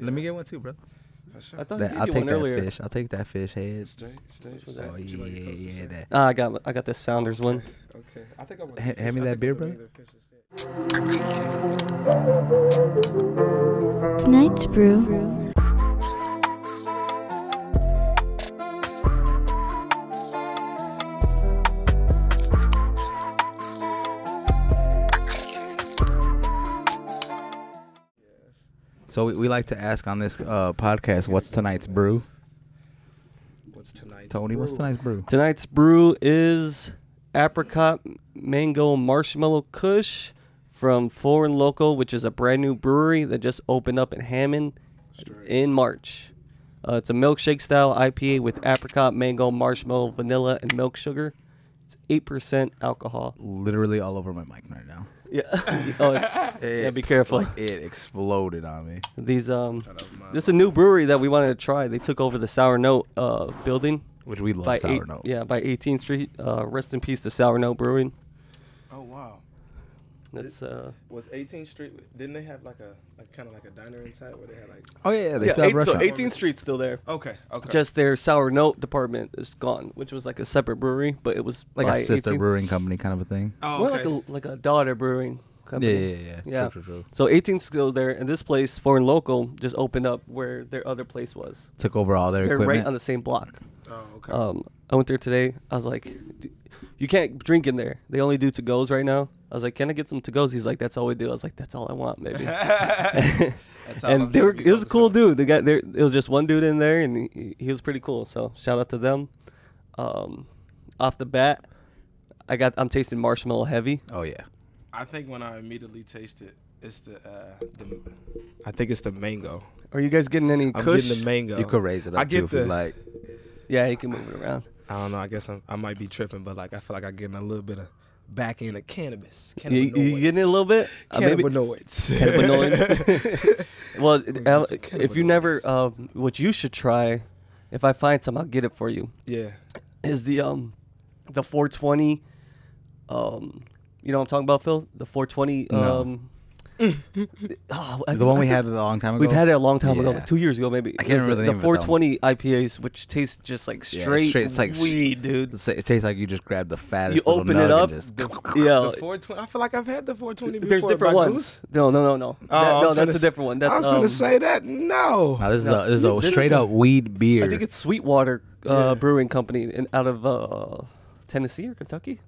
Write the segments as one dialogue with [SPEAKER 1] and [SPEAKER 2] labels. [SPEAKER 1] Let me get one too, bro.
[SPEAKER 2] I thought
[SPEAKER 3] That,
[SPEAKER 2] you
[SPEAKER 3] I'll
[SPEAKER 2] did
[SPEAKER 3] take
[SPEAKER 2] one
[SPEAKER 3] that
[SPEAKER 2] earlier.
[SPEAKER 3] fish. I'll take that fish head.
[SPEAKER 1] Stay, stay.
[SPEAKER 2] was
[SPEAKER 3] Oh yeah, yeah, yeah. That.
[SPEAKER 2] Ah, I got I got this Founders one.
[SPEAKER 1] Okay. I think I want.
[SPEAKER 3] Ha-
[SPEAKER 1] the
[SPEAKER 3] hand me
[SPEAKER 1] fish. I
[SPEAKER 3] that
[SPEAKER 1] think
[SPEAKER 3] beer,
[SPEAKER 1] I'm gonna
[SPEAKER 3] brother.
[SPEAKER 1] leave the fish instead.
[SPEAKER 4] Tonight's brew.
[SPEAKER 3] So we, we like to ask on this uh, podcast, what's tonight's brew?
[SPEAKER 1] What's tonight?
[SPEAKER 3] Tony, what's tonight's brew?
[SPEAKER 2] Tonight's brew is apricot mango marshmallow kush from Foreign Local, which is a brand new brewery that just opened up in Hammond in March. Uh, it's a milkshake style IPA with apricot, mango, marshmallow, vanilla, and milk sugar. It's eight percent alcohol.
[SPEAKER 3] Literally all over my mic right now.
[SPEAKER 2] Yeah. oh, it's, yeah. Be careful.
[SPEAKER 3] Like, it exploded on me.
[SPEAKER 2] These um, this is a new brewery that we wanted to try. They took over the Sour Note uh building
[SPEAKER 3] Which we love
[SPEAKER 2] by
[SPEAKER 3] sour
[SPEAKER 2] eight-
[SPEAKER 3] note.
[SPEAKER 2] yeah by 18th Street. Uh, rest in peace to Sour Note Brewing.
[SPEAKER 1] Oh wow.
[SPEAKER 2] That's uh,
[SPEAKER 1] Was 18th Street? Didn't they have like a like kind of like a diner inside where they had like?
[SPEAKER 3] Oh yeah, yeah they
[SPEAKER 2] yeah.
[SPEAKER 3] still have
[SPEAKER 2] eight- so
[SPEAKER 3] restaurant. Oh,
[SPEAKER 2] 18th Street's still there.
[SPEAKER 1] Okay. Okay.
[SPEAKER 2] Just their Sour Note department is gone, which was like a separate brewery, but it was
[SPEAKER 3] like
[SPEAKER 2] by
[SPEAKER 3] a sister
[SPEAKER 2] 18th
[SPEAKER 3] brewing company kind of a thing.
[SPEAKER 1] Oh,
[SPEAKER 2] More
[SPEAKER 1] okay.
[SPEAKER 2] like a like a daughter brewing
[SPEAKER 3] Yeah,
[SPEAKER 2] company.
[SPEAKER 3] yeah, yeah.
[SPEAKER 2] Yeah.
[SPEAKER 3] True, true, true.
[SPEAKER 2] So 18th still there, and this place, Foreign Local, just opened up where their other place was.
[SPEAKER 3] Took over all their
[SPEAKER 2] They're
[SPEAKER 3] equipment.
[SPEAKER 2] right on the same block.
[SPEAKER 1] oh, okay.
[SPEAKER 2] Um, I went there today. I was like, "D- you can't drink in there. They only do to goes right now. I was like, can I get some to goes? He's like, that's all we do. I was like, that's all I want, maybe.
[SPEAKER 1] That's how
[SPEAKER 2] and
[SPEAKER 1] I'm
[SPEAKER 2] they
[SPEAKER 1] sure
[SPEAKER 2] were,
[SPEAKER 1] you
[SPEAKER 2] it was a
[SPEAKER 1] felt the
[SPEAKER 2] cool
[SPEAKER 1] same.
[SPEAKER 2] dude. They got there. It was just one dude in there, and he, he was pretty cool. So shout out to them. Um, off the bat, I got I'm tasting marshmallow heavy.
[SPEAKER 3] oh yeah.
[SPEAKER 1] I think when I immediately taste it, it's the uh, the. I think it's the mango.
[SPEAKER 2] Are you guys getting any
[SPEAKER 1] I'm
[SPEAKER 2] kush?
[SPEAKER 1] getting the mango.
[SPEAKER 3] You could raise it up
[SPEAKER 1] I get
[SPEAKER 3] too
[SPEAKER 1] the.
[SPEAKER 3] if you like.
[SPEAKER 2] yeah, you can move it around.
[SPEAKER 1] I don't know. I guess I'm, I might be tripping, but like I feel like I'm getting a little bit of back end of cannabis.
[SPEAKER 2] You, you getting it a little bit? Uh, maybe-
[SPEAKER 1] Cannabinoids.
[SPEAKER 2] Cannabinoids. well,
[SPEAKER 1] get
[SPEAKER 2] Al-
[SPEAKER 1] some
[SPEAKER 2] if you never,
[SPEAKER 1] cannabinoids.
[SPEAKER 2] um, what you should try, if I find some, I'll get it for you.
[SPEAKER 1] yeah.
[SPEAKER 2] Is the um, the 420, um, you know what I'm talking about, Phil? The 420.
[SPEAKER 3] No.
[SPEAKER 2] Um, oh, I-
[SPEAKER 3] The one we
[SPEAKER 2] I think
[SPEAKER 3] had a long time ago.
[SPEAKER 2] We've had it a long time ago,
[SPEAKER 3] Yeah.
[SPEAKER 2] like two years ago maybe.
[SPEAKER 3] I
[SPEAKER 2] It
[SPEAKER 3] can't
[SPEAKER 2] was
[SPEAKER 3] remember the name of
[SPEAKER 2] The
[SPEAKER 3] it, though.
[SPEAKER 2] 420 IPAs, which taste just like
[SPEAKER 3] Yeah,
[SPEAKER 2] straight,
[SPEAKER 3] straight- it's like s-
[SPEAKER 2] weed, dude.
[SPEAKER 3] It's- It tastes like you just grabbed the fattest.
[SPEAKER 2] You
[SPEAKER 3] little
[SPEAKER 2] open it
[SPEAKER 3] nug and
[SPEAKER 2] up,
[SPEAKER 3] just-
[SPEAKER 2] the- yeah.
[SPEAKER 1] The 420. I feel like I've had the 420 before.
[SPEAKER 2] There's different
[SPEAKER 1] by
[SPEAKER 2] ones.
[SPEAKER 1] Goose.
[SPEAKER 2] No, no, no, no.
[SPEAKER 1] Oh,
[SPEAKER 2] That-
[SPEAKER 1] I
[SPEAKER 2] no,
[SPEAKER 1] was
[SPEAKER 2] that's
[SPEAKER 1] finna
[SPEAKER 2] a
[SPEAKER 1] s-
[SPEAKER 2] different one. That's
[SPEAKER 1] I was gonna
[SPEAKER 2] um,
[SPEAKER 1] say that. No.
[SPEAKER 3] Now, this is
[SPEAKER 2] No,
[SPEAKER 3] a, this is a
[SPEAKER 2] this is
[SPEAKER 3] straight
[SPEAKER 2] a-
[SPEAKER 3] up weed beer.
[SPEAKER 2] I think it's Sweetwater uh,
[SPEAKER 1] Yeah.
[SPEAKER 2] Brewing Company in, out of uh, Tennessee or Kentucky.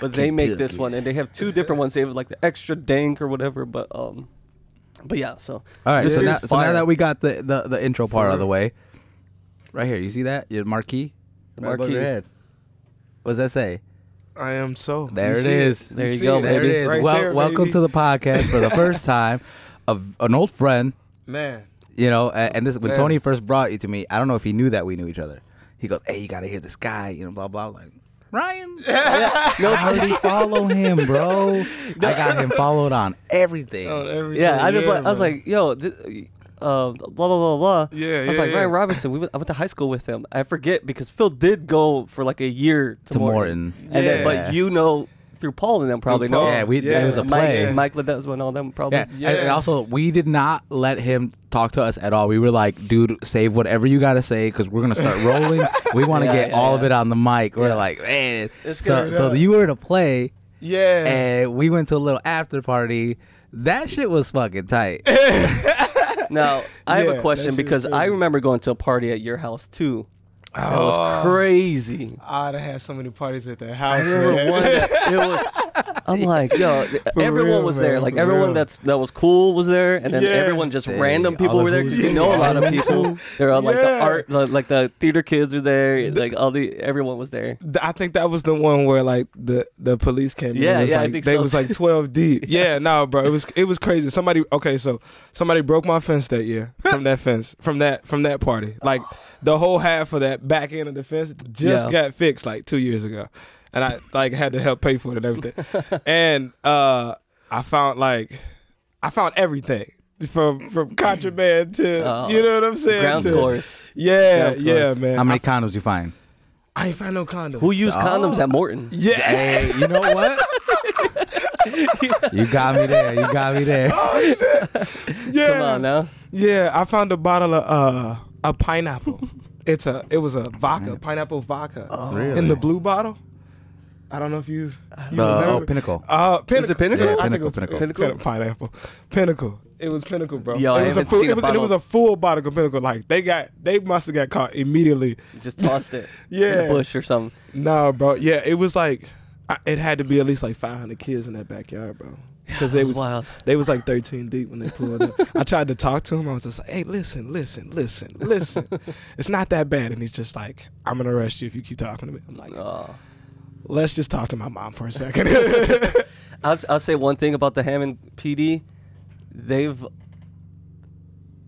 [SPEAKER 2] But they make this
[SPEAKER 3] Kentucky.
[SPEAKER 2] one, and they have two different ones. They have like the extra dank or whatever. But um, but yeah. So
[SPEAKER 3] All right,
[SPEAKER 2] this
[SPEAKER 3] so now,
[SPEAKER 2] beer's
[SPEAKER 3] so now
[SPEAKER 2] fire.
[SPEAKER 3] that we got the, the, the intro part out of the way, right here, you see that? Your marquee?
[SPEAKER 2] The
[SPEAKER 3] Right above your
[SPEAKER 2] marquee.
[SPEAKER 3] head. What does that say?
[SPEAKER 1] I am so.
[SPEAKER 3] There
[SPEAKER 1] You
[SPEAKER 3] it
[SPEAKER 1] see
[SPEAKER 3] is.
[SPEAKER 1] You
[SPEAKER 2] There you
[SPEAKER 1] see
[SPEAKER 2] go,
[SPEAKER 3] There it
[SPEAKER 2] baby.
[SPEAKER 3] is.
[SPEAKER 1] Right
[SPEAKER 3] well,
[SPEAKER 1] there,
[SPEAKER 3] welcome
[SPEAKER 1] baby.
[SPEAKER 3] to the podcast for the first time of an old friend,
[SPEAKER 1] Man.
[SPEAKER 3] you know, and, and this when
[SPEAKER 1] Man.
[SPEAKER 3] Tony first brought you to me, I don't know if he knew that we knew each other. He goes, "Hey, you got to hear this guy," you know, blah blah like Ryan, no, I already follow him, bro. I got him followed on everything.
[SPEAKER 1] Oh,
[SPEAKER 2] yeah, I just like I was
[SPEAKER 1] man.
[SPEAKER 2] like, yo, th- uh, blah blah blah blah.
[SPEAKER 1] Yeah,
[SPEAKER 2] I was
[SPEAKER 1] yeah,
[SPEAKER 2] like
[SPEAKER 1] yeah.
[SPEAKER 2] Ryan Robinson. We went, I went to high school with him. I forget because Phil did go for like a year to,
[SPEAKER 3] To
[SPEAKER 2] Morton,
[SPEAKER 3] Morton.
[SPEAKER 2] and then,
[SPEAKER 3] Yeah.
[SPEAKER 2] but you know through Paul and them probably know.
[SPEAKER 1] Paul.
[SPEAKER 3] Yeah, we-
[SPEAKER 1] Yeah.
[SPEAKER 3] it was a
[SPEAKER 2] Mike,
[SPEAKER 3] play.
[SPEAKER 2] Mike Ledesma and all them probably.
[SPEAKER 3] Yeah. and- And,
[SPEAKER 1] Yeah.
[SPEAKER 3] also we did not let him talk to us at all. We were like, dude, save whatever you gotta say because we're gonna start rolling. we want to
[SPEAKER 2] Yeah,
[SPEAKER 3] get
[SPEAKER 2] yeah,
[SPEAKER 3] all of
[SPEAKER 2] yeah.
[SPEAKER 3] it on the mic. We're
[SPEAKER 2] Yeah.
[SPEAKER 3] like, man.
[SPEAKER 2] It's
[SPEAKER 3] So,
[SPEAKER 2] gonna
[SPEAKER 3] so
[SPEAKER 1] be-
[SPEAKER 3] you were to play,
[SPEAKER 1] Yeah.
[SPEAKER 3] and we went to a little after party. That shit was fucking tight.
[SPEAKER 2] Now
[SPEAKER 1] Yeah,
[SPEAKER 2] I have
[SPEAKER 1] that
[SPEAKER 2] a question
[SPEAKER 1] shit was
[SPEAKER 2] because I
[SPEAKER 1] crazy.
[SPEAKER 2] remember going to a party at your house too. That
[SPEAKER 1] Oh.
[SPEAKER 2] was crazy.
[SPEAKER 1] I'd have had so many parties at that house.
[SPEAKER 2] I remember
[SPEAKER 1] man.
[SPEAKER 2] one that it was. I'm like, yo, th- everyone
[SPEAKER 1] real,
[SPEAKER 2] was there.
[SPEAKER 1] man,
[SPEAKER 2] like
[SPEAKER 1] for
[SPEAKER 2] everyone
[SPEAKER 1] real.
[SPEAKER 2] that's that was cool was there, and then
[SPEAKER 1] Yeah.
[SPEAKER 2] everyone just
[SPEAKER 3] Dang,
[SPEAKER 2] random people
[SPEAKER 3] all
[SPEAKER 2] were
[SPEAKER 3] of
[SPEAKER 2] there
[SPEAKER 3] who's
[SPEAKER 2] because you know a lot of people. There are like the
[SPEAKER 1] Yeah.
[SPEAKER 2] art, like, like the theater kids are there. and, Like all the everyone was there.
[SPEAKER 1] Th- I think that was the one where like the the police came in.
[SPEAKER 2] Yeah,
[SPEAKER 1] and was
[SPEAKER 2] yeah, I
[SPEAKER 1] like,
[SPEAKER 2] think
[SPEAKER 1] they
[SPEAKER 2] so.
[SPEAKER 1] was like twelve deep. yeah, no, bro, it was it was crazy. Somebody, okay, so somebody broke my fence that year from that fence from that from that party. Like the whole half of that back end of the fence just
[SPEAKER 2] Yeah.
[SPEAKER 1] got fixed like two years ago, and I like had to help pay for it and everything. and uh, I found like I found everything from from contraband to
[SPEAKER 2] Oh,
[SPEAKER 1] you know what I'm saying.
[SPEAKER 2] Ground
[SPEAKER 1] to-
[SPEAKER 2] scores.
[SPEAKER 1] Yeah,
[SPEAKER 2] Ground
[SPEAKER 1] yeah,
[SPEAKER 2] scores.
[SPEAKER 1] man.
[SPEAKER 3] How many
[SPEAKER 1] I,
[SPEAKER 3] condoms you find?
[SPEAKER 1] I ain't find no condoms.
[SPEAKER 2] Who used
[SPEAKER 3] Oh.
[SPEAKER 2] condoms at Morton?
[SPEAKER 1] yeah.
[SPEAKER 3] Hey, you know what? you got me there. You got me there.
[SPEAKER 1] Yeah.
[SPEAKER 2] Come on now.
[SPEAKER 5] Oh, Yeah, I found a bottle of uh, a pineapple. it's a it was a vodka, pineapple vodka,
[SPEAKER 2] Oh,
[SPEAKER 5] in
[SPEAKER 1] Really?
[SPEAKER 5] the blue bottle. I don't know if you. you
[SPEAKER 3] The oh,
[SPEAKER 5] remember.
[SPEAKER 3] pinnacle.
[SPEAKER 5] Uh, pinnacle.
[SPEAKER 2] Is it Pinnacle?
[SPEAKER 5] Yeah,
[SPEAKER 3] Yeah,
[SPEAKER 5] I think it
[SPEAKER 3] Pinnacle,
[SPEAKER 5] was
[SPEAKER 3] Pinnacle.
[SPEAKER 5] Pin- pineapple. Pinnacle. It was Pinnacle, bro.
[SPEAKER 2] Yo,
[SPEAKER 5] it
[SPEAKER 2] I
[SPEAKER 5] was a
[SPEAKER 2] haven't
[SPEAKER 5] full,
[SPEAKER 2] seen
[SPEAKER 5] it
[SPEAKER 2] a
[SPEAKER 5] was, and It
[SPEAKER 2] bottle-
[SPEAKER 5] was a full bottle of Pinnacle. Like they got, they must have got caught immediately.
[SPEAKER 2] Just tossed it in
[SPEAKER 5] Yeah.
[SPEAKER 2] a bush or something.
[SPEAKER 5] Nah, bro. Yeah, it was like, I, it had to be at least like 500 kids in that backyard, bro. Because they
[SPEAKER 2] It was
[SPEAKER 5] was
[SPEAKER 2] wild.
[SPEAKER 5] They was like 13 deep when they pulled up. I tried to talk to him. I was just like, hey, listen, listen, listen, listen. it's not that bad. And he's just like, I'm going to arrest you if you keep talking to me. I'm like,
[SPEAKER 2] Oh.
[SPEAKER 5] let's just talk to my mom for a second.
[SPEAKER 2] I'll, I'll say one thing about the Hammond PD. They've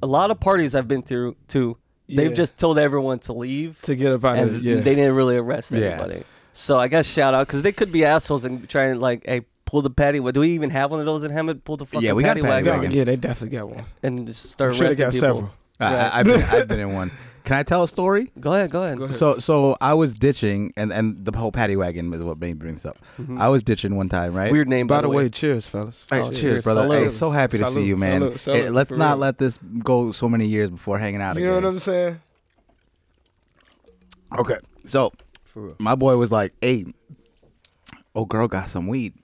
[SPEAKER 2] a lot of parties I've been through too.
[SPEAKER 5] Yeah.
[SPEAKER 2] They've just told everyone to leave,
[SPEAKER 5] to get up out of
[SPEAKER 2] and
[SPEAKER 5] it. Yeah.
[SPEAKER 2] they didn't really arrest
[SPEAKER 3] Yeah.
[SPEAKER 2] anybody. So I got shout out because they could be assholes and try and like, hey, pull the patty. What do we even have one of those in Hammond? Pull the fucking
[SPEAKER 3] we got
[SPEAKER 2] paddy
[SPEAKER 3] a paddy
[SPEAKER 5] No,
[SPEAKER 2] wagon
[SPEAKER 3] wagon.
[SPEAKER 5] yeah, they definitely got one.
[SPEAKER 2] and just start
[SPEAKER 5] Should have
[SPEAKER 2] arresting
[SPEAKER 5] got
[SPEAKER 2] people.
[SPEAKER 5] several.
[SPEAKER 3] I,
[SPEAKER 2] Right.
[SPEAKER 3] I, I've, been, I've been in one. Can I tell a story?
[SPEAKER 2] Go ahead, go ahead.
[SPEAKER 5] Go ahead.
[SPEAKER 3] So so I was ditching, and, and the whole paddy wagon is what made brings up.
[SPEAKER 2] Mhm.
[SPEAKER 3] I was ditching one time, right?
[SPEAKER 2] Weird name, by, the way.
[SPEAKER 5] cheers, fellas.
[SPEAKER 3] Hey,
[SPEAKER 2] Oh,
[SPEAKER 3] cheers,
[SPEAKER 2] cheers.
[SPEAKER 3] brother.
[SPEAKER 2] Salute.
[SPEAKER 3] Hey, so happy to
[SPEAKER 5] Salute,
[SPEAKER 3] see you, man.
[SPEAKER 5] salute, salute,
[SPEAKER 3] Hey, let's
[SPEAKER 5] for
[SPEAKER 3] not
[SPEAKER 5] real.
[SPEAKER 3] let this go so many years before hanging out
[SPEAKER 5] You know
[SPEAKER 3] again.
[SPEAKER 5] what I'm saying?
[SPEAKER 3] Okay. So
[SPEAKER 5] For real.
[SPEAKER 3] my boy was like, hey, oh, girl got some weed.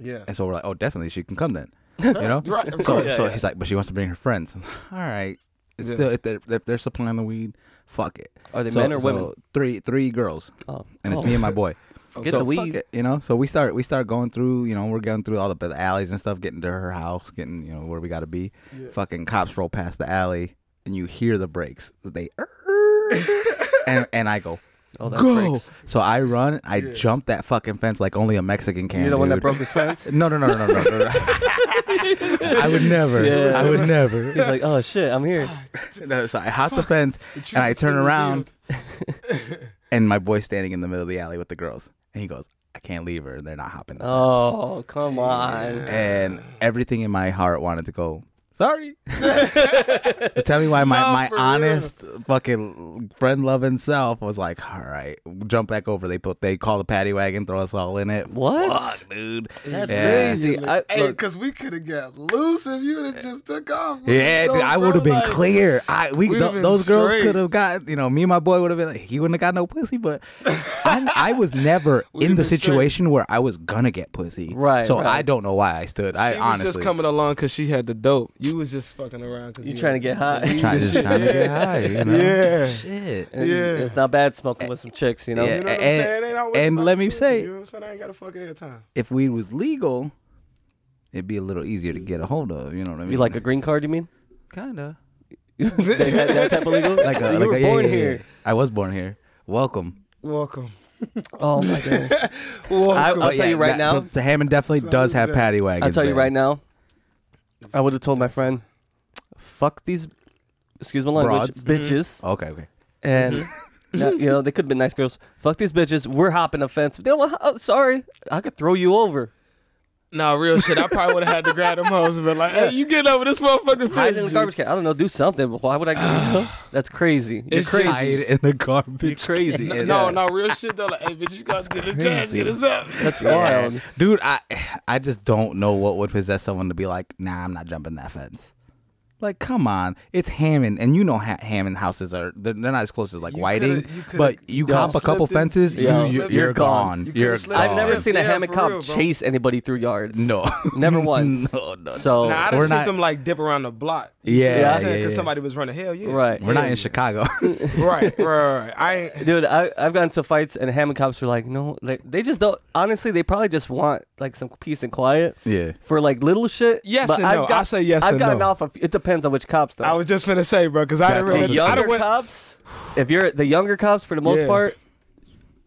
[SPEAKER 5] Yeah.
[SPEAKER 3] And so we're like, oh, definitely she can come then. You know?
[SPEAKER 5] Right. of
[SPEAKER 3] So,
[SPEAKER 5] course.
[SPEAKER 3] so he's like, but she wants to bring her friends. All right. It's
[SPEAKER 5] Yeah.
[SPEAKER 3] Still, if they're, if they're supplying the weed, fuck it.
[SPEAKER 2] Are they
[SPEAKER 3] So-
[SPEAKER 2] men or
[SPEAKER 3] so
[SPEAKER 2] women?
[SPEAKER 3] Three, three girls,
[SPEAKER 2] Oh.
[SPEAKER 3] and it's
[SPEAKER 2] Oh.
[SPEAKER 3] me and my boy.
[SPEAKER 2] Get
[SPEAKER 3] so
[SPEAKER 2] the
[SPEAKER 3] fuck
[SPEAKER 2] weed.
[SPEAKER 3] it, you know. So we start, we start going through, you know, we're going through all the, the alleys and stuff, getting to her house, getting, you know, where we gotta be.
[SPEAKER 5] Yeah.
[SPEAKER 3] Fucking cops roll past the alley, and you hear the brakes. They, and and I go,
[SPEAKER 2] Oh, that
[SPEAKER 3] go.
[SPEAKER 2] breaks.
[SPEAKER 3] So I run, I
[SPEAKER 5] Yeah.
[SPEAKER 3] jump that fucking fence like only a Mexican can.
[SPEAKER 2] You're the one that
[SPEAKER 3] dude.
[SPEAKER 2] broke his fence.
[SPEAKER 3] No, no, no, no, no, no. no. I would never.
[SPEAKER 2] Yeah.
[SPEAKER 3] I would
[SPEAKER 2] He's
[SPEAKER 3] never.
[SPEAKER 2] like, oh shit, I'm here.
[SPEAKER 3] no, so I hop the fence and I turn around, and my boy's standing in the middle of the alley with the girls, and he goes, "I can't leave her. They're not hopping." The fence."
[SPEAKER 2] Oh, come on.
[SPEAKER 3] And everything in my heart wanted to go. Sorry. Tell me why my,
[SPEAKER 5] No,
[SPEAKER 3] my
[SPEAKER 5] for real.
[SPEAKER 3] honest fucking friend loving self was like, all right, jump back over. They put they call the paddy wagon, throw us all in it.
[SPEAKER 2] What?
[SPEAKER 3] Fuck, dude.
[SPEAKER 2] That's
[SPEAKER 3] Yeah.
[SPEAKER 2] crazy. I,
[SPEAKER 1] Hey,
[SPEAKER 2] look,
[SPEAKER 1] because we could have got loose if you would have just took off.
[SPEAKER 3] Yeah, dude, I would have been clear. I we
[SPEAKER 1] We'd
[SPEAKER 3] th-
[SPEAKER 1] have been
[SPEAKER 3] those girls
[SPEAKER 1] straight.
[SPEAKER 3] could have got you know me and my boy would have been like, he wouldn't have got no pussy, but I, I was never in
[SPEAKER 5] have
[SPEAKER 3] the
[SPEAKER 5] been straight.
[SPEAKER 3] situation where I was gonna get pussy.
[SPEAKER 2] Right,
[SPEAKER 3] So
[SPEAKER 2] right.
[SPEAKER 3] I don't know why I stood. I
[SPEAKER 5] she
[SPEAKER 3] honestly
[SPEAKER 5] was just coming along because she had the dope. You was just fucking around because
[SPEAKER 2] you trying to get high.
[SPEAKER 3] trying, just trying to get high. You know?
[SPEAKER 5] Yeah.
[SPEAKER 3] Shit.
[SPEAKER 2] It's-
[SPEAKER 5] Yeah.
[SPEAKER 2] It's not bad smoking with some chicks, you know?
[SPEAKER 3] Yeah.
[SPEAKER 5] You know what I'm
[SPEAKER 3] And-
[SPEAKER 5] saying? Ain't always
[SPEAKER 3] and
[SPEAKER 5] about
[SPEAKER 3] let
[SPEAKER 5] the
[SPEAKER 3] me
[SPEAKER 5] pussy,
[SPEAKER 3] say-
[SPEAKER 5] you know what I'm saying? I ain't got to fuck every time.
[SPEAKER 3] If weed was legal, it'd be a little easier to get a hold of. You know what I mean?
[SPEAKER 2] You like a green card, you mean?
[SPEAKER 3] kinda
[SPEAKER 2] they had that type of legal?
[SPEAKER 3] like a
[SPEAKER 2] you
[SPEAKER 3] like
[SPEAKER 2] were
[SPEAKER 3] a, yeah,
[SPEAKER 2] born
[SPEAKER 3] yeah, yeah.
[SPEAKER 2] here.
[SPEAKER 3] I was born here. Welcome.
[SPEAKER 5] Welcome.
[SPEAKER 2] Oh my goodness. I,
[SPEAKER 5] Welcome.
[SPEAKER 2] will
[SPEAKER 3] But
[SPEAKER 2] tell
[SPEAKER 3] yeah,
[SPEAKER 2] you right
[SPEAKER 3] that-
[SPEAKER 2] now.
[SPEAKER 3] So, so Hammond definitely
[SPEAKER 5] So
[SPEAKER 3] does have
[SPEAKER 5] that-
[SPEAKER 3] paddy wagons.
[SPEAKER 2] I'll tell you
[SPEAKER 3] man.
[SPEAKER 2] right now. I would have told my friend, fuck these, excuse my language,
[SPEAKER 3] Broads.
[SPEAKER 2] bitches.
[SPEAKER 3] Okay. Okay.
[SPEAKER 2] And, no, you know, they could have been nice girls. Fuck these bitches. We're hopping a fence. They don't want, oh, sorry. I could throw you over.
[SPEAKER 5] No, real shit. I probably would have had to grab them hoes and been like, hey, you getting over this motherfucking
[SPEAKER 2] Hide in the
[SPEAKER 5] fence.
[SPEAKER 2] garbage can. I don't know. Do something. But why would I? That's crazy. You're
[SPEAKER 5] It's
[SPEAKER 2] crazy.
[SPEAKER 5] just-
[SPEAKER 3] Hide in the
[SPEAKER 2] You're
[SPEAKER 3] garbage.
[SPEAKER 2] crazy.
[SPEAKER 5] No,
[SPEAKER 2] Yeah.
[SPEAKER 5] no, no, real shit though. Like, hey, bitch, you gotta get this trash,
[SPEAKER 3] crazy.
[SPEAKER 5] get us up.
[SPEAKER 2] That's
[SPEAKER 3] Yeah.
[SPEAKER 2] wild.
[SPEAKER 3] Dude, I I just don't know what would possess someone to be like, nah, I'm not jumping that fence. Like, come on, it's Hammond, and you know ha- Hammond houses are they're, they're not as close as like
[SPEAKER 1] You
[SPEAKER 3] Whiting,
[SPEAKER 1] coulda- you coulda
[SPEAKER 3] but you
[SPEAKER 1] gone-
[SPEAKER 3] hop a couple
[SPEAKER 1] slipped in-
[SPEAKER 3] fences,
[SPEAKER 1] you
[SPEAKER 3] you,
[SPEAKER 2] coulda
[SPEAKER 3] you,
[SPEAKER 2] slipped
[SPEAKER 3] are
[SPEAKER 2] in- You're
[SPEAKER 3] gone.
[SPEAKER 2] gone.
[SPEAKER 1] You coulda
[SPEAKER 3] You're
[SPEAKER 1] slipped
[SPEAKER 2] I've
[SPEAKER 1] Oh,
[SPEAKER 2] never
[SPEAKER 1] yeah,
[SPEAKER 2] seen a
[SPEAKER 1] yeah,
[SPEAKER 2] hammock
[SPEAKER 1] for
[SPEAKER 2] cop
[SPEAKER 1] real, bro.
[SPEAKER 2] chase anybody through yards.
[SPEAKER 3] no,
[SPEAKER 2] Never once.
[SPEAKER 3] no, no.
[SPEAKER 2] So
[SPEAKER 5] Nah, I
[SPEAKER 3] We're
[SPEAKER 5] done seen
[SPEAKER 3] not-
[SPEAKER 5] them like dip around the block.
[SPEAKER 3] yeah,
[SPEAKER 5] You know what I'm
[SPEAKER 3] yeah,
[SPEAKER 5] saying?
[SPEAKER 3] yeah,
[SPEAKER 5] Because
[SPEAKER 3] yeah.
[SPEAKER 5] somebody was running hell, yeah.
[SPEAKER 2] right,
[SPEAKER 3] We're not in Chicago.
[SPEAKER 5] right, right, right. I ain't.
[SPEAKER 2] dude. I I've gotten to fights and hammock cops were like, no, like they just don't. Honestly, they probably just want like some peace and quiet
[SPEAKER 3] yeah,
[SPEAKER 2] for like little shit.
[SPEAKER 5] Yes
[SPEAKER 2] but
[SPEAKER 5] and
[SPEAKER 2] I've
[SPEAKER 5] no.
[SPEAKER 2] got-
[SPEAKER 5] I say yes
[SPEAKER 2] I've
[SPEAKER 5] and
[SPEAKER 2] gotten
[SPEAKER 5] no.
[SPEAKER 2] off. Of, it depends on which cops though.
[SPEAKER 5] I was just finna say, bro, because I didn't
[SPEAKER 3] That's
[SPEAKER 5] really.
[SPEAKER 3] what
[SPEAKER 2] the
[SPEAKER 3] I'm
[SPEAKER 5] I
[SPEAKER 2] younger
[SPEAKER 5] done went,
[SPEAKER 2] cops, if you're the younger cops, for the most
[SPEAKER 5] Yeah.
[SPEAKER 2] part,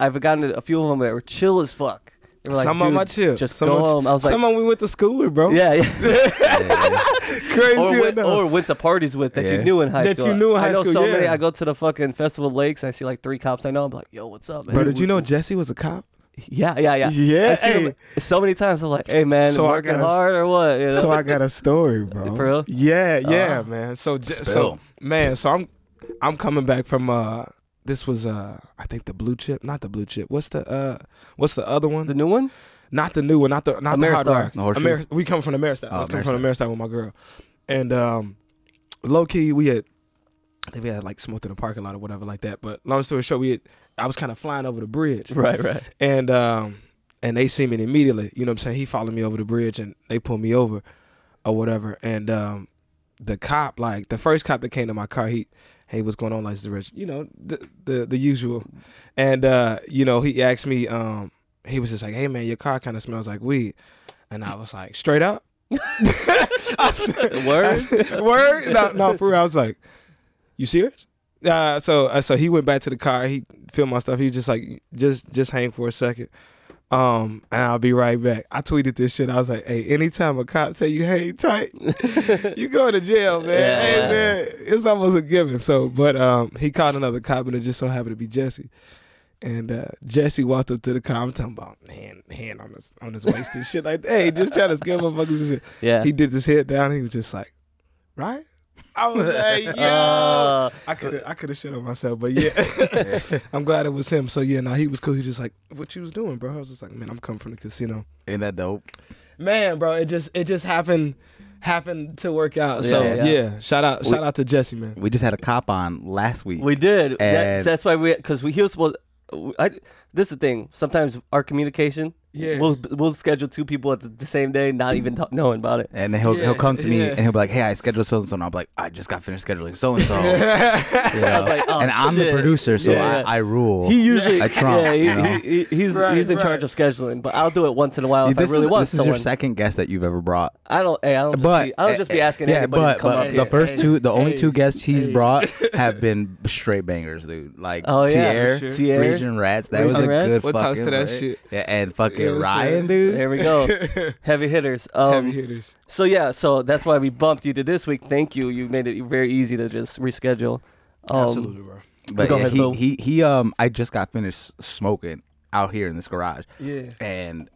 [SPEAKER 2] I've gotten a few of them that were chill as fuck. They were like,
[SPEAKER 5] some of
[SPEAKER 2] "Dude,
[SPEAKER 5] my chill.
[SPEAKER 2] Just
[SPEAKER 5] some
[SPEAKER 2] go
[SPEAKER 5] of-
[SPEAKER 2] home. I was like,
[SPEAKER 5] some of we went to school with, bro.
[SPEAKER 2] yeah, yeah.
[SPEAKER 5] crazy.
[SPEAKER 2] or, went,
[SPEAKER 5] enough.
[SPEAKER 2] or went to parties with that
[SPEAKER 3] Yeah.
[SPEAKER 2] you knew in high
[SPEAKER 5] That you
[SPEAKER 2] school.
[SPEAKER 5] knew in high
[SPEAKER 2] I know
[SPEAKER 5] school,
[SPEAKER 2] so many.
[SPEAKER 5] yeah.
[SPEAKER 2] I go to the fucking festival lakes. I see like three cops I know. I'm like, yo, what's up, man?
[SPEAKER 5] bro, did you know Jesse was a cop?
[SPEAKER 2] Yeah, yeah, yeah.
[SPEAKER 5] Yeah,
[SPEAKER 2] I see them so many times. I'm like, hey, man,
[SPEAKER 5] So I
[SPEAKER 2] working
[SPEAKER 5] gotta-
[SPEAKER 2] hard or what? You know?
[SPEAKER 5] so I got a story, bro.
[SPEAKER 2] For real?
[SPEAKER 5] Yeah, yeah,
[SPEAKER 2] Uh,
[SPEAKER 5] man. So j- so
[SPEAKER 3] Spill.
[SPEAKER 5] man, so I'm I'm coming back from uh this was uh I think the blue chip, not the blue chip. What's the uh what's the other one?
[SPEAKER 2] the new one?
[SPEAKER 5] not the new one, not the not the hard
[SPEAKER 3] Oh,
[SPEAKER 2] Ameristar.
[SPEAKER 5] rock.
[SPEAKER 3] The horseshoe?
[SPEAKER 5] Ameri- we come from Ameristar.
[SPEAKER 3] Oh,
[SPEAKER 5] I was coming from Ameristar with my girl. And um low key, we had I think we had like smoked in the parking lot or whatever like that. But long story short, we had I was kind of flying over the bridge,
[SPEAKER 2] Right, right.
[SPEAKER 5] and um and they seen me immediately. You know what I'm saying? He followed me over the bridge and they pulled me over or whatever. And um the cop, like the first cop that came to my car, he hey, what's going on, Lights the Rich? You know, the the the usual. And uh, you know, he asked me, um, he was just like, Hey man, your car kinda smells like weed. And I was like, straight up? I said-
[SPEAKER 2] Word?
[SPEAKER 5] Word? No, no, for real. I was like, You serious? Uh, so uh, so he went back to the car. He filmed my stuff. He was just like, just just hang for a second, um, and I'll be right back. I tweeted this shit. I was like, hey, anytime a cop tell you hang tight, you go to jail, man.
[SPEAKER 2] Yeah.
[SPEAKER 5] Hey man, it's almost a given. So, but um, he caught another cop, and it just so happened to be Jesse. And uh, Jesse walked up to the car. I'm talking about hand hand on his on his waist and shit like, that. hey, just trying to scare motherfuckers. and shit.
[SPEAKER 2] Yeah.
[SPEAKER 5] He did his head down. He was just like, right. I was like, yo.
[SPEAKER 2] Uh,
[SPEAKER 5] I could have I could have shit on myself, but yeah, I'm glad it was him. So yeah, now he was cool. He was just like, "What you was doing, bro?" I was just like, "Man, I'm coming from the casino."
[SPEAKER 3] Ain't that dope?
[SPEAKER 5] Man, bro, it just it just happened happened to work out. so
[SPEAKER 2] Yeah,
[SPEAKER 5] yeah,
[SPEAKER 2] yeah.
[SPEAKER 5] shout out
[SPEAKER 3] We-
[SPEAKER 5] shout out to Jesse, man.
[SPEAKER 3] We just had a cop on last week.
[SPEAKER 2] we did. That,
[SPEAKER 3] And-
[SPEAKER 2] that's why we, because we, he was supposed, I, this is the thing. Sometimes our communication,
[SPEAKER 5] Yeah.
[SPEAKER 2] we'll, we'll schedule two people at the, the same day, not even talk, knowing about it.
[SPEAKER 3] and then he'll
[SPEAKER 5] Yeah,
[SPEAKER 3] he'll come to me
[SPEAKER 5] yeah.
[SPEAKER 3] and he'll be like, "Hey, I scheduled so and so," and I'm like, "I just got finished scheduling so and so."
[SPEAKER 5] Um,
[SPEAKER 3] I
[SPEAKER 2] was like, oh,
[SPEAKER 3] and I'm
[SPEAKER 2] shit.
[SPEAKER 3] the producer, so
[SPEAKER 2] Yeah.
[SPEAKER 3] I, I rule.
[SPEAKER 2] He usually,
[SPEAKER 3] I trump,
[SPEAKER 2] yeah, he,
[SPEAKER 3] you know?
[SPEAKER 2] he, he- he's
[SPEAKER 5] Right,
[SPEAKER 2] he's in
[SPEAKER 5] right.
[SPEAKER 2] charge of scheduling, but I'll do it once in a while if
[SPEAKER 3] this
[SPEAKER 2] I really
[SPEAKER 3] is,
[SPEAKER 2] want
[SPEAKER 3] this is
[SPEAKER 2] someone.
[SPEAKER 3] your second guest that you've ever brought.
[SPEAKER 2] I don't. Hey, I don't.
[SPEAKER 3] but eh,
[SPEAKER 2] just be, I don't just be asking
[SPEAKER 3] yeah,
[SPEAKER 2] anybody
[SPEAKER 3] but,
[SPEAKER 2] to come
[SPEAKER 3] but
[SPEAKER 2] up
[SPEAKER 3] the
[SPEAKER 2] here.
[SPEAKER 3] first
[SPEAKER 5] Hey,
[SPEAKER 3] two, the only
[SPEAKER 5] hey,
[SPEAKER 3] two guests he's
[SPEAKER 5] hey.
[SPEAKER 3] brought have been straight bangers, dude. Like
[SPEAKER 2] Oh, yeah,
[SPEAKER 3] Tier,
[SPEAKER 5] for sure.
[SPEAKER 2] Tier.
[SPEAKER 3] Region Rats. That
[SPEAKER 2] Region
[SPEAKER 3] was a
[SPEAKER 2] Rats.
[SPEAKER 3] good
[SPEAKER 5] What
[SPEAKER 3] fucking.
[SPEAKER 5] talks to that
[SPEAKER 3] break.
[SPEAKER 5] shit?
[SPEAKER 3] Yeah, and fucking
[SPEAKER 5] You know what I'm saying?
[SPEAKER 3] Ryan, dude.
[SPEAKER 2] There we go. Heavy hitters. Um,
[SPEAKER 5] Heavy hitters.
[SPEAKER 2] So yeah, so that's why we bumped you to this week. Thank you. You made it very easy to just reschedule. Um,
[SPEAKER 5] Absolutely, bro.
[SPEAKER 3] But
[SPEAKER 2] Go
[SPEAKER 3] yeah,
[SPEAKER 2] ahead, Phil.
[SPEAKER 3] he, he he um I just got finished smoking out here in this garage.
[SPEAKER 5] Yeah.
[SPEAKER 3] And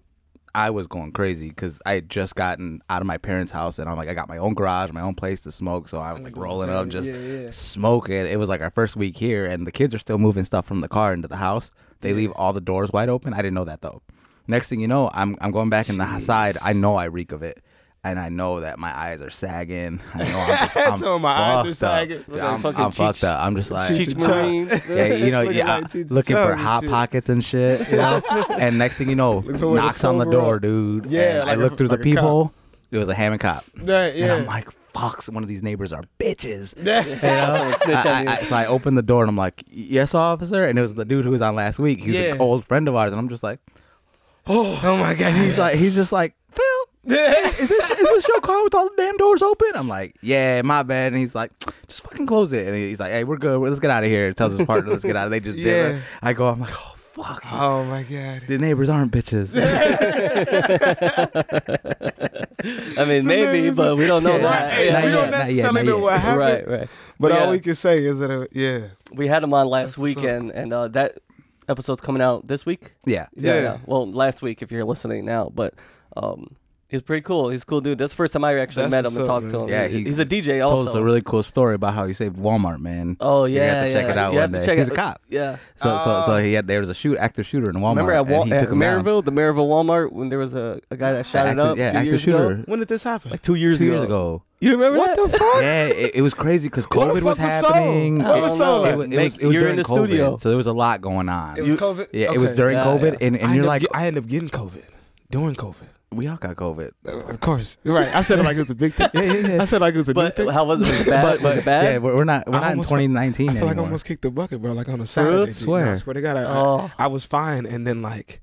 [SPEAKER 3] I was going crazy because I had just gotten out of my parents' house and I'm like I got my own garage, my own place to smoke. So I was like rolling up, just
[SPEAKER 5] Yeah, yeah.
[SPEAKER 3] smoking. It was like our first week here, and the kids are still moving stuff from the car into the house. They leave all the doors wide open. I didn't know that though. Next thing you know, I'm I'm going back in the side. I know I reek of it. And I know that my eyes are sagging. I know I'm just I'm
[SPEAKER 5] Told him my eyes are
[SPEAKER 3] fucked up.
[SPEAKER 5] sagging.
[SPEAKER 3] Yeah, I'm,
[SPEAKER 2] Fucking
[SPEAKER 3] I'm fucked
[SPEAKER 2] Cheech-
[SPEAKER 3] up. I'm just like
[SPEAKER 2] Cheech
[SPEAKER 5] Chong.
[SPEAKER 2] Marine.
[SPEAKER 3] yeah, you know,
[SPEAKER 5] Looking
[SPEAKER 3] yeah,
[SPEAKER 5] like Cheech and
[SPEAKER 3] looking
[SPEAKER 5] Chong
[SPEAKER 3] for
[SPEAKER 5] and
[SPEAKER 3] hot
[SPEAKER 5] shit.
[SPEAKER 3] pockets and shit. You know? and next thing you know,
[SPEAKER 5] for where the
[SPEAKER 3] knocks on the
[SPEAKER 5] silver
[SPEAKER 3] door,
[SPEAKER 5] up.
[SPEAKER 3] dude. and
[SPEAKER 5] Yeah,
[SPEAKER 3] I
[SPEAKER 5] like a-
[SPEAKER 3] look through
[SPEAKER 5] like
[SPEAKER 3] the
[SPEAKER 5] a cop.
[SPEAKER 3] peephole. It was a Hammond cop.
[SPEAKER 5] Right,
[SPEAKER 3] And I'm
[SPEAKER 5] yeah.
[SPEAKER 3] like, fuck, one of these neighbors are bitches.
[SPEAKER 5] Yeah.
[SPEAKER 3] You know?
[SPEAKER 2] Someone snitch
[SPEAKER 3] I-
[SPEAKER 2] on
[SPEAKER 3] I-
[SPEAKER 2] you.
[SPEAKER 3] I- so I opened the door and I'm like, yes, officer. And it was the dude who was on last week. He's
[SPEAKER 5] Yeah.
[SPEAKER 3] an old friend of ours. And I'm just like,
[SPEAKER 5] Oh, oh my god,
[SPEAKER 3] he's like, he's just like, Phil, is this, is this your car with all the damn doors open? I'm like, yeah, my bad. And he's like, just fucking close it. And he's like, hey, we're good. Let's get out of here. Tells his partner, let's get out. They just did
[SPEAKER 5] Yeah.
[SPEAKER 3] it. I go, I'm like, oh fuck,
[SPEAKER 5] oh my god.
[SPEAKER 3] the neighbors aren't bitches.
[SPEAKER 2] I mean, maybe, but we don't know
[SPEAKER 3] Yeah.
[SPEAKER 2] that.
[SPEAKER 5] Hey,
[SPEAKER 2] Yeah,
[SPEAKER 5] we
[SPEAKER 3] not
[SPEAKER 5] don't
[SPEAKER 3] yet, not yet,
[SPEAKER 5] necessarily
[SPEAKER 3] not
[SPEAKER 5] know
[SPEAKER 3] yet.
[SPEAKER 5] what happened,
[SPEAKER 2] Right, right.
[SPEAKER 5] but
[SPEAKER 2] But
[SPEAKER 5] all
[SPEAKER 2] yeah.
[SPEAKER 5] we can say is that it, yeah,
[SPEAKER 2] We had him on last
[SPEAKER 5] That's what's up.
[SPEAKER 2] weekend, and uh, that episode's coming out this week.
[SPEAKER 3] yeah.
[SPEAKER 5] Yeah.
[SPEAKER 2] Well, last week if you're listening now, but um, he's pretty cool. He's a cool dude. That's the first time I actually
[SPEAKER 5] That's
[SPEAKER 2] met him
[SPEAKER 5] what's
[SPEAKER 2] and
[SPEAKER 5] up,
[SPEAKER 2] talked to
[SPEAKER 5] man.
[SPEAKER 2] him.
[SPEAKER 3] Yeah,
[SPEAKER 2] He-
[SPEAKER 3] he
[SPEAKER 2] he's a DJ
[SPEAKER 3] Told
[SPEAKER 2] also.
[SPEAKER 3] us a really cool story about how he saved Walmart, man.
[SPEAKER 2] oh
[SPEAKER 3] You
[SPEAKER 2] yeah,
[SPEAKER 3] have to check
[SPEAKER 2] yeah.
[SPEAKER 3] it out
[SPEAKER 2] You
[SPEAKER 3] one
[SPEAKER 2] have to
[SPEAKER 3] day.
[SPEAKER 2] check
[SPEAKER 3] He's
[SPEAKER 2] it-
[SPEAKER 3] a cop.
[SPEAKER 2] Yeah.
[SPEAKER 3] So, so, so he had there was a shoot active shooter in Walmart.
[SPEAKER 2] Remember at, Wal-
[SPEAKER 3] and he
[SPEAKER 2] at
[SPEAKER 3] took him down.
[SPEAKER 2] Maryville, the Maryville Walmart, when there was a, a guy that shot it
[SPEAKER 3] active-
[SPEAKER 2] up.
[SPEAKER 3] yeah,
[SPEAKER 2] two
[SPEAKER 3] active
[SPEAKER 2] years
[SPEAKER 3] shooter.
[SPEAKER 2] Ago?
[SPEAKER 5] When did this happen?
[SPEAKER 2] Like two years
[SPEAKER 3] two
[SPEAKER 2] ago.
[SPEAKER 3] years ago.
[SPEAKER 2] You remember
[SPEAKER 5] what
[SPEAKER 2] that?
[SPEAKER 5] the fuck?
[SPEAKER 3] Yeah, it, it was crazy because
[SPEAKER 5] What the
[SPEAKER 3] COVID was
[SPEAKER 5] fuck was sold?
[SPEAKER 3] happening.
[SPEAKER 5] What
[SPEAKER 3] It-
[SPEAKER 5] was sold?
[SPEAKER 3] It, wa- it was,
[SPEAKER 2] Make-
[SPEAKER 3] it was
[SPEAKER 2] you're
[SPEAKER 3] during
[SPEAKER 2] in the
[SPEAKER 3] COVID,
[SPEAKER 2] studio.
[SPEAKER 3] so there was a lot going on.
[SPEAKER 5] It was COVID.
[SPEAKER 3] yeah, it was
[SPEAKER 5] Okay.
[SPEAKER 3] during
[SPEAKER 2] Yeah,
[SPEAKER 3] COVID,
[SPEAKER 2] yeah.
[SPEAKER 3] and, and
[SPEAKER 5] I
[SPEAKER 3] you're
[SPEAKER 5] ended up
[SPEAKER 3] like,
[SPEAKER 5] get- I ended up getting COVID during COVID.
[SPEAKER 3] we all got COVID.
[SPEAKER 5] Of course, right? I said it like it was a big thing.
[SPEAKER 3] Yeah, yeah, yeah.
[SPEAKER 5] I said like it was a
[SPEAKER 2] But
[SPEAKER 5] big thing.
[SPEAKER 2] how was it? Was it bad? was it
[SPEAKER 3] Yeah,
[SPEAKER 2] bad?
[SPEAKER 3] we're, we're not we're
[SPEAKER 5] I
[SPEAKER 3] not in
[SPEAKER 5] almost-
[SPEAKER 3] 2019
[SPEAKER 5] I feel like I
[SPEAKER 3] anymore.
[SPEAKER 5] almost kicked the bucket, bro. Like on a
[SPEAKER 2] real?
[SPEAKER 5] Saturday. dude.
[SPEAKER 3] Swear.
[SPEAKER 5] No, I swear to
[SPEAKER 3] uh,
[SPEAKER 5] God, I,
[SPEAKER 2] Oh.
[SPEAKER 5] I was fine, and then like,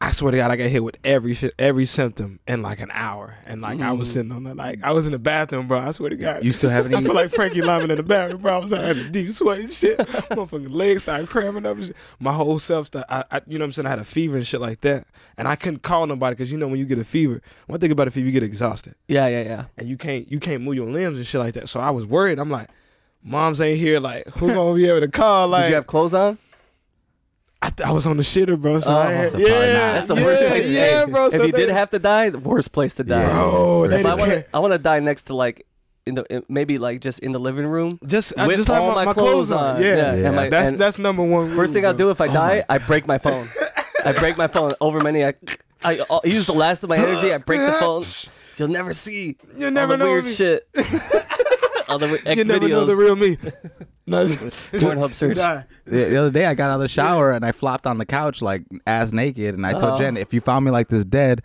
[SPEAKER 5] I swear to God, I got hit with every shit, every symptom in like an hour, and like I was
[SPEAKER 2] Mm.
[SPEAKER 5] sitting on the like I was in the bathroom, bro. I swear to God.
[SPEAKER 3] you still haven't
[SPEAKER 5] I
[SPEAKER 3] eaten.
[SPEAKER 5] feel like Frankie Lyman in the bathroom, bro. I was out in the deep sweat and shit. Motherfucking legs started cramping up. And shit. My whole self, started, I, I, you know what I'm saying? I had a fever and shit like that. And I couldn't call nobody because, you know, when you get a fever, one thing about a fever, you get exhausted
[SPEAKER 2] Yeah, yeah, yeah.
[SPEAKER 5] and you can't you can't move your limbs and shit like that. So I was worried. I'm like, mom's ain't here. Like, who gonna be able to call? Like,
[SPEAKER 2] Did you have clothes on?
[SPEAKER 5] I, th- I was on the shitter, bro. So I
[SPEAKER 2] Oh,
[SPEAKER 5] had,
[SPEAKER 3] so
[SPEAKER 5] yeah,
[SPEAKER 3] probably not.
[SPEAKER 2] That's the
[SPEAKER 5] yeah,
[SPEAKER 2] worst place. to-
[SPEAKER 5] Yeah,
[SPEAKER 2] hey,
[SPEAKER 5] bro.
[SPEAKER 2] If
[SPEAKER 5] so
[SPEAKER 2] you
[SPEAKER 5] they-
[SPEAKER 2] did have to die, the worst place to die.
[SPEAKER 3] Yeah.
[SPEAKER 5] bro, Oh, they
[SPEAKER 3] If
[SPEAKER 2] If I
[SPEAKER 5] didn't
[SPEAKER 2] want
[SPEAKER 5] care.
[SPEAKER 2] to, I want to die next to like, in the in, maybe like just in the living room.
[SPEAKER 5] Just, I
[SPEAKER 2] with
[SPEAKER 5] just have
[SPEAKER 2] all
[SPEAKER 5] my, my clothes on. Yeah,
[SPEAKER 2] yeah,
[SPEAKER 3] Yeah.
[SPEAKER 2] And my,
[SPEAKER 5] that's
[SPEAKER 2] and
[SPEAKER 5] that's number one.
[SPEAKER 2] first thing I'll do if I die, I break my phone. I break my phone over many. I, I uh, use the last of my energy. I break the phone. You'll never see.
[SPEAKER 5] You never
[SPEAKER 2] all the
[SPEAKER 5] know
[SPEAKER 2] weird
[SPEAKER 5] me.
[SPEAKER 2] shit. on the X
[SPEAKER 5] you never know the
[SPEAKER 2] videos.
[SPEAKER 5] real me. No.
[SPEAKER 2] Pornhub search.
[SPEAKER 1] Die.
[SPEAKER 3] The, the other day, I got out of the shower and I flopped on the couch like ass naked, and I told
[SPEAKER 2] Oh.
[SPEAKER 3] Jen, "If you found me like this dead,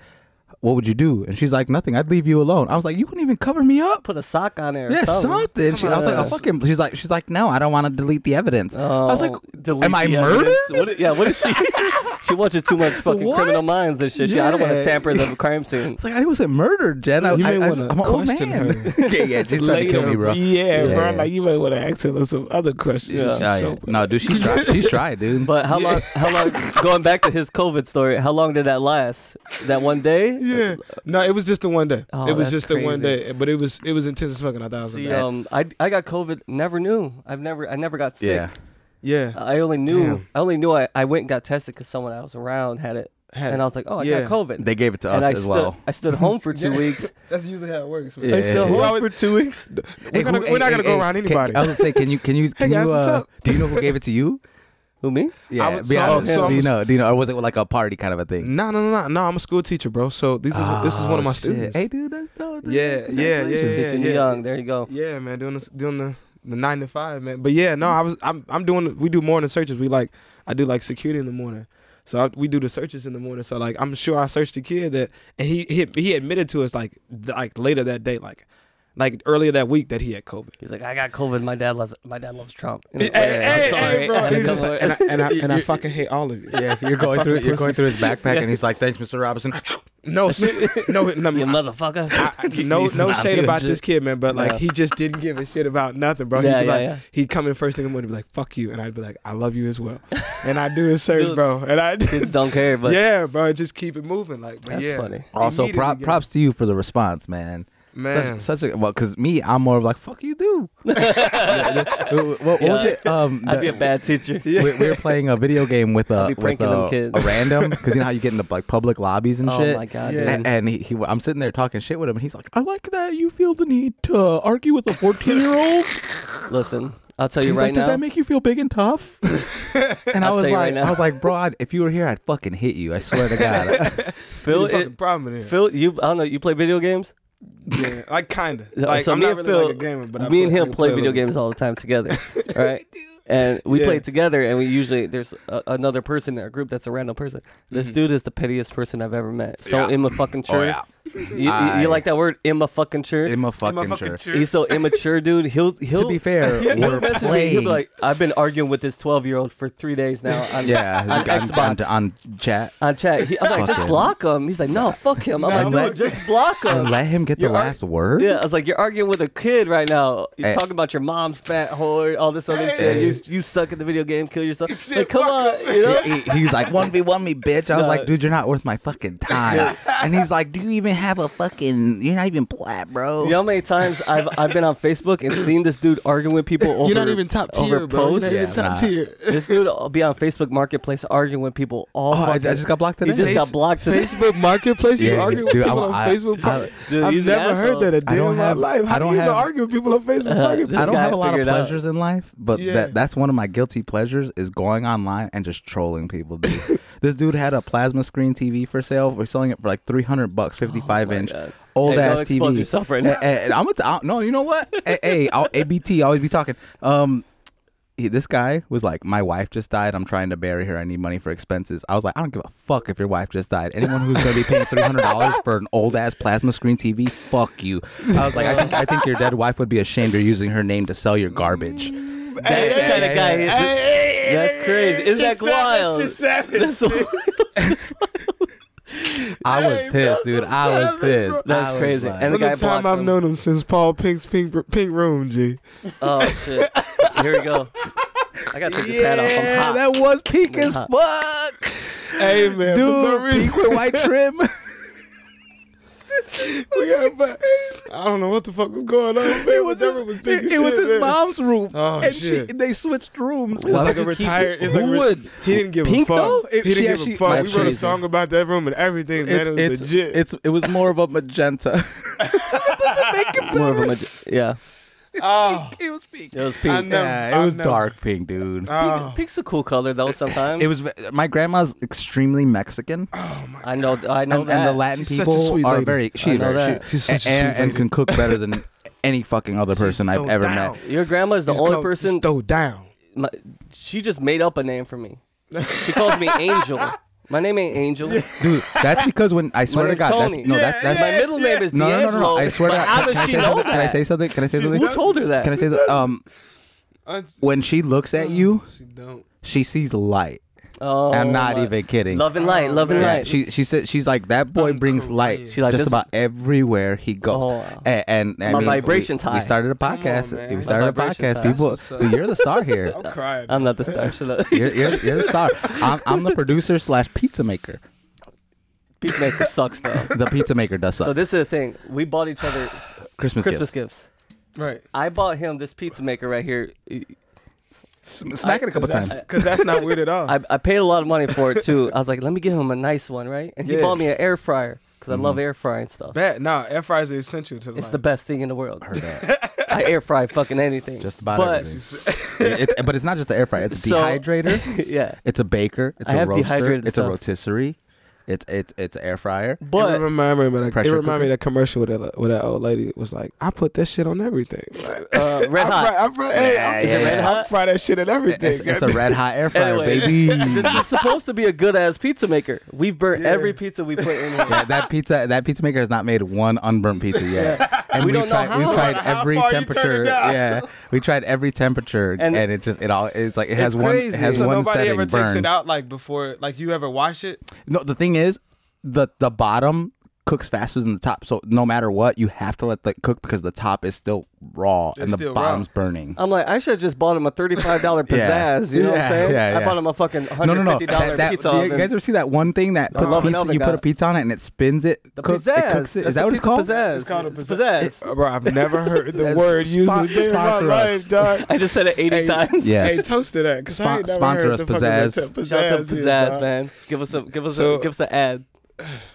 [SPEAKER 3] what would you do?" And she's like, "Nothing. I'd leave you alone." I was like, "You wouldn't even cover me up."
[SPEAKER 2] Put a sock on there. or
[SPEAKER 3] Yeah, something. She, I was like, "I
[SPEAKER 2] on.
[SPEAKER 3] fucking." She's like, "She's like, no, I don't want to delete the evidence."
[SPEAKER 2] Oh,
[SPEAKER 3] I was like,
[SPEAKER 2] delete
[SPEAKER 3] "Am I
[SPEAKER 2] the
[SPEAKER 3] murdered?"
[SPEAKER 2] evidence. What, i- yeah, what is she? she watches too much fucking
[SPEAKER 3] What?
[SPEAKER 2] criminal minds and shit. She, I don't want to
[SPEAKER 3] Yeah.
[SPEAKER 2] tamper the crime scene.
[SPEAKER 3] It's like I wasn't murdered, Jen. I,
[SPEAKER 5] You
[SPEAKER 3] I,
[SPEAKER 5] may
[SPEAKER 3] I,
[SPEAKER 5] wanna
[SPEAKER 3] I'm an old
[SPEAKER 5] question
[SPEAKER 3] man.
[SPEAKER 5] her.
[SPEAKER 3] yeah, yeah, she's trying to kill me, bro. Yeah,
[SPEAKER 5] Yeah, bro.
[SPEAKER 3] yeah.
[SPEAKER 5] Like you might want to ask her some other questions.
[SPEAKER 2] Yeah.
[SPEAKER 5] Yeah.
[SPEAKER 3] Oh, yeah. No, dude, she's tried. She's tried, dude.
[SPEAKER 2] But how long? How long? Going back to his COVID story, how long did that last? That one day?
[SPEAKER 5] Yeah. No, it was just the one day.
[SPEAKER 2] Oh,
[SPEAKER 5] it was
[SPEAKER 2] that's
[SPEAKER 5] just the one
[SPEAKER 2] crazy.
[SPEAKER 5] day, but it was it was intense as fucking. I thought it was
[SPEAKER 2] See,
[SPEAKER 5] bad.
[SPEAKER 2] um, I I got COVID. Never knew. I've never I never got sick.
[SPEAKER 3] yeah,
[SPEAKER 5] yeah.
[SPEAKER 2] I only knew
[SPEAKER 5] Damn.
[SPEAKER 2] I only knew I, I went and got tested because someone I was around had it,
[SPEAKER 5] Had
[SPEAKER 2] and
[SPEAKER 5] it.
[SPEAKER 2] I was like, oh, I
[SPEAKER 5] Yeah.
[SPEAKER 2] got COVID.
[SPEAKER 3] they gave it to us
[SPEAKER 2] and I
[SPEAKER 3] as
[SPEAKER 2] stood
[SPEAKER 3] well.
[SPEAKER 2] I stood home for two weeks.
[SPEAKER 1] That's usually how it works. man.
[SPEAKER 3] Yeah.
[SPEAKER 2] I stood home
[SPEAKER 5] Well,
[SPEAKER 2] for two weeks.
[SPEAKER 5] We're gonna- we're not gonna go around
[SPEAKER 3] can-
[SPEAKER 5] anybody.
[SPEAKER 3] I was gonna say, can you, can you, can
[SPEAKER 5] guys,
[SPEAKER 3] you?
[SPEAKER 5] what's
[SPEAKER 3] Uh,
[SPEAKER 5] up?
[SPEAKER 3] do you know who gave it to you?
[SPEAKER 2] Who me?
[SPEAKER 3] Yeah,
[SPEAKER 5] was-
[SPEAKER 3] be
[SPEAKER 5] so I
[SPEAKER 3] honest.
[SPEAKER 5] was- so I
[SPEAKER 3] do you
[SPEAKER 5] was-
[SPEAKER 3] know? Do you know? Or was it like a party kind of a thing? Oh,
[SPEAKER 5] No, no, no, no, no. I'm a school teacher, bro. So this is this is one of my students.
[SPEAKER 3] Hey, dude, that's dope. dude.
[SPEAKER 5] Yeah, yeah, yeah,
[SPEAKER 3] Congratulations.
[SPEAKER 5] yeah,
[SPEAKER 2] Teaching
[SPEAKER 5] yeah.
[SPEAKER 2] young. There you go.
[SPEAKER 5] Yeah, man, doing this, doing the the nine to five, man. But yeah, no, I was, I'm, I'm doing. We do morning searches. We like, I do like security in the morning, so I, we do the searches in the morning. So like, I'm sure I searched the kid that, and he he, he admitted to us like th- like later that day, like like earlier that week that he had COVID.
[SPEAKER 2] He's like, I got COVID. My dad loves my dad loves Trump. And
[SPEAKER 5] Hey,
[SPEAKER 2] I'm like,
[SPEAKER 5] hey,
[SPEAKER 2] I'm
[SPEAKER 5] hey,
[SPEAKER 2] sorry.
[SPEAKER 5] bro.
[SPEAKER 2] I had to
[SPEAKER 5] He's
[SPEAKER 2] go
[SPEAKER 5] just like-
[SPEAKER 2] away.
[SPEAKER 5] and I and I and I fucking hate all of you.
[SPEAKER 3] Yeah, you're going through
[SPEAKER 5] Fucking
[SPEAKER 3] you're going
[SPEAKER 5] pussies.
[SPEAKER 3] through his backpack, and he's like, "Thanks, Mr. Robinson."
[SPEAKER 5] No, ser- no, no,
[SPEAKER 2] you
[SPEAKER 5] um, I-
[SPEAKER 2] motherfucker.
[SPEAKER 5] I- I- no,
[SPEAKER 3] He's
[SPEAKER 5] no
[SPEAKER 3] not
[SPEAKER 5] shade
[SPEAKER 3] being
[SPEAKER 5] about
[SPEAKER 3] ju-
[SPEAKER 5] this kid, man. But like,
[SPEAKER 2] Yeah.
[SPEAKER 5] he just didn't give a shit about nothing, bro.
[SPEAKER 2] Yeah,
[SPEAKER 5] he'd be
[SPEAKER 2] yeah,
[SPEAKER 5] like,
[SPEAKER 2] yeah.
[SPEAKER 5] he'd come in first thing in the morning, be like, "Fuck you," and I'd be like, "I love you as well." And I do his search,
[SPEAKER 2] Dude.
[SPEAKER 5] bro. And I,
[SPEAKER 2] Kids don't care, but
[SPEAKER 5] yeah, bro, just keep it moving, like. But
[SPEAKER 2] That's
[SPEAKER 5] yeah,
[SPEAKER 2] funny.
[SPEAKER 3] Also,
[SPEAKER 5] immediately
[SPEAKER 3] prop,
[SPEAKER 5] get-
[SPEAKER 3] props to you for the response, man.
[SPEAKER 5] man.
[SPEAKER 3] Such, such a well, because me, I'm more of like, "Fuck you, do." what, what was
[SPEAKER 2] Yeah.
[SPEAKER 3] it? Um,
[SPEAKER 2] I'd
[SPEAKER 3] the-
[SPEAKER 2] be a bad teacher.
[SPEAKER 3] we, we were playing a video game with
[SPEAKER 2] I'll be
[SPEAKER 3] a with
[SPEAKER 2] pranking them
[SPEAKER 3] a,
[SPEAKER 2] kids.
[SPEAKER 3] a random because you know how you get into like public lobbies and
[SPEAKER 2] Oh
[SPEAKER 3] shit.
[SPEAKER 2] my God,
[SPEAKER 3] A-
[SPEAKER 2] dude.
[SPEAKER 3] And, he, he, I'm sitting there talking shit with him, and he's like, "I like that you feel the need to argue with a 14 year old."
[SPEAKER 2] Listen, I'll tell you
[SPEAKER 3] He's
[SPEAKER 2] right
[SPEAKER 3] like,
[SPEAKER 2] now.
[SPEAKER 3] Does that make you feel big and tough? and I
[SPEAKER 2] I'll
[SPEAKER 3] was
[SPEAKER 2] tell you
[SPEAKER 3] like,
[SPEAKER 2] right now.
[SPEAKER 3] I was like, bro, I'd- if you were here, I'd fucking hit you. I swear to God.
[SPEAKER 2] Phil,
[SPEAKER 5] There's a fucking
[SPEAKER 2] it-
[SPEAKER 5] problem in here.
[SPEAKER 2] Phil, you I don't know. You play video games?
[SPEAKER 5] yeah, like kinda.
[SPEAKER 2] Uh,
[SPEAKER 5] Like
[SPEAKER 2] so
[SPEAKER 5] I'm
[SPEAKER 2] me
[SPEAKER 5] not
[SPEAKER 2] and
[SPEAKER 5] really like
[SPEAKER 2] Phil-
[SPEAKER 5] a gamer, but I
[SPEAKER 2] me and
[SPEAKER 5] I
[SPEAKER 2] him
[SPEAKER 5] can
[SPEAKER 2] play
[SPEAKER 5] a
[SPEAKER 2] video
[SPEAKER 5] little bit.
[SPEAKER 2] games all the time together, right? and we
[SPEAKER 5] Yeah.
[SPEAKER 2] play together, and we usually there's a, another person in our group that's a random person. This dude is the pettiest person I've ever met. So
[SPEAKER 3] Mm-hmm. Yeah.
[SPEAKER 2] immafucking
[SPEAKER 3] oh
[SPEAKER 2] sure.
[SPEAKER 3] yeah,
[SPEAKER 2] You- you, you like that word immafucking sure?
[SPEAKER 3] in my fucking
[SPEAKER 1] Motherfucking
[SPEAKER 3] church.
[SPEAKER 1] church.
[SPEAKER 2] He's so immature, dude. He'll he'll
[SPEAKER 3] To be fair, we're
[SPEAKER 2] Message me, He'll
[SPEAKER 3] playing.
[SPEAKER 2] be like, I've been arguing with this 12 year old for three days now. On,
[SPEAKER 3] yeah,
[SPEAKER 2] on
[SPEAKER 3] on,
[SPEAKER 2] Xbox. Uh,
[SPEAKER 3] on, on, chat.
[SPEAKER 2] on chat. He, I'm like,
[SPEAKER 3] Fuck
[SPEAKER 2] just
[SPEAKER 3] him.
[SPEAKER 2] block him. He's like, no, fuck him. I'm
[SPEAKER 3] No.
[SPEAKER 2] like, dude, just block him.
[SPEAKER 3] And let him get the
[SPEAKER 2] You're ar-
[SPEAKER 3] last word.
[SPEAKER 2] Yeah, I was like, you're arguing with a kid right now. You're
[SPEAKER 5] Eh.
[SPEAKER 3] Hey.
[SPEAKER 2] talking about your mom's fat whore, all this other
[SPEAKER 3] Hey.
[SPEAKER 2] shit. You, you suck at the video game, kill yourself.
[SPEAKER 1] Shit,
[SPEAKER 2] like, come
[SPEAKER 1] fuck
[SPEAKER 2] on, you know?
[SPEAKER 3] He- he- he's like one v one me, bitch. I was
[SPEAKER 2] No.
[SPEAKER 3] like, dude, you're not worth my fucking time. and he's like, do you even have a fucking? You're not even plat, bro.
[SPEAKER 2] You know how many times I've I've been on Facebook and seen this dude arguing with people over
[SPEAKER 5] You're not even top
[SPEAKER 2] over
[SPEAKER 5] tier, bro. You're
[SPEAKER 2] posts?
[SPEAKER 5] not even
[SPEAKER 3] Yeah,
[SPEAKER 5] top
[SPEAKER 3] nah.
[SPEAKER 5] tier.
[SPEAKER 2] This dude will be on Facebook Marketplace arguing with people all.
[SPEAKER 3] Oh, I, I
[SPEAKER 2] fucking-
[SPEAKER 3] just got blocked
[SPEAKER 2] He
[SPEAKER 3] today.
[SPEAKER 2] just got
[SPEAKER 5] Face-
[SPEAKER 2] blocked today.
[SPEAKER 5] Facebook Marketplace. You
[SPEAKER 3] Yeah,
[SPEAKER 5] argue with
[SPEAKER 3] dude,
[SPEAKER 5] people
[SPEAKER 3] I'm-
[SPEAKER 5] on
[SPEAKER 3] I-
[SPEAKER 5] Facebook.
[SPEAKER 3] I-
[SPEAKER 5] Market-
[SPEAKER 2] Dude,
[SPEAKER 5] I've
[SPEAKER 2] he's an
[SPEAKER 5] never heard
[SPEAKER 2] asshole.
[SPEAKER 5] that a
[SPEAKER 3] I
[SPEAKER 5] day
[SPEAKER 3] don't
[SPEAKER 5] in my
[SPEAKER 3] have-
[SPEAKER 5] life. How
[SPEAKER 3] I
[SPEAKER 5] do
[SPEAKER 3] don't
[SPEAKER 5] you even
[SPEAKER 3] have-
[SPEAKER 5] argue with people on Facebook Marketplace?
[SPEAKER 2] this
[SPEAKER 3] I don't
[SPEAKER 2] guy
[SPEAKER 3] have a lot of
[SPEAKER 2] figured out.
[SPEAKER 3] pleasures in life, but
[SPEAKER 5] Yeah.
[SPEAKER 3] that that's one of my guilty pleasures is going online and just trolling people. Dude. this dude had a plasma screen TV for sale. We're selling it for like three hundred bucks, fifty five
[SPEAKER 2] Oh my
[SPEAKER 3] inch,
[SPEAKER 2] God.
[SPEAKER 3] old
[SPEAKER 2] Hey,
[SPEAKER 3] ass
[SPEAKER 2] don't
[SPEAKER 3] TV.
[SPEAKER 2] expose yourself right now.
[SPEAKER 3] And- and I'm a t- I- no, you know what? hey, hey, I'll, ABT, I always be talking. Um, he, this guy was like, "My wife just died. I'm trying to bury her. I need money for expenses." I was like, "I don't give a fuck if your wife just died. Anyone who's gonna be paying three hundred dollars for an old ass plasma screen TV, fuck you." I was like, "I think I think your dead wife would be ashamed you're using her name to sell your garbage."
[SPEAKER 2] That's the kind of guy. he is. That's crazy. Isn't that wild?
[SPEAKER 1] She's savage.
[SPEAKER 2] That's wild.
[SPEAKER 3] I was
[SPEAKER 1] Hey,
[SPEAKER 3] pissed,
[SPEAKER 1] that's
[SPEAKER 3] dude.
[SPEAKER 1] a
[SPEAKER 3] I was
[SPEAKER 1] savage,
[SPEAKER 3] pissed.
[SPEAKER 2] bro.
[SPEAKER 3] I
[SPEAKER 2] That's
[SPEAKER 3] was
[SPEAKER 2] crazy.
[SPEAKER 3] like-
[SPEAKER 2] And-
[SPEAKER 5] From
[SPEAKER 2] the guy
[SPEAKER 5] the time
[SPEAKER 2] blocked
[SPEAKER 5] I've
[SPEAKER 2] him.
[SPEAKER 5] known him since Paul Pink's Pink Pink Room, G.
[SPEAKER 2] Oh shit! Here we go. I gotta take this hat off. I'm
[SPEAKER 3] yeah,
[SPEAKER 2] hot.
[SPEAKER 3] that was peak as
[SPEAKER 2] hot.
[SPEAKER 3] fuck,
[SPEAKER 5] Hey man, for some
[SPEAKER 3] dude.
[SPEAKER 5] reason,
[SPEAKER 3] Peak with white trim.
[SPEAKER 5] we got back. I don't know what the fuck was going on. Man.
[SPEAKER 3] it was his,
[SPEAKER 5] Whatever
[SPEAKER 3] it-
[SPEAKER 5] big as
[SPEAKER 3] it
[SPEAKER 5] shit,
[SPEAKER 3] was his
[SPEAKER 5] man.
[SPEAKER 3] mom's room,
[SPEAKER 5] Oh,
[SPEAKER 3] and She,
[SPEAKER 5] shit.
[SPEAKER 3] they switched rooms.
[SPEAKER 5] It was like a retired. It's like
[SPEAKER 3] who
[SPEAKER 5] a re-
[SPEAKER 3] would?
[SPEAKER 5] He didn't give
[SPEAKER 3] Pink,
[SPEAKER 5] a fuck.
[SPEAKER 3] though? If
[SPEAKER 5] he
[SPEAKER 3] she
[SPEAKER 5] didn't
[SPEAKER 3] actually-
[SPEAKER 5] give a fuck. We
[SPEAKER 3] That's
[SPEAKER 5] wrote a
[SPEAKER 3] crazy.
[SPEAKER 5] song about that room and everything. man,
[SPEAKER 3] It's,
[SPEAKER 5] it was
[SPEAKER 3] it's,
[SPEAKER 5] legit.
[SPEAKER 3] it's it was more of a magenta.
[SPEAKER 2] More of a maj- yeah.
[SPEAKER 1] Oh,
[SPEAKER 3] It was pink.
[SPEAKER 2] It was
[SPEAKER 1] I
[SPEAKER 2] pink.
[SPEAKER 1] know.
[SPEAKER 3] Yeah,
[SPEAKER 1] I
[SPEAKER 3] it was
[SPEAKER 1] know.
[SPEAKER 3] dark pink,
[SPEAKER 5] Uh,
[SPEAKER 3] dude.
[SPEAKER 5] Ah.
[SPEAKER 1] oh,
[SPEAKER 2] Pink's a cool color though. Sometimes
[SPEAKER 3] It was ve- my grandma's extremely Mexican,
[SPEAKER 1] oh my
[SPEAKER 2] I know. I know
[SPEAKER 3] and,
[SPEAKER 2] that.
[SPEAKER 3] and the Latin
[SPEAKER 5] She's such a
[SPEAKER 3] people
[SPEAKER 5] sweet
[SPEAKER 3] are
[SPEAKER 5] lady.
[SPEAKER 3] very. She,
[SPEAKER 2] I know
[SPEAKER 3] very-
[SPEAKER 2] that.
[SPEAKER 3] she
[SPEAKER 5] She's such a
[SPEAKER 3] and,
[SPEAKER 5] sweet
[SPEAKER 3] and
[SPEAKER 5] lady.
[SPEAKER 3] can cook better than any fucking other person I've
[SPEAKER 5] throw
[SPEAKER 3] ever
[SPEAKER 5] down.
[SPEAKER 3] met.
[SPEAKER 2] Your grandma is the
[SPEAKER 5] Just
[SPEAKER 2] only
[SPEAKER 5] come- just
[SPEAKER 2] person.
[SPEAKER 5] throw down.
[SPEAKER 2] My, she just made up a name for me. She calls me Angel. My name ain't Angel.
[SPEAKER 3] Dude, that's because when I swear to
[SPEAKER 2] name's
[SPEAKER 3] God,
[SPEAKER 2] Tony.
[SPEAKER 3] that, no, that, that's
[SPEAKER 2] My middle name is
[SPEAKER 3] No, no, no,
[SPEAKER 2] D'Angelo.
[SPEAKER 3] no, no. I swear to
[SPEAKER 2] but
[SPEAKER 3] God.
[SPEAKER 2] How does she
[SPEAKER 3] say
[SPEAKER 2] know
[SPEAKER 3] something?
[SPEAKER 2] that?
[SPEAKER 3] Can I say something? Can I say something?
[SPEAKER 2] Who told her that?
[SPEAKER 3] Can I say that? Um,
[SPEAKER 1] god.
[SPEAKER 3] when she looks at you,
[SPEAKER 1] She don't.
[SPEAKER 3] she sees light.
[SPEAKER 2] Mm. Oh,
[SPEAKER 3] I'm not
[SPEAKER 2] my-
[SPEAKER 3] even kidding.
[SPEAKER 2] Love and light, love and
[SPEAKER 3] Yeah,
[SPEAKER 2] light.
[SPEAKER 3] she she said she's like that boy brings light.
[SPEAKER 1] Korean.
[SPEAKER 2] She like,
[SPEAKER 3] just
[SPEAKER 2] this-
[SPEAKER 3] about everywhere he goes.
[SPEAKER 2] Oh, wow.
[SPEAKER 3] And, and, I
[SPEAKER 2] My
[SPEAKER 3] mean,
[SPEAKER 2] vibration's
[SPEAKER 3] we,
[SPEAKER 2] high.
[SPEAKER 3] We started a podcast.
[SPEAKER 1] man.
[SPEAKER 3] we
[SPEAKER 1] My
[SPEAKER 3] started a
[SPEAKER 2] vibration's
[SPEAKER 3] podcast.
[SPEAKER 2] high.
[SPEAKER 3] People,
[SPEAKER 1] That's what's up.
[SPEAKER 3] dude, you're the star here.
[SPEAKER 1] I'm crying.
[SPEAKER 2] I'm not the star. Shut up.
[SPEAKER 3] you're, you're, you're the star. I'm, I'm the producer slash pizza maker.
[SPEAKER 2] Peacemaker sucks though.
[SPEAKER 3] The pizza maker does suck.
[SPEAKER 2] So this is the thing. We bought each other
[SPEAKER 3] Christmas,
[SPEAKER 2] Christmas
[SPEAKER 3] Christmas
[SPEAKER 2] gifts.
[SPEAKER 1] right.
[SPEAKER 2] I bought him this pizza maker right here.
[SPEAKER 3] gifts. Smack it a couple times.
[SPEAKER 5] Because that's not weird at all.
[SPEAKER 2] I, I paid a lot of money for it too. I was like, let me give him a nice one, right? And he
[SPEAKER 5] Yeah.
[SPEAKER 2] bought me an air fryer because
[SPEAKER 3] Mm-hmm.
[SPEAKER 2] I love air frying stuff.
[SPEAKER 5] Bet. Nah, air fries are essential to
[SPEAKER 2] It's
[SPEAKER 5] life.
[SPEAKER 2] the best thing in the world.
[SPEAKER 3] Heard that.
[SPEAKER 2] I air fry fucking anything.
[SPEAKER 3] Just about
[SPEAKER 2] But-
[SPEAKER 3] everything. It- it- but it's not just the air fryer. It's a
[SPEAKER 2] So-
[SPEAKER 3] dehydrator.
[SPEAKER 2] yeah.
[SPEAKER 3] It's a baker. It's
[SPEAKER 2] I
[SPEAKER 3] a
[SPEAKER 2] have
[SPEAKER 3] roaster.
[SPEAKER 2] dehydrated
[SPEAKER 3] It's a
[SPEAKER 2] stuff.
[SPEAKER 3] rotisserie. It's it's it's an air fryer.
[SPEAKER 5] it
[SPEAKER 2] But
[SPEAKER 5] remind me of that. It
[SPEAKER 3] Pressure
[SPEAKER 5] remind
[SPEAKER 3] cooker?
[SPEAKER 5] me of that commercial with that with that old lady was like, I put that shit on everything. Like,
[SPEAKER 2] uh, red
[SPEAKER 1] I
[SPEAKER 2] hot.
[SPEAKER 1] fry, I fry, hey, I'm,
[SPEAKER 3] Is it
[SPEAKER 2] red
[SPEAKER 1] I
[SPEAKER 2] hot?
[SPEAKER 1] fry that shit and everything.
[SPEAKER 3] It's, it's a red hot air fryer,
[SPEAKER 2] Anyways,
[SPEAKER 3] baby.
[SPEAKER 2] This is supposed to be a good ass pizza maker. We've burnt
[SPEAKER 1] Yeah.
[SPEAKER 2] every pizza we put in here.
[SPEAKER 3] Yeah, that pizza that pizza maker has not made one unburnt pizza yet. And
[SPEAKER 2] We
[SPEAKER 3] we,
[SPEAKER 2] don't know
[SPEAKER 3] tried
[SPEAKER 2] how.
[SPEAKER 3] we tried
[SPEAKER 1] How
[SPEAKER 3] every
[SPEAKER 1] far you turn it
[SPEAKER 3] temperature.
[SPEAKER 1] down.
[SPEAKER 3] Yeah. We tried every temperature
[SPEAKER 2] And-
[SPEAKER 3] and, it just it all it's like it has
[SPEAKER 2] It's
[SPEAKER 3] one
[SPEAKER 2] crazy.
[SPEAKER 3] it has
[SPEAKER 2] So
[SPEAKER 3] one
[SPEAKER 1] nobody
[SPEAKER 3] setting
[SPEAKER 1] ever takes
[SPEAKER 3] burned.
[SPEAKER 1] it out like before. Like you ever wash it?
[SPEAKER 3] No, the thing is the the bottom cooks faster than the top. So no matter what, you have to let that cook because the top is still raw
[SPEAKER 1] It's
[SPEAKER 3] and the
[SPEAKER 1] still raw.
[SPEAKER 3] bottom's burning.
[SPEAKER 2] I'm like, I should have just bought him a $35
[SPEAKER 3] Yeah.
[SPEAKER 2] pizzazz. You know what I'm
[SPEAKER 3] Yeah,
[SPEAKER 2] saying?
[SPEAKER 3] yeah,
[SPEAKER 2] I
[SPEAKER 3] yeah.
[SPEAKER 2] bought him a fucking $150
[SPEAKER 3] no, no, no. That- that-
[SPEAKER 2] pizza
[SPEAKER 3] you
[SPEAKER 2] oven.
[SPEAKER 3] guys ever see that one thing that puts
[SPEAKER 2] love an
[SPEAKER 3] pizza,
[SPEAKER 2] oven
[SPEAKER 3] you put
[SPEAKER 2] guy.
[SPEAKER 3] a pizza on it and it spins it?
[SPEAKER 2] the
[SPEAKER 3] cooks-
[SPEAKER 2] pizzazz.
[SPEAKER 3] It cooks it.
[SPEAKER 2] That's
[SPEAKER 3] Is that
[SPEAKER 2] a
[SPEAKER 3] what it's
[SPEAKER 2] pizza
[SPEAKER 3] called?
[SPEAKER 2] Pizzazz.
[SPEAKER 1] It's called a pizza-
[SPEAKER 2] pizzazz.
[SPEAKER 5] bro, I've never heard the
[SPEAKER 3] That's
[SPEAKER 5] word used in
[SPEAKER 3] spon-
[SPEAKER 5] the day of my
[SPEAKER 3] sponsor us.
[SPEAKER 5] life, dog.
[SPEAKER 2] I just said it 80
[SPEAKER 5] Hey,
[SPEAKER 2] times.
[SPEAKER 3] Yeah. Yes.
[SPEAKER 1] Hey, toast to that. 'cause I
[SPEAKER 3] Spon-
[SPEAKER 1] ain't never
[SPEAKER 3] sponsor
[SPEAKER 1] heard
[SPEAKER 3] us,
[SPEAKER 1] the fucking red
[SPEAKER 3] Pizzazz.
[SPEAKER 1] tip-
[SPEAKER 2] Shout out
[SPEAKER 1] is,
[SPEAKER 2] to Pizzazz,
[SPEAKER 1] dog.
[SPEAKER 2] man. Give us a give us
[SPEAKER 5] So-
[SPEAKER 2] a give us an ad.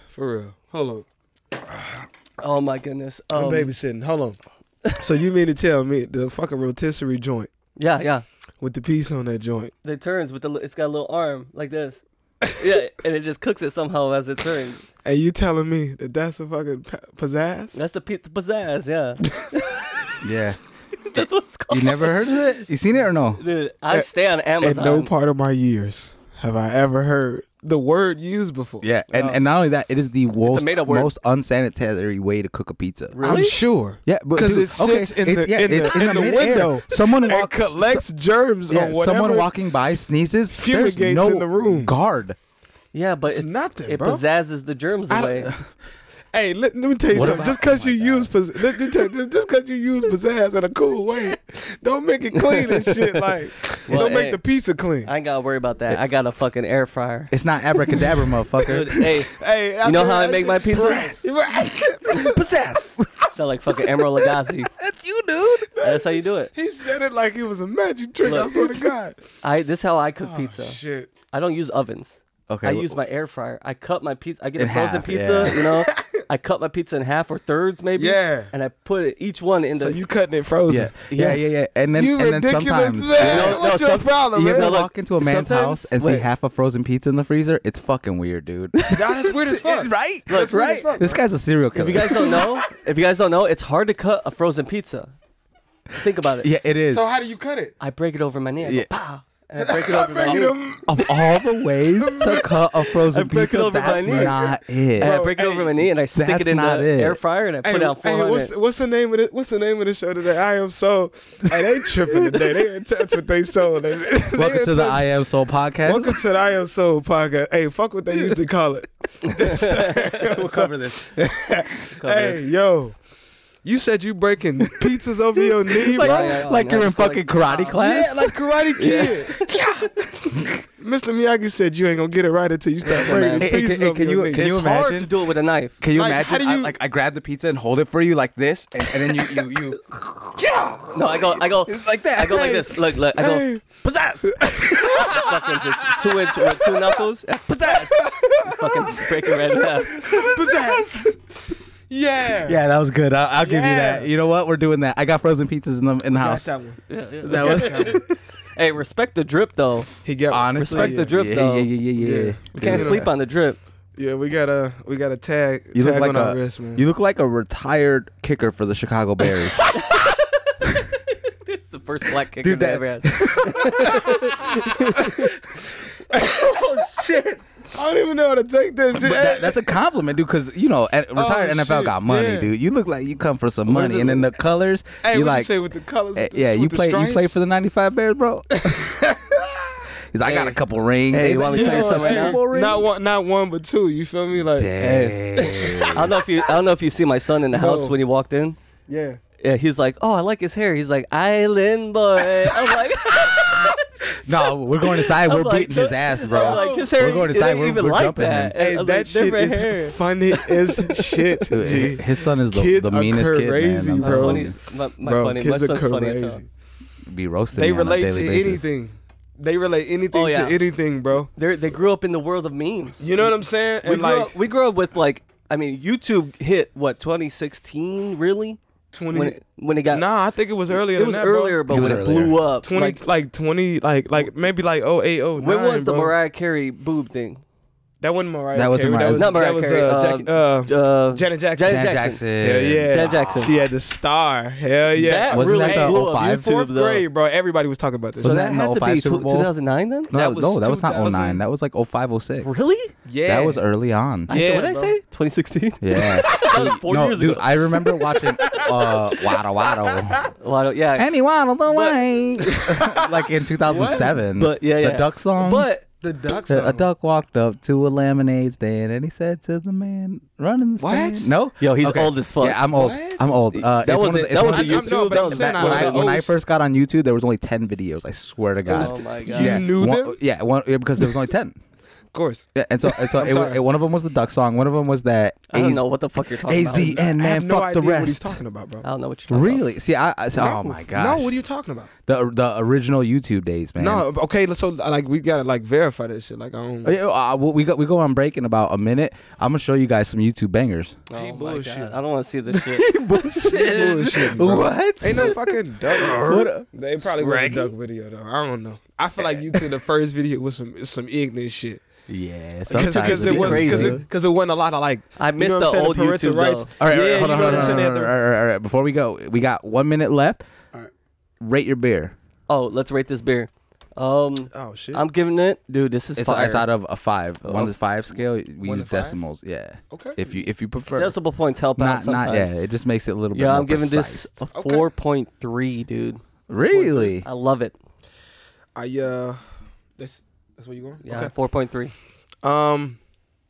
[SPEAKER 5] For real. Hold on.
[SPEAKER 2] Oh my goodness.
[SPEAKER 5] I'm
[SPEAKER 2] Um,
[SPEAKER 5] babysitting. Hold on. so you mean to tell me the fucking rotisserie joint
[SPEAKER 2] Yeah, yeah.
[SPEAKER 5] with the piece on that joint?
[SPEAKER 2] It turns with the li- it's got a little arm like this. yeah, and it just cooks it somehow as it turns.
[SPEAKER 5] And you telling me that that's a fucking p- pizzazz?
[SPEAKER 2] That's the pizza pizzazz. Yeah,
[SPEAKER 3] Yeah.
[SPEAKER 2] that's what it's called.
[SPEAKER 3] You never heard of it? You seen it or no?
[SPEAKER 2] Dude, I
[SPEAKER 5] At-
[SPEAKER 2] stay on
[SPEAKER 5] At
[SPEAKER 2] Amazon.
[SPEAKER 5] no part of my years have I ever heard the word used before.
[SPEAKER 3] Yeah, and,
[SPEAKER 2] Oh.
[SPEAKER 3] and not only that, it is the most,
[SPEAKER 2] made-up word.
[SPEAKER 3] most unsanitary way to cook a pizza.
[SPEAKER 2] really?
[SPEAKER 5] I'm sure.
[SPEAKER 3] Yeah, but
[SPEAKER 5] 'Cause
[SPEAKER 3] dude,
[SPEAKER 5] it sits in the- in the- in the
[SPEAKER 3] midair.
[SPEAKER 5] window
[SPEAKER 3] Someone
[SPEAKER 5] And
[SPEAKER 3] walks,
[SPEAKER 5] collects germs
[SPEAKER 3] so- yeah,
[SPEAKER 5] on whatever.
[SPEAKER 3] someone walking by sneezes. There's
[SPEAKER 5] Fumigates
[SPEAKER 3] no
[SPEAKER 5] in the room.
[SPEAKER 3] guard.
[SPEAKER 2] yeah, but
[SPEAKER 5] It's
[SPEAKER 2] it's,
[SPEAKER 5] nothing,
[SPEAKER 2] it
[SPEAKER 5] bro.
[SPEAKER 2] pizzazzes the germs
[SPEAKER 5] I
[SPEAKER 2] away.
[SPEAKER 5] hey, let, let me tell you
[SPEAKER 3] What
[SPEAKER 5] something.
[SPEAKER 3] about-
[SPEAKER 5] just because
[SPEAKER 3] oh my
[SPEAKER 5] you use pizz- let me tell you, just because you use pizzazz in a cool way, don't make it clean and shit. Like,
[SPEAKER 2] Well,
[SPEAKER 5] don't
[SPEAKER 2] hey,
[SPEAKER 5] make the pizza clean.
[SPEAKER 2] I ain't gotta worry about that. I got a fucking air fryer.
[SPEAKER 3] It's not abracadabra,
[SPEAKER 2] Dude,
[SPEAKER 3] motherfucker.
[SPEAKER 2] hey,
[SPEAKER 5] hey,
[SPEAKER 2] you know how I make my pizza?
[SPEAKER 3] Possess.
[SPEAKER 2] Sound like fucking Emerald Lagasse.
[SPEAKER 3] That's you, dude.
[SPEAKER 2] That's how you do it.
[SPEAKER 5] He said it like it was a magic trick. I
[SPEAKER 2] Look.
[SPEAKER 5] swear to God.
[SPEAKER 2] I this is how I cook
[SPEAKER 5] Oh,
[SPEAKER 2] pizza.
[SPEAKER 5] shit.
[SPEAKER 2] I don't use ovens.
[SPEAKER 3] Okay.
[SPEAKER 2] I
[SPEAKER 3] w-
[SPEAKER 2] use my air fryer. I cut my pizza. I get a
[SPEAKER 3] In
[SPEAKER 2] frozen
[SPEAKER 3] half,
[SPEAKER 2] pizza.
[SPEAKER 3] yeah.
[SPEAKER 2] You know, I cut my pizza in half or thirds maybe.
[SPEAKER 5] Yeah.
[SPEAKER 2] And I put it, each one in the.
[SPEAKER 5] So you cutting it frozen?
[SPEAKER 3] Yeah, yeah,
[SPEAKER 2] Yes.
[SPEAKER 3] yeah, yeah. And then
[SPEAKER 5] you
[SPEAKER 3] and then
[SPEAKER 5] ridiculous
[SPEAKER 3] sometimes
[SPEAKER 5] man.
[SPEAKER 2] No, no,
[SPEAKER 5] What's your
[SPEAKER 2] some-
[SPEAKER 5] problem,
[SPEAKER 3] you
[SPEAKER 5] man?
[SPEAKER 3] ever
[SPEAKER 2] No, look,
[SPEAKER 3] walk into a man's house
[SPEAKER 2] sometimes-
[SPEAKER 3] and see
[SPEAKER 2] wait.
[SPEAKER 3] half a frozen pizza in the freezer? It's fucking weird, dude.
[SPEAKER 5] Nah, that's weird as fuck.
[SPEAKER 3] right?
[SPEAKER 5] That's weird as
[SPEAKER 3] right.
[SPEAKER 5] fuck,
[SPEAKER 3] this
[SPEAKER 5] bro.
[SPEAKER 3] guy's a serial killer.
[SPEAKER 2] if you guys don't know, if you guys don't know, it's hard to cut a frozen pizza. Think about it.
[SPEAKER 3] yeah, it is.
[SPEAKER 1] So how do you cut it?
[SPEAKER 2] I break it over my knee. I go,
[SPEAKER 3] Yeah.
[SPEAKER 2] "Pow," and I break it over my
[SPEAKER 1] Break it
[SPEAKER 2] knee.
[SPEAKER 1] up.
[SPEAKER 3] of all the ways to cut a frozen
[SPEAKER 2] I break it
[SPEAKER 3] pizza,
[SPEAKER 2] over my
[SPEAKER 3] that's
[SPEAKER 2] knee.
[SPEAKER 3] not it.
[SPEAKER 2] And I
[SPEAKER 5] Bro,
[SPEAKER 2] break it over
[SPEAKER 5] hey,
[SPEAKER 2] my knee and I stick it
[SPEAKER 3] that's
[SPEAKER 2] in the
[SPEAKER 3] not it.
[SPEAKER 2] air fryer and I put out 400.
[SPEAKER 5] what's what's the name of the what's the name of the show today? I am so hey, they tripping today. They in touch with they soul. They, they
[SPEAKER 3] Welcome
[SPEAKER 5] in
[SPEAKER 3] to the
[SPEAKER 5] touch-
[SPEAKER 3] I Am Soul podcast.
[SPEAKER 5] Welcome to the I am soul podcast. Hey, fuck what they used to call it.
[SPEAKER 3] we'll cover this.
[SPEAKER 2] Cover this.
[SPEAKER 5] hey, yo, you said you breaking pizzas over your knee,
[SPEAKER 3] Like,
[SPEAKER 5] bro?
[SPEAKER 2] yeah, yeah,
[SPEAKER 3] like
[SPEAKER 2] yeah,
[SPEAKER 3] you're in
[SPEAKER 2] just go
[SPEAKER 3] fucking karate class.
[SPEAKER 5] Yeah, like Karate Kid. Mr. Miyagi said you ain't gonna get it right until you start breaking
[SPEAKER 2] man.
[SPEAKER 3] Hey, can-
[SPEAKER 5] pieces
[SPEAKER 3] hey,
[SPEAKER 5] over
[SPEAKER 3] can
[SPEAKER 5] your
[SPEAKER 3] you-
[SPEAKER 5] knee.
[SPEAKER 3] can
[SPEAKER 2] it's
[SPEAKER 3] you
[SPEAKER 2] hard
[SPEAKER 3] imagine?
[SPEAKER 2] to do it with a knife.
[SPEAKER 3] Can you
[SPEAKER 5] Like,
[SPEAKER 3] imagine?
[SPEAKER 5] how do
[SPEAKER 3] I,
[SPEAKER 5] you-
[SPEAKER 3] like I grab the pizza and hold it for you like this, and, and then you you you
[SPEAKER 2] No, I go, I go,
[SPEAKER 3] It's like that.
[SPEAKER 2] I go like
[SPEAKER 3] Hey.
[SPEAKER 2] this. Look, look, I go,
[SPEAKER 5] Hey.
[SPEAKER 2] pizzazz. fucking just two inch with two knuckles, and pizzazz. fucking break it right in half.
[SPEAKER 5] Pizzazz.
[SPEAKER 1] Yeah.
[SPEAKER 3] Yeah, that was good. I'll, I'll give you that.
[SPEAKER 1] Yeah.
[SPEAKER 3] You know what? We're doing that. I got frozen pizzas in the in the house.
[SPEAKER 1] That's that one.
[SPEAKER 2] Yeah, yeah.
[SPEAKER 3] That was
[SPEAKER 2] hey, respect the drip though.
[SPEAKER 5] He got
[SPEAKER 3] honestly.
[SPEAKER 2] Respect the drip,
[SPEAKER 3] yeah,
[SPEAKER 2] though.
[SPEAKER 3] Yeah, yeah, yeah, yeah.
[SPEAKER 5] Yeah.
[SPEAKER 2] We can't
[SPEAKER 5] Yeah.
[SPEAKER 2] sleep on the drip.
[SPEAKER 5] Yeah, we got a we got a tag
[SPEAKER 3] You look
[SPEAKER 5] tag
[SPEAKER 3] like
[SPEAKER 5] on our
[SPEAKER 3] a-
[SPEAKER 5] wrist, man.
[SPEAKER 3] You look like a retired kicker for the Chicago Bears.
[SPEAKER 2] It's the first black kicker
[SPEAKER 3] Dude,
[SPEAKER 2] they
[SPEAKER 3] that-
[SPEAKER 2] ever had.
[SPEAKER 5] I don't even know how to take this
[SPEAKER 3] But that, that's a compliment, dude. Because you know, and retired NFL
[SPEAKER 1] shit,
[SPEAKER 3] got money,
[SPEAKER 1] yeah.
[SPEAKER 3] dude. You look like you come for some money,
[SPEAKER 5] it-
[SPEAKER 3] and then the colors.
[SPEAKER 1] Hey,
[SPEAKER 3] you
[SPEAKER 1] what
[SPEAKER 3] like,
[SPEAKER 1] you say with the colors?
[SPEAKER 3] eh,
[SPEAKER 1] with the-
[SPEAKER 3] yeah, you
[SPEAKER 1] with the
[SPEAKER 3] play. You play
[SPEAKER 1] stripes?
[SPEAKER 3] for the '95 Bears, bro. He's like, I got a couple rings.
[SPEAKER 2] Hey,
[SPEAKER 3] They
[SPEAKER 2] you want
[SPEAKER 3] let
[SPEAKER 2] me to tell you
[SPEAKER 3] on
[SPEAKER 2] something
[SPEAKER 3] a
[SPEAKER 2] right
[SPEAKER 3] Super Bowl ring?
[SPEAKER 5] Not one, not one, but two. You feel me? Like,
[SPEAKER 2] I don't know if you. I don't know if you see my son in the house
[SPEAKER 5] No.
[SPEAKER 2] when he walked in.
[SPEAKER 5] yeah.
[SPEAKER 2] Yeah, he's like, oh, I like his hair. He's like, Island boy. I'm like,
[SPEAKER 3] No, we're going inside. We're
[SPEAKER 2] I'm like,
[SPEAKER 3] beating his
[SPEAKER 2] no.
[SPEAKER 3] ass, bro.
[SPEAKER 2] I'm like, his hair
[SPEAKER 3] we're going
[SPEAKER 2] it
[SPEAKER 3] inside.
[SPEAKER 2] ain't
[SPEAKER 3] We're,
[SPEAKER 2] even
[SPEAKER 3] we're
[SPEAKER 2] like
[SPEAKER 3] jumping
[SPEAKER 2] that.
[SPEAKER 3] him.
[SPEAKER 2] I
[SPEAKER 5] Hey,
[SPEAKER 2] was
[SPEAKER 5] that
[SPEAKER 2] like,
[SPEAKER 5] shit
[SPEAKER 2] different
[SPEAKER 5] is
[SPEAKER 2] hair.
[SPEAKER 5] funny as shit.
[SPEAKER 3] Dude,
[SPEAKER 5] G.
[SPEAKER 3] His son is the,
[SPEAKER 5] Kids
[SPEAKER 3] the
[SPEAKER 5] are
[SPEAKER 3] meanest kid,
[SPEAKER 5] crazy,
[SPEAKER 3] man. I'm
[SPEAKER 2] My
[SPEAKER 5] bro.
[SPEAKER 3] telling you.
[SPEAKER 2] funnies, my, my
[SPEAKER 5] Bro,
[SPEAKER 2] funny, my
[SPEAKER 5] kids are
[SPEAKER 2] son's funny. as hell.
[SPEAKER 5] crazy.
[SPEAKER 3] Be roasting. me
[SPEAKER 5] They
[SPEAKER 3] on a
[SPEAKER 5] relate to
[SPEAKER 3] daily basis.
[SPEAKER 5] anything. They relate anything
[SPEAKER 2] Oh, yeah.
[SPEAKER 5] to anything, bro.
[SPEAKER 2] They're, they grew up in the world of memes.
[SPEAKER 5] You know what I'm saying?
[SPEAKER 2] we
[SPEAKER 5] And
[SPEAKER 2] grew
[SPEAKER 5] like
[SPEAKER 2] up, we grew up with like, I mean, YouTube hit what 2016 really
[SPEAKER 5] 20.
[SPEAKER 2] when it, when it got
[SPEAKER 5] nah, I think it was earlier.
[SPEAKER 2] it was earlier, but
[SPEAKER 3] It
[SPEAKER 2] when
[SPEAKER 3] was
[SPEAKER 2] it blew
[SPEAKER 3] earlier.
[SPEAKER 2] up,
[SPEAKER 5] Twenty,
[SPEAKER 2] like,
[SPEAKER 5] like, twenty, like like maybe like oh eight oh.
[SPEAKER 2] when was the
[SPEAKER 5] bro.
[SPEAKER 2] Mariah Carey boob thing?
[SPEAKER 5] That wasn't Mariah.
[SPEAKER 3] That wasn't
[SPEAKER 5] Carey.
[SPEAKER 3] Mariah.
[SPEAKER 5] That was,
[SPEAKER 2] Not Mariah
[SPEAKER 5] that was,
[SPEAKER 2] Carey,
[SPEAKER 5] uh,
[SPEAKER 2] uh,
[SPEAKER 5] Jackie- uh,
[SPEAKER 2] Uh,
[SPEAKER 5] Janet Jackson.
[SPEAKER 2] Jackson.
[SPEAKER 3] Janet
[SPEAKER 5] Hell yeah,
[SPEAKER 2] Janet Jackson.
[SPEAKER 5] She had the star. Hell yeah.
[SPEAKER 2] That
[SPEAKER 3] Wasn't
[SPEAKER 2] really
[SPEAKER 3] that the
[SPEAKER 2] blew up
[SPEAKER 3] 05?
[SPEAKER 2] YouTube,
[SPEAKER 5] Fourth
[SPEAKER 2] though.
[SPEAKER 5] grade, bro. Everybody was talking about this.
[SPEAKER 2] So
[SPEAKER 3] Wasn't
[SPEAKER 2] that,
[SPEAKER 3] that in
[SPEAKER 2] had to be
[SPEAKER 3] 05 Super
[SPEAKER 2] tw-
[SPEAKER 3] Bowl?
[SPEAKER 2] 2009 then?
[SPEAKER 3] No,
[SPEAKER 5] That
[SPEAKER 3] that was,
[SPEAKER 5] was
[SPEAKER 3] no, that was not 09.
[SPEAKER 5] 2000.
[SPEAKER 3] That was like 0506.
[SPEAKER 2] Really?
[SPEAKER 5] yeah,
[SPEAKER 3] That was early on.
[SPEAKER 2] I said,
[SPEAKER 5] Yeah,
[SPEAKER 2] what did
[SPEAKER 5] bro.
[SPEAKER 2] I say? 2016?
[SPEAKER 3] Yeah.
[SPEAKER 2] that was four
[SPEAKER 3] no,
[SPEAKER 2] years
[SPEAKER 3] dude,
[SPEAKER 2] ago.
[SPEAKER 3] I remember watching uh, Wada Wada.
[SPEAKER 2] Well, I don't- yeah.
[SPEAKER 3] Any Waddle the way. like in 2007.
[SPEAKER 2] But, yeah, yeah.
[SPEAKER 3] The duck song.
[SPEAKER 2] but
[SPEAKER 1] the ducks.
[SPEAKER 3] a, a duck walked up to a lemonade stand and he said to the man running the
[SPEAKER 1] What?
[SPEAKER 3] stand. No?
[SPEAKER 2] Yo, he's old as fuck.
[SPEAKER 3] Yeah, I'm old.
[SPEAKER 1] What?
[SPEAKER 3] I'm old. Uh,
[SPEAKER 2] That
[SPEAKER 3] it's one of
[SPEAKER 2] was it.
[SPEAKER 3] the- it's
[SPEAKER 2] That
[SPEAKER 3] one
[SPEAKER 2] was
[SPEAKER 3] of
[SPEAKER 2] a
[SPEAKER 3] the-
[SPEAKER 5] I- I'm-
[SPEAKER 2] YouTube.
[SPEAKER 5] no, but
[SPEAKER 2] that
[SPEAKER 5] I'm
[SPEAKER 2] was
[SPEAKER 5] saying
[SPEAKER 2] back
[SPEAKER 5] I-
[SPEAKER 3] when
[SPEAKER 2] when
[SPEAKER 3] I Oh
[SPEAKER 5] was
[SPEAKER 3] when
[SPEAKER 5] old.
[SPEAKER 3] I first got on YouTube, there was only ten videos. I swear to God.
[SPEAKER 2] Oh my
[SPEAKER 5] You
[SPEAKER 2] god.
[SPEAKER 5] knew
[SPEAKER 3] One-
[SPEAKER 5] them?
[SPEAKER 3] Yeah, one, yeah, because there was only ten.
[SPEAKER 5] Of course.
[SPEAKER 3] Yeah, and so and so
[SPEAKER 5] I'm
[SPEAKER 3] it, wa-
[SPEAKER 5] sorry.
[SPEAKER 3] it- one of them was the duck song. One of them was that
[SPEAKER 2] I don't
[SPEAKER 3] AZ
[SPEAKER 2] know what the fuck you're talking about.
[SPEAKER 3] AZN
[SPEAKER 5] I
[SPEAKER 3] man,
[SPEAKER 5] have no
[SPEAKER 3] fuck the
[SPEAKER 5] idea what he's
[SPEAKER 3] rest.
[SPEAKER 5] talking about, bro.
[SPEAKER 2] I don't know what you're talking about.
[SPEAKER 3] Really? See, I, I so- oh
[SPEAKER 5] No.
[SPEAKER 3] my gosh.
[SPEAKER 5] No, what are you talking about?
[SPEAKER 3] the the original YouTube days, man.
[SPEAKER 5] No, okay, so like we gotta like verify this shit. Like I don't.
[SPEAKER 2] Oh,
[SPEAKER 3] Uh, yeah, uh, we go we go on break in about a minute. I'm gonna show you guys some YouTube bangers.
[SPEAKER 2] Oh
[SPEAKER 5] He
[SPEAKER 2] my
[SPEAKER 5] bullshit.
[SPEAKER 2] God. I don't want to see this shit.
[SPEAKER 5] Bullshit, bro.
[SPEAKER 3] What?
[SPEAKER 5] Ain't no fucking duck.
[SPEAKER 3] What a-
[SPEAKER 5] they probably was a
[SPEAKER 3] Scraggy?
[SPEAKER 5] duck video though. I don't know. I feel like YouTube the first video was some some ignorant shit
[SPEAKER 3] Yeah, sometimes
[SPEAKER 5] because
[SPEAKER 3] it'd
[SPEAKER 5] there
[SPEAKER 3] be
[SPEAKER 5] was because
[SPEAKER 3] crazy.
[SPEAKER 5] it, 'cause there wasn't a lot of like
[SPEAKER 2] I
[SPEAKER 5] you
[SPEAKER 2] miss
[SPEAKER 5] know what I'm
[SPEAKER 2] the
[SPEAKER 5] saying,
[SPEAKER 2] old
[SPEAKER 5] parental
[SPEAKER 2] YouTube,
[SPEAKER 5] rights.
[SPEAKER 2] though.
[SPEAKER 3] All right, all right,
[SPEAKER 5] yeah,
[SPEAKER 3] hold on,
[SPEAKER 5] you know
[SPEAKER 3] hold on,
[SPEAKER 5] what I'm saying.
[SPEAKER 3] hold
[SPEAKER 5] They
[SPEAKER 3] on, all
[SPEAKER 5] had the-
[SPEAKER 3] right, all right, all right. Before we go, we got one minute left. Rate your beer.
[SPEAKER 2] Oh, let's rate this beer. Um,
[SPEAKER 5] Oh shit.
[SPEAKER 2] I'm giving it, dude. This is
[SPEAKER 3] It's,
[SPEAKER 2] fire.
[SPEAKER 3] it's out of a five, one
[SPEAKER 2] Oh.
[SPEAKER 3] to five scale. We
[SPEAKER 5] One to
[SPEAKER 3] use
[SPEAKER 5] five?
[SPEAKER 3] decimals. Yeah.
[SPEAKER 5] Okay.
[SPEAKER 3] If you if you prefer.
[SPEAKER 2] Decibel points help out
[SPEAKER 3] not
[SPEAKER 2] sometimes.
[SPEAKER 3] not yeah. It just makes it a little bit.
[SPEAKER 2] Yeah,
[SPEAKER 3] more
[SPEAKER 2] I'm giving
[SPEAKER 3] precise.
[SPEAKER 2] this a
[SPEAKER 5] Okay.
[SPEAKER 2] 4.3, dude.
[SPEAKER 3] Really?
[SPEAKER 2] I love it.
[SPEAKER 5] I uh, that's that's where you going?
[SPEAKER 2] Yeah, 4.3.
[SPEAKER 5] Um,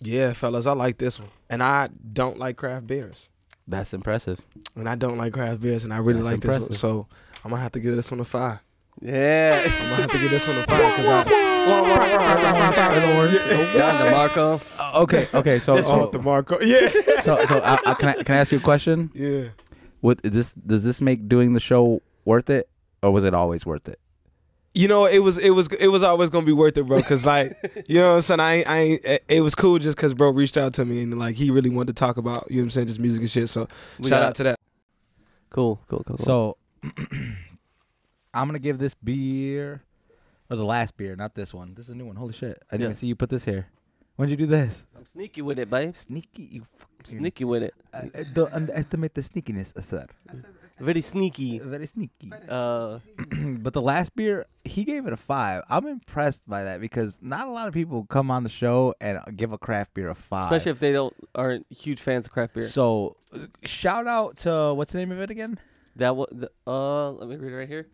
[SPEAKER 5] yeah, fellas, I like this one, and I don't like craft beers,
[SPEAKER 3] That's impressive.
[SPEAKER 5] and I don't like craft beers, and I really
[SPEAKER 3] That's
[SPEAKER 5] like
[SPEAKER 3] impressive.
[SPEAKER 5] this one. So I'm gonna have to give this one a five.
[SPEAKER 2] Yeah.
[SPEAKER 5] I'm gonna have to give this one a five because I.
[SPEAKER 2] Down to Marco.
[SPEAKER 3] Uh, okay. Okay. So
[SPEAKER 5] Oh,
[SPEAKER 3] so
[SPEAKER 5] DeMarco. Yeah.
[SPEAKER 3] so, so uh, uh, can I can I ask you a question?
[SPEAKER 5] Yeah.
[SPEAKER 3] What is this does this make doing the show worth it, or was it always worth it?
[SPEAKER 5] You know, it was it was it was always gonna be worth it, bro. Cause like, you know what I'm saying. I ain't- I ain't- it- it was cool just cause bro reached out to me and like he really wanted to talk about you know what I'm saying, just music and shit. So
[SPEAKER 2] We
[SPEAKER 5] shout
[SPEAKER 2] got-
[SPEAKER 5] out to that.
[SPEAKER 2] Cool, cool, cool. cool.
[SPEAKER 3] So I'm gonna give this beer, or the last beer, not this one. This is a new one. Holy shit! I didn't
[SPEAKER 2] Yeah.
[SPEAKER 3] even see you put this here. When'd you do this?
[SPEAKER 2] I'm sneaky with it, babe.
[SPEAKER 3] Sneaky, you fucking.
[SPEAKER 2] Sneaky with it.
[SPEAKER 3] Uh, don't underestimate the sneakiness, uh, sir.
[SPEAKER 2] Very sneaky.
[SPEAKER 3] Very sneaky.
[SPEAKER 2] Uh,
[SPEAKER 3] but the last beer, he gave it a five. I'm impressed by that because not a lot of people come on the show and give a craft beer a five.
[SPEAKER 2] especially if they don't aren't huge fans of craft beer.
[SPEAKER 3] So, uh, shout out to what's the name of it again?
[SPEAKER 2] That was the, uh. Let me read it right here.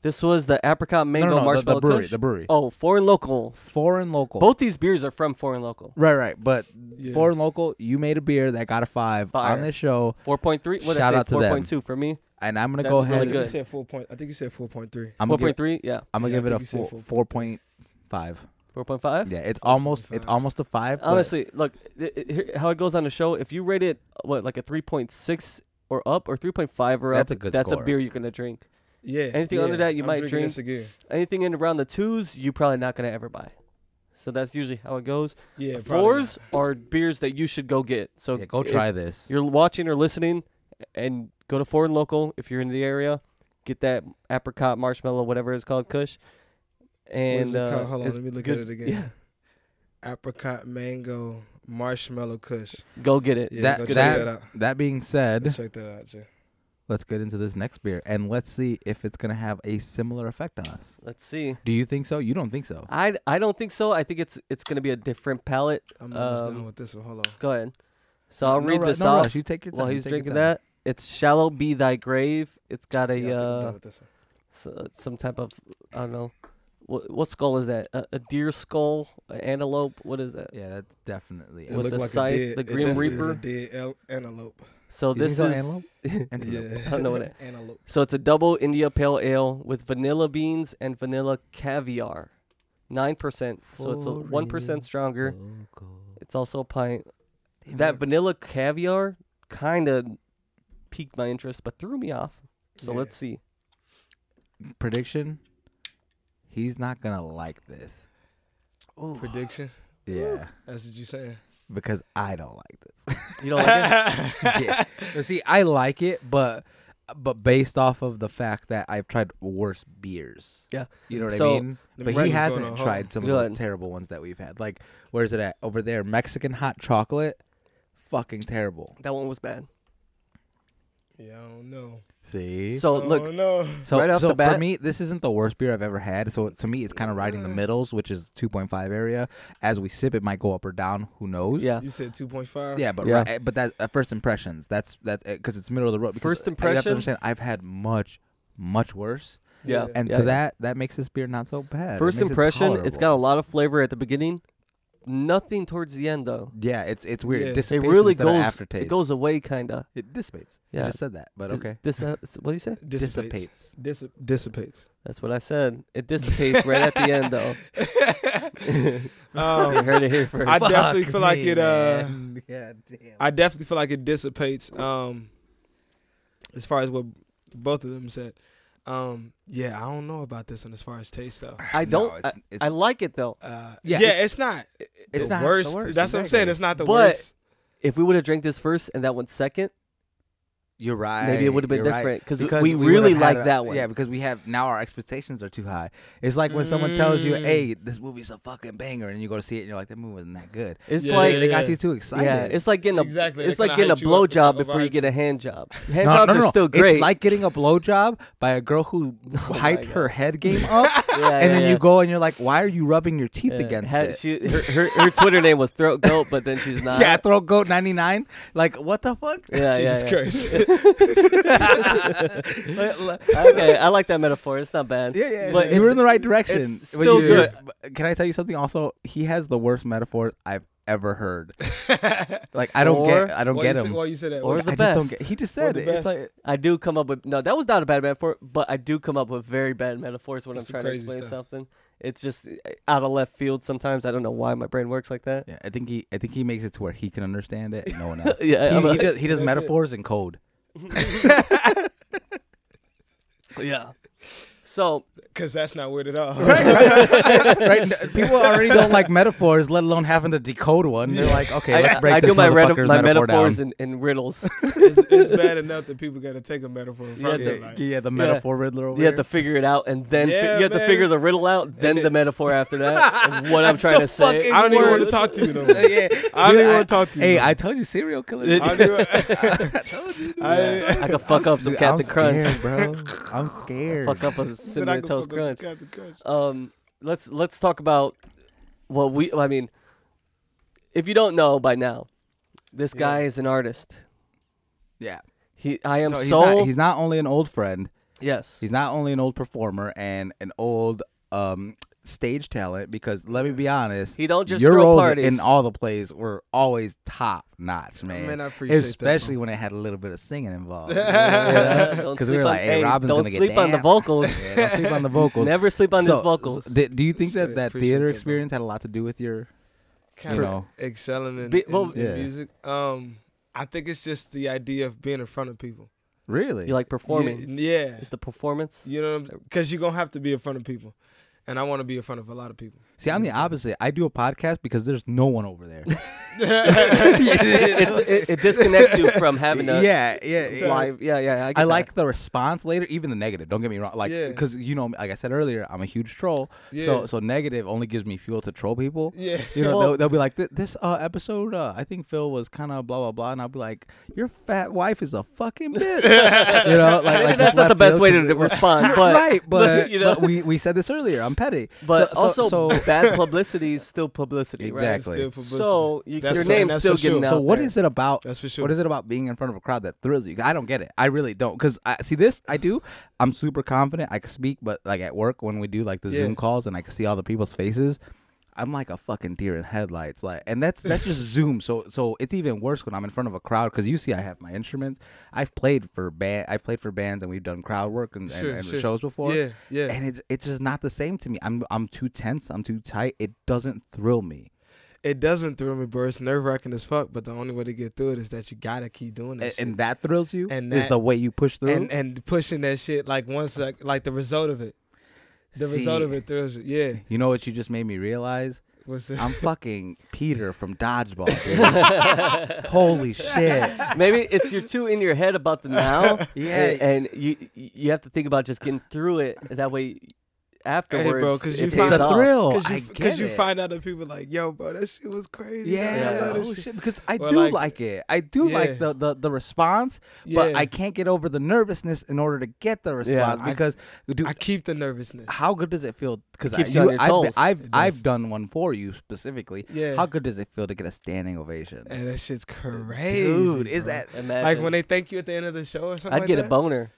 [SPEAKER 2] This was the apricot mango
[SPEAKER 3] no, no, no, the- the,
[SPEAKER 2] marshmallow
[SPEAKER 3] brewery.
[SPEAKER 2] Kush.
[SPEAKER 3] The brewery.
[SPEAKER 2] Oh, foreign local.
[SPEAKER 3] Foreign local.
[SPEAKER 2] Both these beers are from foreign local.
[SPEAKER 3] Right, right. But
[SPEAKER 5] Yeah.
[SPEAKER 3] foreign local, you made a beer that got a five
[SPEAKER 2] Fire.
[SPEAKER 3] on this show,
[SPEAKER 2] Four point three. What
[SPEAKER 3] Shout
[SPEAKER 2] I
[SPEAKER 3] out
[SPEAKER 2] say?
[SPEAKER 3] to them.
[SPEAKER 2] Four point two for me.
[SPEAKER 3] and I'm gonna
[SPEAKER 2] That's
[SPEAKER 3] go
[SPEAKER 2] really
[SPEAKER 3] ahead.
[SPEAKER 2] good. You
[SPEAKER 5] said four point. I think you said four point three.
[SPEAKER 3] I'm
[SPEAKER 2] Four
[SPEAKER 3] gonna give,
[SPEAKER 2] point three. Yeah.
[SPEAKER 3] I'm gonna
[SPEAKER 5] Yeah, I
[SPEAKER 3] give it
[SPEAKER 5] think
[SPEAKER 3] a
[SPEAKER 5] you said
[SPEAKER 3] four, four point five.
[SPEAKER 2] Four point five.
[SPEAKER 3] Yeah, it's almost it's
[SPEAKER 5] 4.5.
[SPEAKER 3] almost a five. but-
[SPEAKER 2] Honestly, look it, it, here- how it goes on the show. If you rate it what like a three point six or up or three point five or up,
[SPEAKER 3] That's a good
[SPEAKER 2] That's
[SPEAKER 3] score.
[SPEAKER 2] a beer you're gonna drink.
[SPEAKER 5] Yeah.
[SPEAKER 2] Anything under that, you might
[SPEAKER 5] drinking
[SPEAKER 2] drink.
[SPEAKER 5] this again.
[SPEAKER 2] Anything in around the twos, you probably not gonna ever buy. So that's usually how it goes.
[SPEAKER 5] Yeah,
[SPEAKER 2] Fours are beers that you should go get. So
[SPEAKER 3] Yeah, go
[SPEAKER 2] if
[SPEAKER 3] try this.
[SPEAKER 2] You're watching or listening, and go to Foreign Local if you're in the area. Get that apricot marshmallow, whatever it's called, Kush. And uh,
[SPEAKER 5] hold on,
[SPEAKER 2] it's
[SPEAKER 5] let me look
[SPEAKER 2] good-
[SPEAKER 5] at it again.
[SPEAKER 2] Yeah,
[SPEAKER 5] Apricot mango marshmallow Kush.
[SPEAKER 2] go get it.
[SPEAKER 5] Yeah,
[SPEAKER 3] That-
[SPEAKER 5] go check
[SPEAKER 3] that-
[SPEAKER 5] that out.
[SPEAKER 3] That being
[SPEAKER 5] Go
[SPEAKER 3] said,
[SPEAKER 5] Check that out, Jay.
[SPEAKER 3] let's get into this next beer and let's see if it's gonna have a similar effect on us.
[SPEAKER 2] Let's see.
[SPEAKER 3] Do you think so? You don't think so?
[SPEAKER 2] I I don't think so. I think it's it's gonna be a different palette.
[SPEAKER 5] I'm almost
[SPEAKER 2] Um,
[SPEAKER 5] done with this one. Hold on.
[SPEAKER 2] Go ahead. So I'll
[SPEAKER 3] No
[SPEAKER 2] read
[SPEAKER 3] ru-
[SPEAKER 2] this
[SPEAKER 3] no
[SPEAKER 2] off
[SPEAKER 3] rush. You take your time.
[SPEAKER 2] while
[SPEAKER 3] you
[SPEAKER 2] he's
[SPEAKER 3] take your
[SPEAKER 2] drinking
[SPEAKER 3] time.
[SPEAKER 2] that. It's "Shallow Be Thy Grave." It's got a
[SPEAKER 5] Yeah, I think I'm
[SPEAKER 2] uh,
[SPEAKER 5] done with this one.
[SPEAKER 2] s- uh, some type of I don't know. What, what skull is that? A, a deer skull? An antelope? What is that?
[SPEAKER 3] Yeah, that's definitely.
[SPEAKER 5] It
[SPEAKER 2] with
[SPEAKER 5] looked
[SPEAKER 2] the
[SPEAKER 5] like a
[SPEAKER 2] scythe,
[SPEAKER 5] dead-
[SPEAKER 2] the
[SPEAKER 5] it
[SPEAKER 2] Grim
[SPEAKER 5] definitely is a
[SPEAKER 2] Reaper.
[SPEAKER 5] dead el- antelope.
[SPEAKER 2] So
[SPEAKER 3] You think
[SPEAKER 2] this
[SPEAKER 3] so,
[SPEAKER 2] is
[SPEAKER 3] antelope? Antelope.
[SPEAKER 5] Yeah.
[SPEAKER 2] I don't know what it-
[SPEAKER 5] antelope.
[SPEAKER 2] so it's a double India Pale Ale with vanilla beans and vanilla caviar, nine percent. So it's a one percent stronger. It's also a pint. that vanilla caviar kind of piqued my interest, but threw me off. So
[SPEAKER 5] Yeah.
[SPEAKER 2] let's see.
[SPEAKER 3] prediction. He's not gonna like this.
[SPEAKER 5] Prediction.
[SPEAKER 3] Yeah,
[SPEAKER 5] That's what you saying.
[SPEAKER 3] because I don't like this.
[SPEAKER 2] You don't like it?
[SPEAKER 3] yeah. But See, I like it, but but based off of the fact that I've tried worse beers.
[SPEAKER 2] Yeah.
[SPEAKER 3] You know what I
[SPEAKER 2] So-
[SPEAKER 3] mean?
[SPEAKER 5] Let
[SPEAKER 3] But
[SPEAKER 5] me see
[SPEAKER 3] he
[SPEAKER 5] what's going on.
[SPEAKER 3] hasn't
[SPEAKER 5] Hold
[SPEAKER 3] tried some of
[SPEAKER 2] Good.
[SPEAKER 3] those terrible ones that we've had. Like, where is it at? Over there, Mexican hot chocolate. Fucking terrible.
[SPEAKER 2] That one was bad.
[SPEAKER 5] on. Yeah, I don't know.
[SPEAKER 3] See?
[SPEAKER 2] So
[SPEAKER 5] I
[SPEAKER 2] look,
[SPEAKER 5] don't know.
[SPEAKER 3] So,
[SPEAKER 2] right off
[SPEAKER 3] so
[SPEAKER 2] the bat-
[SPEAKER 3] for me, this isn't the worst beer I've ever had. So to me, it's kind of riding
[SPEAKER 5] Mm.
[SPEAKER 3] the middles, which is 2.5 area. As we sip, it might go up or down. Who knows?
[SPEAKER 2] yeah.
[SPEAKER 5] You said 2.5.
[SPEAKER 3] Yeah, but
[SPEAKER 2] Yeah.
[SPEAKER 3] ri- but that uh, first impressions. That's that because it's middle of the road. because
[SPEAKER 2] First
[SPEAKER 3] I- You have
[SPEAKER 2] impression?
[SPEAKER 3] to understand. I've had much, much worse,
[SPEAKER 2] Yeah.
[SPEAKER 3] and
[SPEAKER 2] Yeah.
[SPEAKER 3] to that that makes this beer not so bad. It
[SPEAKER 2] First
[SPEAKER 3] makes it
[SPEAKER 2] impression, it has got a
[SPEAKER 3] tolerable.
[SPEAKER 2] lot of flavor at the beginning, nothing towards the end though.
[SPEAKER 3] Yeah, it's it's weird.
[SPEAKER 5] Yeah. It
[SPEAKER 3] It
[SPEAKER 2] It
[SPEAKER 3] dissipates
[SPEAKER 2] really
[SPEAKER 3] instead of
[SPEAKER 2] goes.
[SPEAKER 3] aftertaste.
[SPEAKER 2] It goes away kind of.
[SPEAKER 3] It dissipates.
[SPEAKER 2] Yeah.
[SPEAKER 3] I just said that, but okay.
[SPEAKER 2] Dis- uh, s- what do you say?
[SPEAKER 5] Dissipates.
[SPEAKER 3] Dissipates.
[SPEAKER 5] Dissip- dissipates.
[SPEAKER 2] That's what I said. It dissipates right at the end though. You
[SPEAKER 5] Um,
[SPEAKER 2] heard it here first.
[SPEAKER 5] I definitely feel like it. Uh,
[SPEAKER 3] yeah, damn.
[SPEAKER 5] I definitely feel like it dissipates. Um, as far as what both of them said. Um, yeah, I don't know about this one as far as taste though.
[SPEAKER 2] I don't.
[SPEAKER 3] it's,
[SPEAKER 2] I,
[SPEAKER 3] it's,
[SPEAKER 2] I like it though.
[SPEAKER 5] Uh, yeah,
[SPEAKER 3] Yeah,
[SPEAKER 5] it's,
[SPEAKER 3] it's-
[SPEAKER 5] not.
[SPEAKER 3] it's
[SPEAKER 5] the
[SPEAKER 3] not
[SPEAKER 5] worst.
[SPEAKER 3] The worst.
[SPEAKER 5] That's what I'm saying.
[SPEAKER 3] exactly.
[SPEAKER 5] It's not the
[SPEAKER 2] But-
[SPEAKER 5] worst.
[SPEAKER 2] If we would have drank this first and that one second,
[SPEAKER 3] You're right.
[SPEAKER 2] maybe it would have been
[SPEAKER 3] you're right.
[SPEAKER 2] different cause
[SPEAKER 3] Because
[SPEAKER 2] we,
[SPEAKER 3] would've
[SPEAKER 2] really
[SPEAKER 3] had
[SPEAKER 2] like
[SPEAKER 3] a-
[SPEAKER 2] that one.
[SPEAKER 3] Yeah, because we have now our expectations are too high. It's like when someone tells you,
[SPEAKER 5] Mm.
[SPEAKER 3] "Hey, this movie's a fucking banger," and you go to see it, and you're like, "That movie wasn't that good."
[SPEAKER 2] It's
[SPEAKER 5] Yeah,
[SPEAKER 2] like
[SPEAKER 3] They got
[SPEAKER 5] yeah.
[SPEAKER 3] you too
[SPEAKER 2] yeah,
[SPEAKER 3] excited.
[SPEAKER 2] it's like getting a
[SPEAKER 5] Exactly,
[SPEAKER 2] it's
[SPEAKER 5] they
[SPEAKER 2] like
[SPEAKER 5] kinda
[SPEAKER 2] getting a
[SPEAKER 5] hyped you up,
[SPEAKER 2] blowjob
[SPEAKER 5] they
[SPEAKER 2] before you
[SPEAKER 5] overhyped
[SPEAKER 2] get a hand job. Hand
[SPEAKER 3] no,
[SPEAKER 2] jobs
[SPEAKER 3] no, no,
[SPEAKER 2] are
[SPEAKER 3] no.
[SPEAKER 2] still great. Oh
[SPEAKER 3] It's like getting a blowjob by a girl who
[SPEAKER 2] my
[SPEAKER 3] hyped
[SPEAKER 2] God.
[SPEAKER 3] her head game up, and
[SPEAKER 2] Yeah, yeah,
[SPEAKER 3] then
[SPEAKER 2] yeah.
[SPEAKER 3] you go and you're like, "Why are you rubbing your teeth
[SPEAKER 2] Yeah,
[SPEAKER 3] against
[SPEAKER 2] had-
[SPEAKER 3] it?"
[SPEAKER 2] She, her, her, her Twitter name was Throat Goat, but then she's not.
[SPEAKER 3] yeah, throat goat ninety nine. Like, what the fuck?
[SPEAKER 2] yeah,
[SPEAKER 5] Jesus
[SPEAKER 2] yeah, yeah.
[SPEAKER 5] Christ.
[SPEAKER 2] okay, I like that metaphor. It's not bad.
[SPEAKER 3] Yeah, yeah,
[SPEAKER 2] But
[SPEAKER 3] you
[SPEAKER 2] it's-
[SPEAKER 3] were in the right direction.
[SPEAKER 2] it's
[SPEAKER 3] But
[SPEAKER 2] still
[SPEAKER 3] you-
[SPEAKER 2] good.
[SPEAKER 3] but Can I tell you something? Also, he has the worst metaphor I've ever heard. like I don't
[SPEAKER 2] Or-
[SPEAKER 3] get, I don't
[SPEAKER 5] Why
[SPEAKER 3] get
[SPEAKER 5] you say-
[SPEAKER 3] him.
[SPEAKER 5] why you say that?
[SPEAKER 2] Or
[SPEAKER 5] Why-
[SPEAKER 2] the
[SPEAKER 3] I just
[SPEAKER 2] best.
[SPEAKER 3] don't get. He just
[SPEAKER 5] Or
[SPEAKER 3] said
[SPEAKER 5] the
[SPEAKER 3] it. It's
[SPEAKER 5] best.
[SPEAKER 3] like
[SPEAKER 2] I do come up with no, that was not a bad metaphor, but I do come up with very bad metaphors when
[SPEAKER 5] That's
[SPEAKER 2] I'm
[SPEAKER 5] some
[SPEAKER 2] trying to
[SPEAKER 5] crazy
[SPEAKER 2] explain
[SPEAKER 5] stuff.
[SPEAKER 2] something. It's just uh, out of left field sometimes. I don't know why my brain works like that.
[SPEAKER 3] Yeah, I think he, I think he makes it to where he can understand it. and No one else.
[SPEAKER 2] Yeah, I'm
[SPEAKER 3] he,
[SPEAKER 2] a-
[SPEAKER 3] he does, he does
[SPEAKER 5] That's it.
[SPEAKER 3] metaphors in code.
[SPEAKER 2] yeah. So
[SPEAKER 5] Cause that's not weird at all.
[SPEAKER 3] Right, right, right. N- People already don't like metaphors, let alone having to decode one. They're like, okay, let's
[SPEAKER 2] I,
[SPEAKER 3] break
[SPEAKER 2] I
[SPEAKER 3] this
[SPEAKER 2] do my,
[SPEAKER 3] motherfucker's
[SPEAKER 2] my
[SPEAKER 3] metaphor
[SPEAKER 2] metaphors
[SPEAKER 3] down.
[SPEAKER 2] and, and riddles.
[SPEAKER 5] It's, it's bad enough that people gotta take a metaphor from
[SPEAKER 2] Yeah,
[SPEAKER 5] yeah,
[SPEAKER 2] the-
[SPEAKER 5] like,
[SPEAKER 3] yeah, yeah, the metaphor riddler over
[SPEAKER 2] you have
[SPEAKER 3] here.
[SPEAKER 2] to figure it out, and then fi-
[SPEAKER 5] Yeah,
[SPEAKER 2] you have to
[SPEAKER 5] man.
[SPEAKER 2] figure the riddle out, then the metaphor after that, and what I'm
[SPEAKER 3] That's
[SPEAKER 2] trying
[SPEAKER 3] so
[SPEAKER 2] to say.
[SPEAKER 3] fucking
[SPEAKER 5] I don't even want to
[SPEAKER 3] words.
[SPEAKER 5] talk to you no
[SPEAKER 3] Uh,
[SPEAKER 5] more.
[SPEAKER 3] yeah.
[SPEAKER 5] I don't
[SPEAKER 3] Dude,
[SPEAKER 5] even want to talk to
[SPEAKER 2] Mm-hmm.
[SPEAKER 5] you.
[SPEAKER 3] Hey,
[SPEAKER 5] no
[SPEAKER 3] I told you serial killer.
[SPEAKER 5] more. I do
[SPEAKER 3] I told you. dude.
[SPEAKER 5] I-
[SPEAKER 2] I could fuck up some
[SPEAKER 3] Dude, I'm
[SPEAKER 2] Captain Crunch.
[SPEAKER 3] scared, bro. I'm scared.
[SPEAKER 2] Fuck up a
[SPEAKER 5] Said I
[SPEAKER 2] cinnamon
[SPEAKER 5] could
[SPEAKER 2] toast
[SPEAKER 5] fuck up some
[SPEAKER 2] crunch.
[SPEAKER 5] Captain Crunch.
[SPEAKER 2] Um, let's let's talk about what we. I mean, if you don't know by now, this
[SPEAKER 5] Yeah.
[SPEAKER 2] guy is an artist.
[SPEAKER 3] Yeah.
[SPEAKER 2] He, I am
[SPEAKER 3] So
[SPEAKER 2] so,
[SPEAKER 3] he's not, he's not only an old friend.
[SPEAKER 2] yes.
[SPEAKER 3] He's not only an old performer and an old um, stage talent because let me be honest,
[SPEAKER 2] He don't just
[SPEAKER 3] your
[SPEAKER 2] throw
[SPEAKER 3] roles
[SPEAKER 2] parties.
[SPEAKER 3] in all the plays were always top notch, man.
[SPEAKER 5] Man, I appreciate
[SPEAKER 3] Especially when it had a little bit of singing involved.
[SPEAKER 2] Yeah, don't
[SPEAKER 3] Because we
[SPEAKER 2] sleep
[SPEAKER 3] were
[SPEAKER 2] on-
[SPEAKER 3] like, hey, Robin's
[SPEAKER 2] don't
[SPEAKER 3] gonna get
[SPEAKER 2] sleep on the
[SPEAKER 3] down.
[SPEAKER 2] vocals.
[SPEAKER 3] Yeah, don't sleep on the vocals.
[SPEAKER 2] Never sleep on
[SPEAKER 3] So,
[SPEAKER 2] his vocals.
[SPEAKER 3] so did- do you think
[SPEAKER 5] Shit,
[SPEAKER 3] that that
[SPEAKER 5] appreciate
[SPEAKER 3] theater
[SPEAKER 5] that, bro.
[SPEAKER 3] experience had a lot to do with your,
[SPEAKER 5] Kind
[SPEAKER 3] you
[SPEAKER 5] of
[SPEAKER 3] know?
[SPEAKER 5] excelling in,
[SPEAKER 2] Be-
[SPEAKER 5] in-
[SPEAKER 2] well-
[SPEAKER 5] in
[SPEAKER 3] Yeah.
[SPEAKER 5] music. Um, I think it's just the idea of being in front of people.
[SPEAKER 3] Really?
[SPEAKER 2] you like performing?
[SPEAKER 5] Yeah, yeah.
[SPEAKER 2] It's the performance.
[SPEAKER 5] you know, because you're gonna have to be in front of people, and I want to be in front of a lot of people.
[SPEAKER 3] See, I'm the opposite. I do a podcast because there's no one over there.
[SPEAKER 2] it's, it, it disconnects you from having to
[SPEAKER 3] yeah, yeah, yeah.
[SPEAKER 2] live. Yeah, yeah. I, get
[SPEAKER 3] I
[SPEAKER 2] that.
[SPEAKER 3] like the response later, even the negative. Don't get me wrong, like
[SPEAKER 1] Yeah.
[SPEAKER 3] because you know, like I said earlier, I'm a huge troll.
[SPEAKER 1] Yeah.
[SPEAKER 3] So so negative only gives me fuel to troll people.
[SPEAKER 1] Yeah.
[SPEAKER 3] You know,
[SPEAKER 2] Well-
[SPEAKER 3] they'll, they'll be like, "Th- this uh, episode, uh, I think Phil was kind of blah blah blah, and I'll be like, your fat wife is a fucking bitch. you know, like,
[SPEAKER 2] Maybe
[SPEAKER 3] like
[SPEAKER 2] that's
[SPEAKER 3] just
[SPEAKER 2] not the
[SPEAKER 3] left
[SPEAKER 2] best
[SPEAKER 3] field
[SPEAKER 2] way
[SPEAKER 3] 'cause
[SPEAKER 2] to
[SPEAKER 3] it was-
[SPEAKER 2] respond, but
[SPEAKER 3] right, but,
[SPEAKER 2] you know,
[SPEAKER 3] but we, we said this earlier. I'm petty,
[SPEAKER 2] but
[SPEAKER 3] So- so-
[SPEAKER 2] also
[SPEAKER 3] so-
[SPEAKER 2] bad publicity is still publicity, right?
[SPEAKER 3] Exactly.
[SPEAKER 5] Still publicity.
[SPEAKER 2] So you,
[SPEAKER 5] That's
[SPEAKER 2] your
[SPEAKER 5] so-
[SPEAKER 2] name's
[SPEAKER 5] that's
[SPEAKER 2] still
[SPEAKER 5] so
[SPEAKER 2] getting
[SPEAKER 5] true.
[SPEAKER 2] out.
[SPEAKER 3] So what
[SPEAKER 2] there.
[SPEAKER 3] is it about?
[SPEAKER 5] That's for sure.
[SPEAKER 3] What is it about being in front of a crowd that thrills you? I don't get it. I really don't. Cause I see this. I do. I'm super confident. I can speak, but like at work when we do like the
[SPEAKER 5] Yeah.
[SPEAKER 3] Zoom calls and I can see all the people's faces. I'm like a fucking deer in headlights, like, and that's that's just Zoom. So so it's even worse when I'm in front of a crowd because you see I have my instruments. I've played for band. I've played for bands and we've done crowd work and, and-
[SPEAKER 5] Sure,
[SPEAKER 3] and
[SPEAKER 5] sure.
[SPEAKER 3] shows before.
[SPEAKER 5] Yeah, yeah.
[SPEAKER 3] And it's it's just not the same to me. I'm I'm too tense. I'm too tight. It doesn't thrill me.
[SPEAKER 5] It doesn't thrill me, bro. It's nerve wracking as fuck. But the only way to get through it is that you gotta keep doing that.
[SPEAKER 3] and,
[SPEAKER 5] shit.
[SPEAKER 3] and that thrills you
[SPEAKER 5] And
[SPEAKER 3] is
[SPEAKER 5] that-
[SPEAKER 3] the way you push through
[SPEAKER 5] and and pushing that shit like once like, like the result of it. The result
[SPEAKER 3] See,
[SPEAKER 5] of it thrills you. Yeah.
[SPEAKER 3] you know what you just made me realize
[SPEAKER 5] What's
[SPEAKER 3] i'm fucking peter from dodgeball dude. holy shit
[SPEAKER 2] Maybe it's you're too in your head about the now.
[SPEAKER 3] Yeah.
[SPEAKER 2] and, and you you have to think about just getting through it. That way, afterwards,
[SPEAKER 5] bro, 'cause
[SPEAKER 2] it
[SPEAKER 5] you
[SPEAKER 3] it's
[SPEAKER 5] find-
[SPEAKER 2] pays
[SPEAKER 3] the
[SPEAKER 2] off.
[SPEAKER 3] thrill
[SPEAKER 5] Because
[SPEAKER 3] Oh, i
[SPEAKER 5] you,
[SPEAKER 3] get
[SPEAKER 5] you
[SPEAKER 3] it.
[SPEAKER 5] find out that people like, yo, bro, that shit was crazy. dog.
[SPEAKER 3] yeah,
[SPEAKER 5] I love
[SPEAKER 2] Yeah.
[SPEAKER 5] that
[SPEAKER 3] oh,
[SPEAKER 5] shit.
[SPEAKER 3] shit, because I
[SPEAKER 5] Or
[SPEAKER 3] do
[SPEAKER 5] like-
[SPEAKER 3] like, it. I do
[SPEAKER 5] Yeah.
[SPEAKER 3] like the, the, the response, but
[SPEAKER 5] Yeah.
[SPEAKER 3] I can't get over the nervousness in order to get the response
[SPEAKER 5] I-
[SPEAKER 3] because, dude,
[SPEAKER 5] I keep the nervousness.
[SPEAKER 3] how good does it feel? Because
[SPEAKER 2] keeps you on your
[SPEAKER 3] I've,
[SPEAKER 2] toes.
[SPEAKER 3] I've,
[SPEAKER 5] It does.
[SPEAKER 3] I've done one for you specifically.
[SPEAKER 5] Yeah.
[SPEAKER 3] How good does it feel to get a standing ovation?
[SPEAKER 5] And that shit's crazy.
[SPEAKER 3] Dude, is
[SPEAKER 5] bro.
[SPEAKER 3] that
[SPEAKER 2] Imagine.
[SPEAKER 5] like when they thank you at the end of the show or something?
[SPEAKER 2] I'd
[SPEAKER 5] like
[SPEAKER 2] get
[SPEAKER 5] that?
[SPEAKER 2] a boner.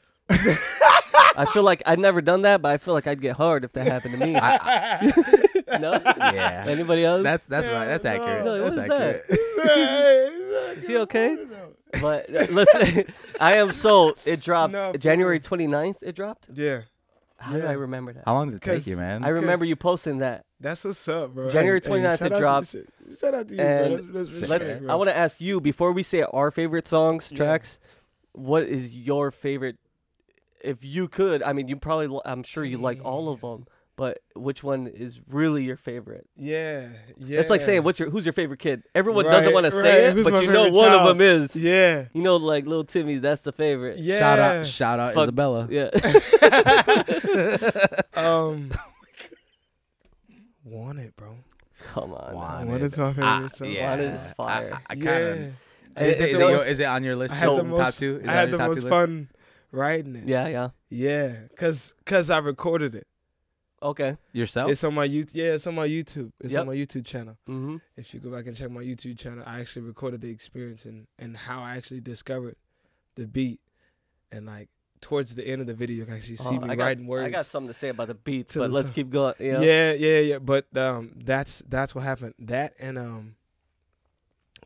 [SPEAKER 2] I feel like I've never done that, but I feel like I'd get hard if that happened to me. no,
[SPEAKER 3] yeah.
[SPEAKER 2] anybody else?
[SPEAKER 3] That's that's right. That's accurate.
[SPEAKER 2] You're like,
[SPEAKER 3] that's
[SPEAKER 2] "What is
[SPEAKER 3] accurate.
[SPEAKER 2] Is he okay? But uh, let's. I am sold. It dropped
[SPEAKER 5] No, for
[SPEAKER 2] January 29th. It dropped.
[SPEAKER 5] Yeah.
[SPEAKER 2] How do I remember that?
[SPEAKER 3] How long did it take
[SPEAKER 5] Because
[SPEAKER 3] you, man?
[SPEAKER 2] I remember you posting that.
[SPEAKER 5] That's what's up, bro.
[SPEAKER 2] January 29th it
[SPEAKER 5] shout out to
[SPEAKER 2] dropped.
[SPEAKER 5] the shit. Shout out to you,
[SPEAKER 2] And
[SPEAKER 5] bro. That's, that's
[SPEAKER 3] Sick.
[SPEAKER 2] Let's.
[SPEAKER 5] respect,
[SPEAKER 2] I
[SPEAKER 5] bro.
[SPEAKER 2] want to ask you before we say our favorite songs,
[SPEAKER 5] Yeah.
[SPEAKER 2] tracks. What is your favorite? If you could, I mean, you probably. li- I'm sure you like all of them, but which one is really your favorite?
[SPEAKER 5] Yeah. Yeah.
[SPEAKER 2] It's like saying, "What's your? Who's your favorite kid?" Everyone
[SPEAKER 5] Right,
[SPEAKER 2] doesn't want to
[SPEAKER 5] right.
[SPEAKER 2] say it,
[SPEAKER 5] Who's my
[SPEAKER 2] but you know
[SPEAKER 5] favorite
[SPEAKER 2] one of
[SPEAKER 5] child?
[SPEAKER 2] them is.
[SPEAKER 5] Yeah.
[SPEAKER 2] You know, like little Timmy, that's the favorite.
[SPEAKER 5] Yeah.
[SPEAKER 3] Shout out, shout out,
[SPEAKER 2] Fuck.
[SPEAKER 3] Isabella.
[SPEAKER 2] Yeah. Oh
[SPEAKER 5] Um. Want it, bro.
[SPEAKER 2] Come on. now.
[SPEAKER 3] Wanted.
[SPEAKER 5] Wanted is my favorite
[SPEAKER 3] Ah,
[SPEAKER 5] song.
[SPEAKER 3] yeah.
[SPEAKER 2] Wanted is fire.
[SPEAKER 3] I, I
[SPEAKER 5] yeah.
[SPEAKER 3] kinda,
[SPEAKER 5] I
[SPEAKER 3] is,
[SPEAKER 5] had
[SPEAKER 3] is
[SPEAKER 5] the
[SPEAKER 3] it your,
[SPEAKER 5] most-
[SPEAKER 3] is it on your list?
[SPEAKER 5] I had
[SPEAKER 3] so
[SPEAKER 5] the most.
[SPEAKER 3] top two. Is it on
[SPEAKER 5] I had the
[SPEAKER 3] your top
[SPEAKER 5] most
[SPEAKER 3] two list?
[SPEAKER 5] fun writing it.
[SPEAKER 2] Yeah, yeah.
[SPEAKER 5] Yeah. Cause, cause I recorded it.
[SPEAKER 2] Okay.
[SPEAKER 3] yourself.
[SPEAKER 5] It's on my YouTube. Yeah, it's on my YouTube. It's
[SPEAKER 2] Oh. Yep.
[SPEAKER 5] on my YouTube channel.
[SPEAKER 2] Mm-hmm.
[SPEAKER 5] If you go back and check my YouTube channel, I actually recorded the experience and and how I actually discovered the beat, and like towards the end of the video, you can actually see me
[SPEAKER 2] Oh, I got,
[SPEAKER 5] writing words.
[SPEAKER 2] I got something to say about the beats,
[SPEAKER 5] to
[SPEAKER 2] but
[SPEAKER 5] the
[SPEAKER 2] let's
[SPEAKER 5] song.
[SPEAKER 2] keep going. Yeah.
[SPEAKER 5] yeah. yeah, yeah, But um, that's that's what happened. That and um,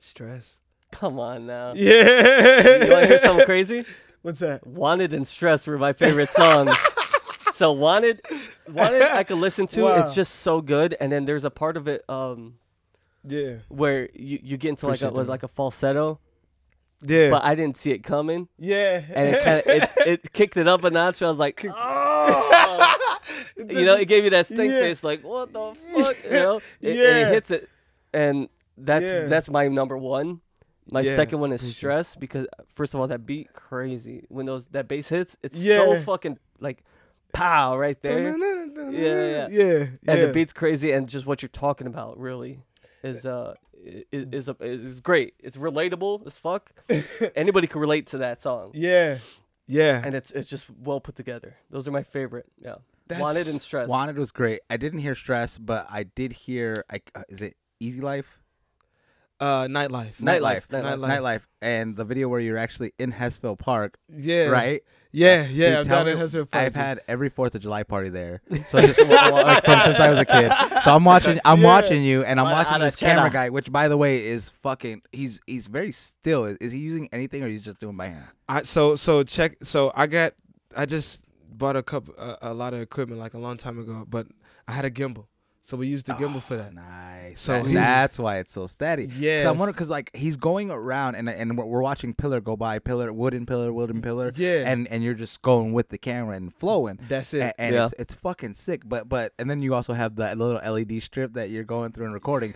[SPEAKER 5] stress.
[SPEAKER 2] Come on now.
[SPEAKER 5] Yeah.
[SPEAKER 2] You want to hear something crazy?
[SPEAKER 5] What's that?
[SPEAKER 2] Wanted and Stress were my favorite songs. so Wanted, Wanted, I could listen to.
[SPEAKER 5] Wow.
[SPEAKER 2] It's just so good. And then there's a part of it um
[SPEAKER 5] Yeah.
[SPEAKER 2] where you, you get into like a
[SPEAKER 5] Appreciate
[SPEAKER 2] was
[SPEAKER 5] that.
[SPEAKER 2] like a falsetto,
[SPEAKER 5] Yeah.
[SPEAKER 2] but I didn't see it coming,
[SPEAKER 5] yeah.
[SPEAKER 2] and it kind of it, it kicked it up a notch. I was like,
[SPEAKER 5] Oh.
[SPEAKER 2] you know, it gave you that stink
[SPEAKER 5] Yeah.
[SPEAKER 2] face, like what the fuck, you know? It, and it
[SPEAKER 5] Yeah.
[SPEAKER 2] hits it, and that's
[SPEAKER 5] Yeah.
[SPEAKER 2] that's my number one. My
[SPEAKER 5] Yeah,
[SPEAKER 2] second one is
[SPEAKER 5] appreciate it.
[SPEAKER 2] stress because first of all, that beat crazy when those that bass hits, it's so
[SPEAKER 5] Yeah.
[SPEAKER 2] fucking like pow right there,
[SPEAKER 5] Yeah. Yeah.
[SPEAKER 2] yeah.
[SPEAKER 5] Yeah.
[SPEAKER 2] and the beat's crazy, and just what you're talking about really is uh i- i- is a, is great. It's relatable as fuck. Anybody can relate to that song,
[SPEAKER 5] Yeah. Yeah.
[SPEAKER 2] and it's it's just well put together. Those are my favorite. Yeah,
[SPEAKER 5] That's-
[SPEAKER 2] wanted and stress.
[SPEAKER 3] Wanted was great. I didn't hear stress, but I did hear. I, uh, is it Easy Life?
[SPEAKER 5] uh, nightlife.
[SPEAKER 2] Nightlife,
[SPEAKER 3] Nightlife.
[SPEAKER 5] nightlife.
[SPEAKER 3] And the video where you're actually in Hesville Park,
[SPEAKER 5] Yeah.
[SPEAKER 3] right?
[SPEAKER 5] Yeah. Yeah.
[SPEAKER 3] Dude,
[SPEAKER 5] I've
[SPEAKER 3] tell
[SPEAKER 5] done
[SPEAKER 3] me-
[SPEAKER 5] it. Has her
[SPEAKER 3] I've
[SPEAKER 5] party.
[SPEAKER 3] had every Fourth of July party there, so just like, from since I was a kid. So I'm watching, I'm
[SPEAKER 5] Yeah.
[SPEAKER 3] watching you, and I'm
[SPEAKER 2] Why
[SPEAKER 3] watching
[SPEAKER 2] not
[SPEAKER 3] this
[SPEAKER 2] Arachera?
[SPEAKER 3] camera guy, which by the way is fucking. He's he's very still. Is, is he using anything or he's just doing by hand?
[SPEAKER 5] I so so check so I got I just bought a couple a, a lot of equipment like a long time ago, but I had a gimbal. So we
[SPEAKER 3] Ah,
[SPEAKER 5] used the gimbal for that.
[SPEAKER 3] Nice.
[SPEAKER 5] So
[SPEAKER 3] So
[SPEAKER 5] he's-
[SPEAKER 3] that's why it's so steady.
[SPEAKER 5] Yes.
[SPEAKER 3] So I'm wondering because like he's going around and and we're, we're watching pillar go by, pillar, wooden pillar, wooden pillar.
[SPEAKER 5] Yeah.
[SPEAKER 3] And and you're just going with the camera and flowing.
[SPEAKER 5] That's it.
[SPEAKER 3] A- And,
[SPEAKER 2] Yeah.
[SPEAKER 3] it's, it's fucking sick. But but and then you also have that little LED strip that you're going through and recording.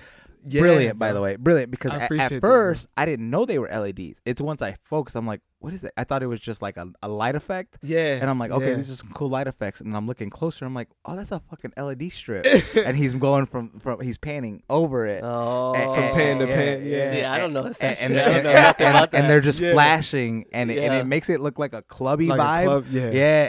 [SPEAKER 5] Yeah,
[SPEAKER 3] Brilliant, by
[SPEAKER 5] bro.
[SPEAKER 3] the way. Brilliant because
[SPEAKER 5] I
[SPEAKER 3] at,
[SPEAKER 5] appreciate
[SPEAKER 3] at
[SPEAKER 5] that, bro.
[SPEAKER 3] first I didn't know they were LEDs. It's once I focused, I'm like, what is it? I thought it was just like a, a light effect.
[SPEAKER 5] Yeah.
[SPEAKER 3] And I'm like, okay,
[SPEAKER 5] yeah.
[SPEAKER 3] these are some cool light effects. And I'm looking closer. I'm like, oh, that's a fucking LED strip. and he's going from from he's panning over it.
[SPEAKER 2] Oh.
[SPEAKER 3] A-
[SPEAKER 5] From
[SPEAKER 3] a-
[SPEAKER 5] pan to
[SPEAKER 3] yeah,
[SPEAKER 5] pan, yeah.
[SPEAKER 2] See, I don't know that
[SPEAKER 3] And,
[SPEAKER 2] shit.
[SPEAKER 3] and,
[SPEAKER 2] I don't know
[SPEAKER 3] and-
[SPEAKER 2] nothing about
[SPEAKER 3] and
[SPEAKER 2] that.
[SPEAKER 3] they're just
[SPEAKER 5] Yeah.
[SPEAKER 3] flashing, and it, and
[SPEAKER 2] Yeah.
[SPEAKER 3] it makes it look like a clubby
[SPEAKER 5] Like a
[SPEAKER 3] vibe.
[SPEAKER 5] club, yeah.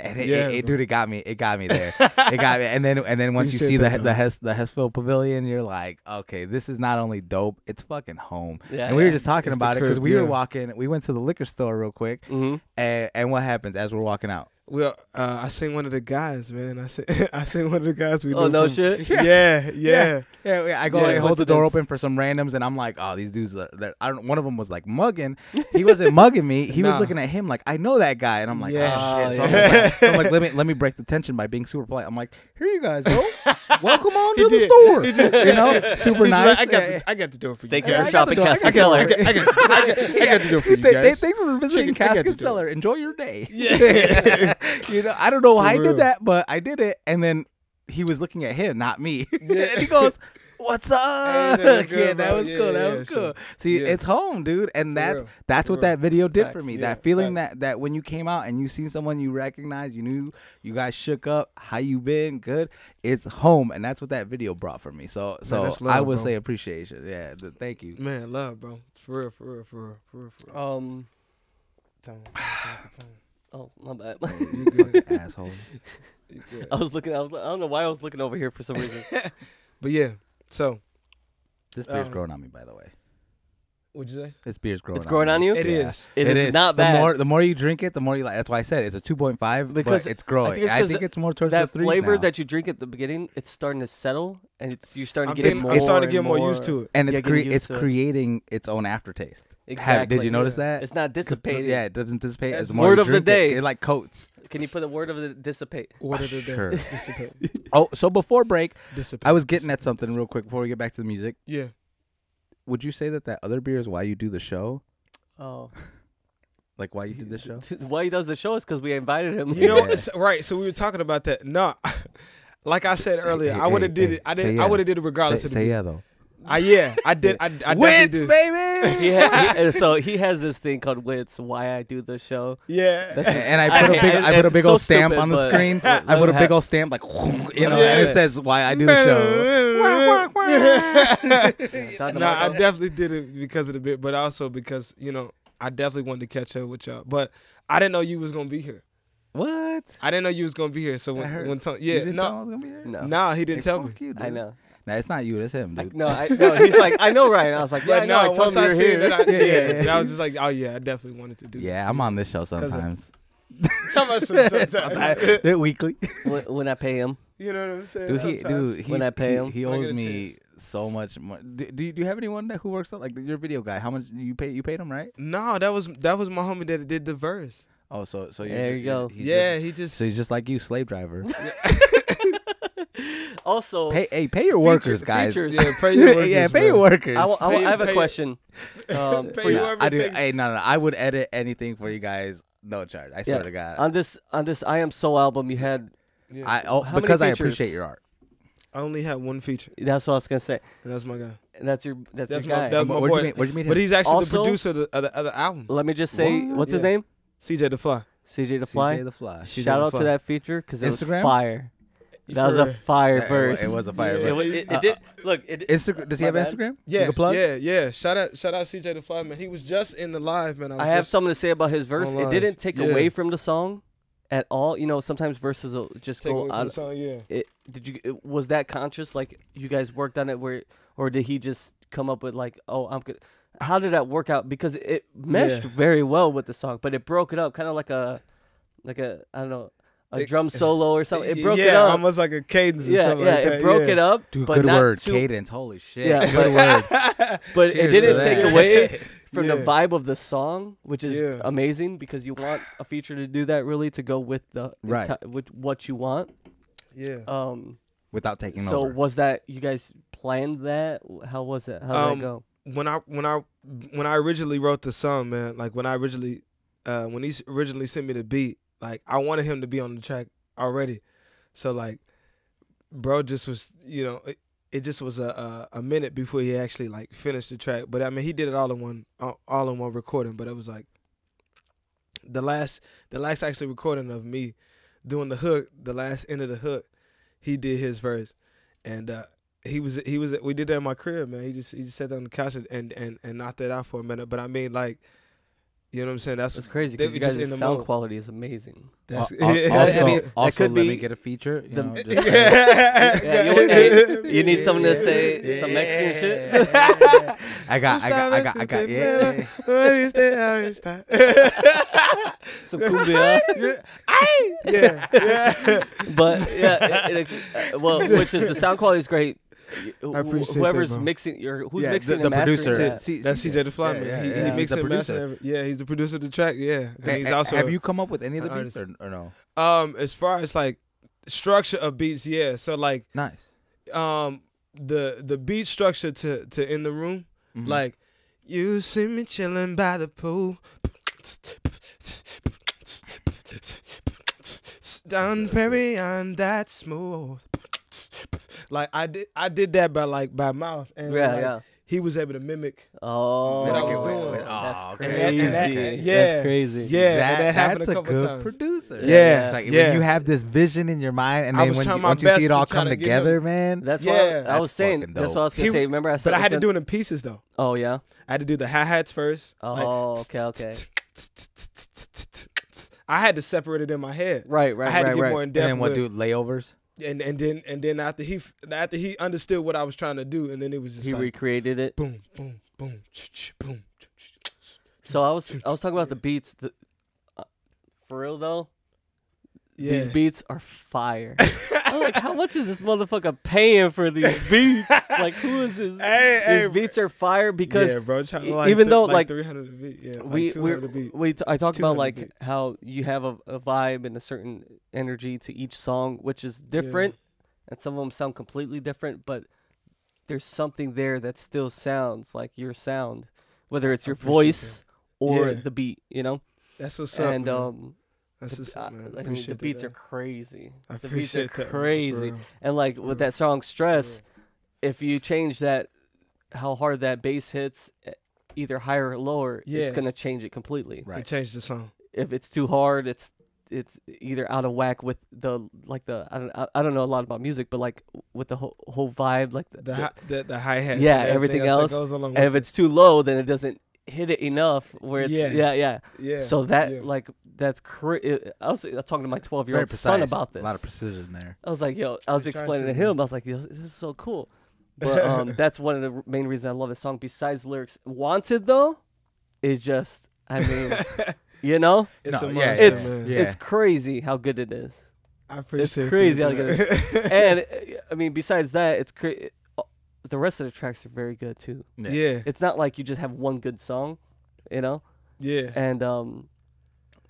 [SPEAKER 3] and it,
[SPEAKER 5] Yeah,
[SPEAKER 3] it, it-
[SPEAKER 5] bro.
[SPEAKER 3] dude, it got me. It got me there. it got me. And then and then once you,
[SPEAKER 5] said
[SPEAKER 3] see the
[SPEAKER 5] that,
[SPEAKER 3] the
[SPEAKER 5] though.
[SPEAKER 3] Hes, the Hesville Pavilion, you're like, okay, this is not only dope, it's fucking home.
[SPEAKER 2] Yeah,
[SPEAKER 3] and we were
[SPEAKER 2] yeah.
[SPEAKER 3] just talking
[SPEAKER 5] It's the
[SPEAKER 3] about it because
[SPEAKER 5] crib,
[SPEAKER 3] we were
[SPEAKER 5] yeah.
[SPEAKER 3] walking. We went to the liquor store real quick,
[SPEAKER 2] Mhm.
[SPEAKER 3] and and what happens as we're walking out?
[SPEAKER 5] Well, uh, I seen one of the guys, man. I seen I seen one of the guys we
[SPEAKER 2] Oh,
[SPEAKER 5] knew
[SPEAKER 2] no
[SPEAKER 5] from-
[SPEAKER 2] shit?
[SPEAKER 5] Yeah, yeah.
[SPEAKER 3] Yeah, yeah, I go
[SPEAKER 5] Yeah,
[SPEAKER 3] and hold the door
[SPEAKER 2] coincidence.
[SPEAKER 3] open for some randoms, and I'm like, oh, these dudes are. they're- I don't. One of them was like mugging. He wasn't mugging me. He
[SPEAKER 5] Nah.
[SPEAKER 3] was looking at him like, I know that guy, and I'm like,
[SPEAKER 2] Yeah.
[SPEAKER 3] oh shit.
[SPEAKER 2] Oh,
[SPEAKER 3] So, I'm,
[SPEAKER 5] yeah.
[SPEAKER 3] just like, so I'm like, let me let me break the tension by being super polite. I'm like, here you guys go. Welcome on
[SPEAKER 5] He
[SPEAKER 3] to the
[SPEAKER 5] did.
[SPEAKER 3] store. You know, super
[SPEAKER 1] He's
[SPEAKER 3] nice.
[SPEAKER 1] like, I got,
[SPEAKER 3] Yeah, yeah.
[SPEAKER 1] the, I got the door for you.
[SPEAKER 2] Thank
[SPEAKER 1] guys.
[SPEAKER 2] you
[SPEAKER 3] Yeah,
[SPEAKER 2] for
[SPEAKER 3] I got the door.
[SPEAKER 2] shopping
[SPEAKER 3] I
[SPEAKER 2] Casket
[SPEAKER 3] got the
[SPEAKER 2] Cellar.
[SPEAKER 1] I got, I got, I got, I got the door for you
[SPEAKER 3] They- they-
[SPEAKER 1] guys.
[SPEAKER 3] Thanks for visiting
[SPEAKER 1] Check it- I got you,
[SPEAKER 3] Casket
[SPEAKER 1] dude.
[SPEAKER 3] Cellar. Enjoy your day. Yeah. you know, I don't know why I
[SPEAKER 5] real.
[SPEAKER 3] did that, but I did it. And then he was looking at him, not me. and he goes, What's up?
[SPEAKER 5] that was good,
[SPEAKER 3] yeah, that
[SPEAKER 5] bro.
[SPEAKER 3] was
[SPEAKER 5] Yeah,
[SPEAKER 3] cool. That
[SPEAKER 5] yeah,
[SPEAKER 3] was
[SPEAKER 5] yeah,
[SPEAKER 3] cool.
[SPEAKER 5] sure.
[SPEAKER 3] See,
[SPEAKER 5] Yeah.
[SPEAKER 3] it's home, dude. And that's
[SPEAKER 5] real.
[SPEAKER 3] that's
[SPEAKER 5] For
[SPEAKER 3] what that video did for
[SPEAKER 5] Facts,
[SPEAKER 3] me.
[SPEAKER 5] yeah,
[SPEAKER 3] that feeling that that when you came out and you seen someone you recognized, you knew you guys shook up, how you been, good. It's home. And that's what that video brought for me. So so
[SPEAKER 5] that's
[SPEAKER 3] I
[SPEAKER 5] love,
[SPEAKER 3] would
[SPEAKER 5] bro.
[SPEAKER 3] say appreciation. Yeah. th- thank you.
[SPEAKER 5] Man, love, bro. For real, for real, for real, for real, for real.
[SPEAKER 2] Um.
[SPEAKER 5] Time.
[SPEAKER 2] Oh, my bad.
[SPEAKER 5] You good,
[SPEAKER 3] Asshole.
[SPEAKER 5] you good.
[SPEAKER 2] I was looking. I, was, I don't know why I was looking over here for some reason.
[SPEAKER 5] But yeah, so
[SPEAKER 3] This beer's
[SPEAKER 5] Um,
[SPEAKER 3] growing on me, by the way.
[SPEAKER 5] what'd you say?
[SPEAKER 3] This beer's growing.
[SPEAKER 2] It's growing on
[SPEAKER 3] me.
[SPEAKER 2] you?
[SPEAKER 5] It is.
[SPEAKER 3] Yeah.
[SPEAKER 2] it is, not bad.
[SPEAKER 3] The more the more you drink it, the more you like. That's why I said it's a two point five
[SPEAKER 2] Because
[SPEAKER 3] because it's growing. I think it's,
[SPEAKER 2] 'cause
[SPEAKER 3] more towards
[SPEAKER 2] that
[SPEAKER 3] the threes
[SPEAKER 2] flavor
[SPEAKER 3] now.
[SPEAKER 2] that you drink at the beginning, it's starting to settle, and it's, you're starting
[SPEAKER 5] I'm,
[SPEAKER 2] to get
[SPEAKER 5] getting,
[SPEAKER 2] more.
[SPEAKER 5] I'm starting to get
[SPEAKER 2] and
[SPEAKER 5] more, used to it.
[SPEAKER 3] and
[SPEAKER 2] yeah,
[SPEAKER 3] it's
[SPEAKER 2] getting
[SPEAKER 3] cre-
[SPEAKER 2] used
[SPEAKER 3] it's
[SPEAKER 2] to it.
[SPEAKER 3] creating its own aftertaste.
[SPEAKER 2] Exactly.
[SPEAKER 3] Have- did you notice that?
[SPEAKER 2] It's not
[SPEAKER 3] 'Cause the-
[SPEAKER 2] dissipating.
[SPEAKER 3] Yeah, it doesn't dissipate.
[SPEAKER 5] That's
[SPEAKER 3] As more
[SPEAKER 2] word
[SPEAKER 3] you
[SPEAKER 2] of the
[SPEAKER 3] drink it,
[SPEAKER 2] day.
[SPEAKER 3] It, like coats.
[SPEAKER 2] Can you put the word of the dissipate?
[SPEAKER 5] What did
[SPEAKER 3] Sure.
[SPEAKER 5] it dissipate?
[SPEAKER 3] Oh, so before break,
[SPEAKER 5] Dissipate.
[SPEAKER 3] I was getting at something real quick before we get back to the music.
[SPEAKER 5] Yeah.
[SPEAKER 3] Would you say that that other beer is why you do the show?
[SPEAKER 2] Oh,
[SPEAKER 3] Like why you did this show?
[SPEAKER 2] why he does the show is because we invited him.
[SPEAKER 5] You know,
[SPEAKER 3] Yeah.
[SPEAKER 5] it's, right? So we were talking about that. No, like I said earlier,
[SPEAKER 3] hey,
[SPEAKER 5] I would have
[SPEAKER 3] hey,
[SPEAKER 5] did
[SPEAKER 3] hey,
[SPEAKER 5] it. I
[SPEAKER 3] say
[SPEAKER 5] didn't.
[SPEAKER 3] yeah.
[SPEAKER 5] I would have did it regardless
[SPEAKER 3] say
[SPEAKER 5] of
[SPEAKER 3] say
[SPEAKER 5] the.
[SPEAKER 3] yeah though.
[SPEAKER 5] I, yeah, I did. I, I
[SPEAKER 3] Wits,
[SPEAKER 5] definitely did.
[SPEAKER 3] baby.
[SPEAKER 2] He ha- he- so he has this thing called wits. Why I do the show?
[SPEAKER 5] Yeah.
[SPEAKER 3] and I put a big, I put a big
[SPEAKER 2] so
[SPEAKER 3] old stamp
[SPEAKER 2] stupid,
[SPEAKER 3] on the
[SPEAKER 2] but-
[SPEAKER 3] screen. I put a big old stamp like, you know, and
[SPEAKER 5] Yeah.
[SPEAKER 3] it says why I do the show.
[SPEAKER 2] Talking
[SPEAKER 5] no, I
[SPEAKER 2] about-
[SPEAKER 5] definitely did it because of the bit, but also because you know I definitely wanted to catch up with y'all. But I didn't know you was gonna be here.
[SPEAKER 3] What?
[SPEAKER 5] I didn't know you was gonna be here. So
[SPEAKER 3] That
[SPEAKER 5] when,
[SPEAKER 3] hurts.
[SPEAKER 5] when Tony-
[SPEAKER 3] You
[SPEAKER 5] yeah,
[SPEAKER 3] didn't
[SPEAKER 5] no,
[SPEAKER 3] tell I was gonna be here?
[SPEAKER 2] no,
[SPEAKER 5] nah, he didn't
[SPEAKER 3] Hey,
[SPEAKER 5] tell me.
[SPEAKER 3] fuck you, dude.
[SPEAKER 2] I know.
[SPEAKER 3] Nah, it's not you. It's him,
[SPEAKER 2] I,
[SPEAKER 3] dude.
[SPEAKER 2] no, I, no, he's like, I know Ryan. I was like, yeah,
[SPEAKER 5] But
[SPEAKER 2] I know. I
[SPEAKER 5] no,
[SPEAKER 2] told
[SPEAKER 5] once
[SPEAKER 2] him
[SPEAKER 5] I
[SPEAKER 2] you're
[SPEAKER 5] seen
[SPEAKER 2] here.
[SPEAKER 5] it, I,
[SPEAKER 3] Yeah, yeah,
[SPEAKER 5] yeah, I was just like, oh yeah, I definitely wanted to do.
[SPEAKER 3] yeah, I'm on this show sometimes.
[SPEAKER 5] Tell us some- some-
[SPEAKER 3] Sometimes. Weekly.
[SPEAKER 2] when, when I pay him,
[SPEAKER 5] You know what I'm saying?
[SPEAKER 3] Dude, he,
[SPEAKER 5] Sometimes.
[SPEAKER 3] dude, he's,
[SPEAKER 2] When I pay
[SPEAKER 3] he-
[SPEAKER 2] him.
[SPEAKER 3] he,
[SPEAKER 5] When I get
[SPEAKER 3] owes
[SPEAKER 5] a
[SPEAKER 3] me so much money. Do, do, you- do you have anyone that who works out like your video guy? How much you pay? You paid him, right?
[SPEAKER 5] No, that was that was my homie that did the verse.
[SPEAKER 3] Oh, so so you're,
[SPEAKER 2] There you
[SPEAKER 3] you're-
[SPEAKER 2] go.
[SPEAKER 3] he's
[SPEAKER 5] yeah,
[SPEAKER 3] just-
[SPEAKER 5] he just.
[SPEAKER 3] so he's just like you, slave driver.
[SPEAKER 2] also,
[SPEAKER 3] pay, hey, pay your workers, guys.
[SPEAKER 2] features.
[SPEAKER 5] yeah, pray your workers.
[SPEAKER 3] yeah, pay
[SPEAKER 5] bro.
[SPEAKER 3] your workers.
[SPEAKER 2] I, will- I, will-
[SPEAKER 5] Pay-
[SPEAKER 2] I have a
[SPEAKER 5] pay-
[SPEAKER 2] question. Um,
[SPEAKER 5] Pay
[SPEAKER 2] for you.
[SPEAKER 5] your-
[SPEAKER 3] No,
[SPEAKER 5] whoever
[SPEAKER 3] I do.
[SPEAKER 5] takes-
[SPEAKER 3] Hey, no, no, no, I would edit anything for you guys, no charge. I swear to God.
[SPEAKER 2] on this on this I am so album, you had
[SPEAKER 5] Yeah.
[SPEAKER 3] I oh,
[SPEAKER 2] How many
[SPEAKER 3] because I
[SPEAKER 2] features?
[SPEAKER 3] appreciate your art.
[SPEAKER 5] I only had one feature,
[SPEAKER 2] that's what I was gonna say.
[SPEAKER 5] and that's my guy.
[SPEAKER 2] And that's your that's,
[SPEAKER 5] That's
[SPEAKER 2] your
[SPEAKER 5] my-
[SPEAKER 2] guy.
[SPEAKER 5] that's
[SPEAKER 3] Wh-
[SPEAKER 5] my
[SPEAKER 3] where'd
[SPEAKER 5] boy.
[SPEAKER 3] You meet, where'd you meet
[SPEAKER 5] But
[SPEAKER 3] him?
[SPEAKER 5] he's actually
[SPEAKER 2] Also-
[SPEAKER 5] the producer of the, of the other album,
[SPEAKER 2] Let me just say,
[SPEAKER 3] What?
[SPEAKER 2] what's his
[SPEAKER 5] Yeah.
[SPEAKER 2] name?
[SPEAKER 5] CJ the Fly.
[SPEAKER 2] CJ the Fly.
[SPEAKER 3] CJ the Fly.
[SPEAKER 5] CJ
[SPEAKER 2] Shout
[SPEAKER 5] the
[SPEAKER 2] out
[SPEAKER 5] Fly.
[SPEAKER 2] to that feature because it was
[SPEAKER 3] Instagram?
[SPEAKER 2] fire. That was
[SPEAKER 5] For-
[SPEAKER 2] a fire
[SPEAKER 3] Yeah, it wa-
[SPEAKER 2] verse.
[SPEAKER 3] It, was a
[SPEAKER 5] Yeah.
[SPEAKER 3] fire
[SPEAKER 2] It,
[SPEAKER 3] verse.
[SPEAKER 2] wa- it- it
[SPEAKER 3] Uh,
[SPEAKER 2] did. Look, it,
[SPEAKER 3] Instagram. Does he
[SPEAKER 2] My
[SPEAKER 3] have
[SPEAKER 2] bad.
[SPEAKER 3] Instagram? You
[SPEAKER 5] Yeah,
[SPEAKER 3] can plug?
[SPEAKER 5] yeah, yeah. Shout out, shout out, CJ the Fly man. He was just in the live man. I, was
[SPEAKER 2] I have
[SPEAKER 5] just-
[SPEAKER 2] something to say about his verse.
[SPEAKER 5] online.
[SPEAKER 2] It didn't take
[SPEAKER 5] Yeah.
[SPEAKER 2] away from the song at all. You know, sometimes verses will just
[SPEAKER 5] Take away
[SPEAKER 2] go
[SPEAKER 5] from the
[SPEAKER 2] out.
[SPEAKER 5] song, yeah.
[SPEAKER 2] It, did you? It, was that conscious? Like you guys worked on it, where or did he just come up with like, oh, I'm good. How did that work out? Because it meshed
[SPEAKER 5] Yeah.
[SPEAKER 2] very well with the song, but it broke it up, kind of like a, like a, I don't know, a
[SPEAKER 5] It-
[SPEAKER 2] drum solo or something. It broke
[SPEAKER 5] yeah,
[SPEAKER 2] it up.
[SPEAKER 5] almost like a cadence. or
[SPEAKER 2] yeah,
[SPEAKER 5] something
[SPEAKER 2] yeah,
[SPEAKER 5] like
[SPEAKER 2] it
[SPEAKER 5] that,
[SPEAKER 2] broke
[SPEAKER 5] yeah.
[SPEAKER 2] it up.
[SPEAKER 3] Dude,
[SPEAKER 2] but
[SPEAKER 3] good
[SPEAKER 2] not
[SPEAKER 3] word.
[SPEAKER 2] too-
[SPEAKER 3] Cadence. Holy shit.
[SPEAKER 2] Yeah,
[SPEAKER 3] good word.
[SPEAKER 2] but
[SPEAKER 3] Cheers
[SPEAKER 2] it
[SPEAKER 3] to
[SPEAKER 2] didn't take
[SPEAKER 3] that.
[SPEAKER 2] away from the
[SPEAKER 5] Yeah.
[SPEAKER 2] vibe of the song, which is
[SPEAKER 5] Yeah.
[SPEAKER 2] amazing because you want a feature to do that really to go with the
[SPEAKER 3] Right.
[SPEAKER 2] enti- with what you want.
[SPEAKER 5] Yeah,
[SPEAKER 2] Um,
[SPEAKER 3] without taking
[SPEAKER 2] so
[SPEAKER 3] over.
[SPEAKER 2] was that you guys planned that? How was it? How did
[SPEAKER 5] Um,
[SPEAKER 2] that go?
[SPEAKER 5] when I when I when I originally wrote the song, man, like when I originally uh when he s- originally sent me the beat, like I wanted him to be on the track already. So like bro just was, you know, it, it just was a, a a minute before he actually like finished the track, but I mean he did it all in one all all in one recording, but it was like the last the last actually recording of me doing the hook, the last end of the hook, he did his verse. And uh he was he was we did that in my crib, man. He just he just sat down on the couch and and and, and knocked that out for a minute. But I mean, like, you know what I'm saying? That's
[SPEAKER 2] It's crazy
[SPEAKER 5] they
[SPEAKER 2] because you
[SPEAKER 5] were just
[SPEAKER 2] guys'
[SPEAKER 5] in the
[SPEAKER 2] sound
[SPEAKER 5] mode.
[SPEAKER 2] quality is amazing.
[SPEAKER 3] Al-
[SPEAKER 5] that's
[SPEAKER 2] uh,
[SPEAKER 3] al-
[SPEAKER 5] yeah.
[SPEAKER 3] also,
[SPEAKER 2] I mean, that
[SPEAKER 3] also
[SPEAKER 2] could
[SPEAKER 3] let
[SPEAKER 2] be
[SPEAKER 3] me get a feature. You
[SPEAKER 2] the-
[SPEAKER 3] know, just-
[SPEAKER 2] Yeah, you, want- hey, you need someone to say some Mexican shit.
[SPEAKER 3] I got, I got, I got, I got. Yeah, yeah.
[SPEAKER 2] some cumbia.
[SPEAKER 5] yeah, yeah.
[SPEAKER 2] but yeah, it, it- uh, well, which is the sound quality is great. Y- wh-
[SPEAKER 5] I appreciate that,
[SPEAKER 2] whoever's
[SPEAKER 5] bro.
[SPEAKER 2] mixing your who's
[SPEAKER 3] Yeah,
[SPEAKER 2] mixing
[SPEAKER 3] the,
[SPEAKER 2] and
[SPEAKER 3] the
[SPEAKER 2] mastering
[SPEAKER 3] producer.
[SPEAKER 2] that.
[SPEAKER 3] See-
[SPEAKER 5] That's
[SPEAKER 3] see-
[SPEAKER 5] CJ the Fly
[SPEAKER 3] yeah,
[SPEAKER 5] Man.
[SPEAKER 3] yeah,
[SPEAKER 5] he,
[SPEAKER 3] yeah.
[SPEAKER 5] he
[SPEAKER 3] He's
[SPEAKER 5] makes
[SPEAKER 3] the
[SPEAKER 5] it
[SPEAKER 3] producer.
[SPEAKER 5] master. every- Yeah, he's the producer of the track. Yeah, and
[SPEAKER 3] A-
[SPEAKER 5] he's
[SPEAKER 3] a-
[SPEAKER 5] also
[SPEAKER 3] have
[SPEAKER 5] a-
[SPEAKER 3] you come up with any of the
[SPEAKER 5] an
[SPEAKER 3] beats or, or no?
[SPEAKER 5] um as far as like structure of beats. Yeah, so like
[SPEAKER 3] Nice.
[SPEAKER 5] um the the beat structure to to in the room
[SPEAKER 3] Mhm.
[SPEAKER 2] Mm-hmm.
[SPEAKER 5] like you see me chilling by the pool down Perry on that smooth like I did I did that by like by mouth and
[SPEAKER 2] Yeah,
[SPEAKER 5] like,
[SPEAKER 2] yeah.
[SPEAKER 5] he was able to mimic
[SPEAKER 2] Oh,
[SPEAKER 5] That I was doing.
[SPEAKER 3] Oh,
[SPEAKER 2] that's
[SPEAKER 3] okay.
[SPEAKER 5] And
[SPEAKER 2] crazy.
[SPEAKER 5] that- and that- yeah,
[SPEAKER 2] that's crazy.
[SPEAKER 5] yeah
[SPEAKER 3] that,
[SPEAKER 5] that happened
[SPEAKER 3] that's
[SPEAKER 5] a
[SPEAKER 3] a,
[SPEAKER 5] couple
[SPEAKER 3] good
[SPEAKER 5] times.
[SPEAKER 3] producer.
[SPEAKER 5] Yeah,
[SPEAKER 3] like
[SPEAKER 5] yeah.
[SPEAKER 3] when you have this vision in your mind, and
[SPEAKER 5] I
[SPEAKER 3] then
[SPEAKER 5] was
[SPEAKER 3] when you,
[SPEAKER 5] trying my
[SPEAKER 3] once you
[SPEAKER 5] best
[SPEAKER 3] see it
[SPEAKER 5] to
[SPEAKER 3] all
[SPEAKER 5] try
[SPEAKER 3] come
[SPEAKER 5] to get
[SPEAKER 3] together, man.
[SPEAKER 2] That's
[SPEAKER 5] Yeah.
[SPEAKER 2] what I was
[SPEAKER 3] That's
[SPEAKER 2] saying.
[SPEAKER 3] fucking
[SPEAKER 2] That's
[SPEAKER 3] dope.
[SPEAKER 2] what I was gonna
[SPEAKER 5] He-
[SPEAKER 2] say. Remember, I said
[SPEAKER 5] but I
[SPEAKER 2] was
[SPEAKER 5] had to
[SPEAKER 2] gonna-
[SPEAKER 5] do it in pieces though
[SPEAKER 2] Oh yeah.
[SPEAKER 5] I had to do the hi hats first like,
[SPEAKER 2] Oh, okay, okay.
[SPEAKER 5] I had to separate it in my head
[SPEAKER 2] Right, right,
[SPEAKER 5] I had
[SPEAKER 2] right,
[SPEAKER 5] to get
[SPEAKER 2] right.
[SPEAKER 5] more in
[SPEAKER 3] and
[SPEAKER 5] depth
[SPEAKER 3] then what,
[SPEAKER 5] with-
[SPEAKER 3] dude? Layovers.
[SPEAKER 5] and and then and then after he f- after he understood what I was trying to do, and then it was just
[SPEAKER 2] he
[SPEAKER 5] like
[SPEAKER 2] recreated it.
[SPEAKER 5] boom, boom, boom, ch-ch, boom. ch-ch.
[SPEAKER 2] So I was I was talking about the beats. The, uh, for real though,
[SPEAKER 5] Yeah.
[SPEAKER 2] these beats are fire. I'm like, how much is this motherfucker paying for these beats? like, who is this?
[SPEAKER 5] Hey, hey,
[SPEAKER 2] these
[SPEAKER 5] bro.
[SPEAKER 2] beats are fire because
[SPEAKER 5] yeah, bro, try,
[SPEAKER 2] e-
[SPEAKER 5] like,
[SPEAKER 2] even
[SPEAKER 5] th-
[SPEAKER 2] though, like,
[SPEAKER 5] like, three hundred a beat, yeah, like
[SPEAKER 2] we
[SPEAKER 5] two
[SPEAKER 2] we
[SPEAKER 5] hundred a beat.
[SPEAKER 2] we t- I talked
[SPEAKER 5] 200
[SPEAKER 2] about
[SPEAKER 5] a
[SPEAKER 2] like
[SPEAKER 5] beat.
[SPEAKER 2] how you have a, a vibe and a certain energy to each song, which is different, and some of them sound completely different, but there's something there that still sounds like your sound, whether it's your
[SPEAKER 5] appreciate that.
[SPEAKER 2] voice or
[SPEAKER 5] Yeah.
[SPEAKER 2] the beat, you know.
[SPEAKER 5] That's what's up,
[SPEAKER 2] and
[SPEAKER 5] man.
[SPEAKER 2] um,
[SPEAKER 5] That's
[SPEAKER 2] the,
[SPEAKER 5] what's
[SPEAKER 2] uh,
[SPEAKER 5] up, man.
[SPEAKER 2] like, I mean,
[SPEAKER 5] Appreciate
[SPEAKER 2] the
[SPEAKER 5] that,
[SPEAKER 2] beats are
[SPEAKER 5] man.
[SPEAKER 2] crazy.
[SPEAKER 5] I
[SPEAKER 2] the beats are
[SPEAKER 5] appreciate that, man, for
[SPEAKER 2] crazy.
[SPEAKER 5] real.
[SPEAKER 2] And like with
[SPEAKER 5] Bro.
[SPEAKER 2] that song "Stress,"
[SPEAKER 5] Bro.
[SPEAKER 2] if you change that, how hard that bass hits, e- either higher or lower,
[SPEAKER 5] Yeah.
[SPEAKER 2] it's gonna change it completely.
[SPEAKER 5] He
[SPEAKER 3] Right.
[SPEAKER 5] changed the song.
[SPEAKER 2] If it's too hard, it's it's either out of whack with the like the I don't I, I don't know a lot about music, but like with the whole whole vibe, like the,
[SPEAKER 5] The
[SPEAKER 2] the-
[SPEAKER 5] hi- the the hi hat.
[SPEAKER 2] Yeah, everything else,
[SPEAKER 5] that goes along
[SPEAKER 2] and if
[SPEAKER 5] with it.
[SPEAKER 2] it's too low, then it doesn't hit it enough. Where it's
[SPEAKER 5] Yeah.
[SPEAKER 2] yeah yeah.
[SPEAKER 5] Yeah.
[SPEAKER 2] so that
[SPEAKER 5] yeah.
[SPEAKER 2] like that's crazy. I was uh, talking to my twelve
[SPEAKER 3] It's
[SPEAKER 2] year
[SPEAKER 3] very
[SPEAKER 2] old son
[SPEAKER 3] precise.
[SPEAKER 2] about this.
[SPEAKER 3] A lot of precision there.
[SPEAKER 2] I was like, yo, I was
[SPEAKER 5] They tried
[SPEAKER 2] explaining to
[SPEAKER 5] to,
[SPEAKER 2] him. I was like, yo, this is so cool. But um, that's one of the r- main reasons I love this song. Besides lyrics, "Wanted" though, is just, I mean, you know,
[SPEAKER 5] it's
[SPEAKER 3] No,
[SPEAKER 5] a
[SPEAKER 3] yeah,
[SPEAKER 5] monster,
[SPEAKER 2] it's
[SPEAKER 5] man.
[SPEAKER 3] yeah.
[SPEAKER 2] it's crazy how good it is.
[SPEAKER 5] I appreciate that,
[SPEAKER 2] crazy how
[SPEAKER 5] man.
[SPEAKER 2] And uh, I mean, besides that, it's cra- uh, the rest of the tracks are very good too.
[SPEAKER 5] yeah,
[SPEAKER 2] It's not like you just have one good song, you know.
[SPEAKER 5] yeah.
[SPEAKER 2] And um,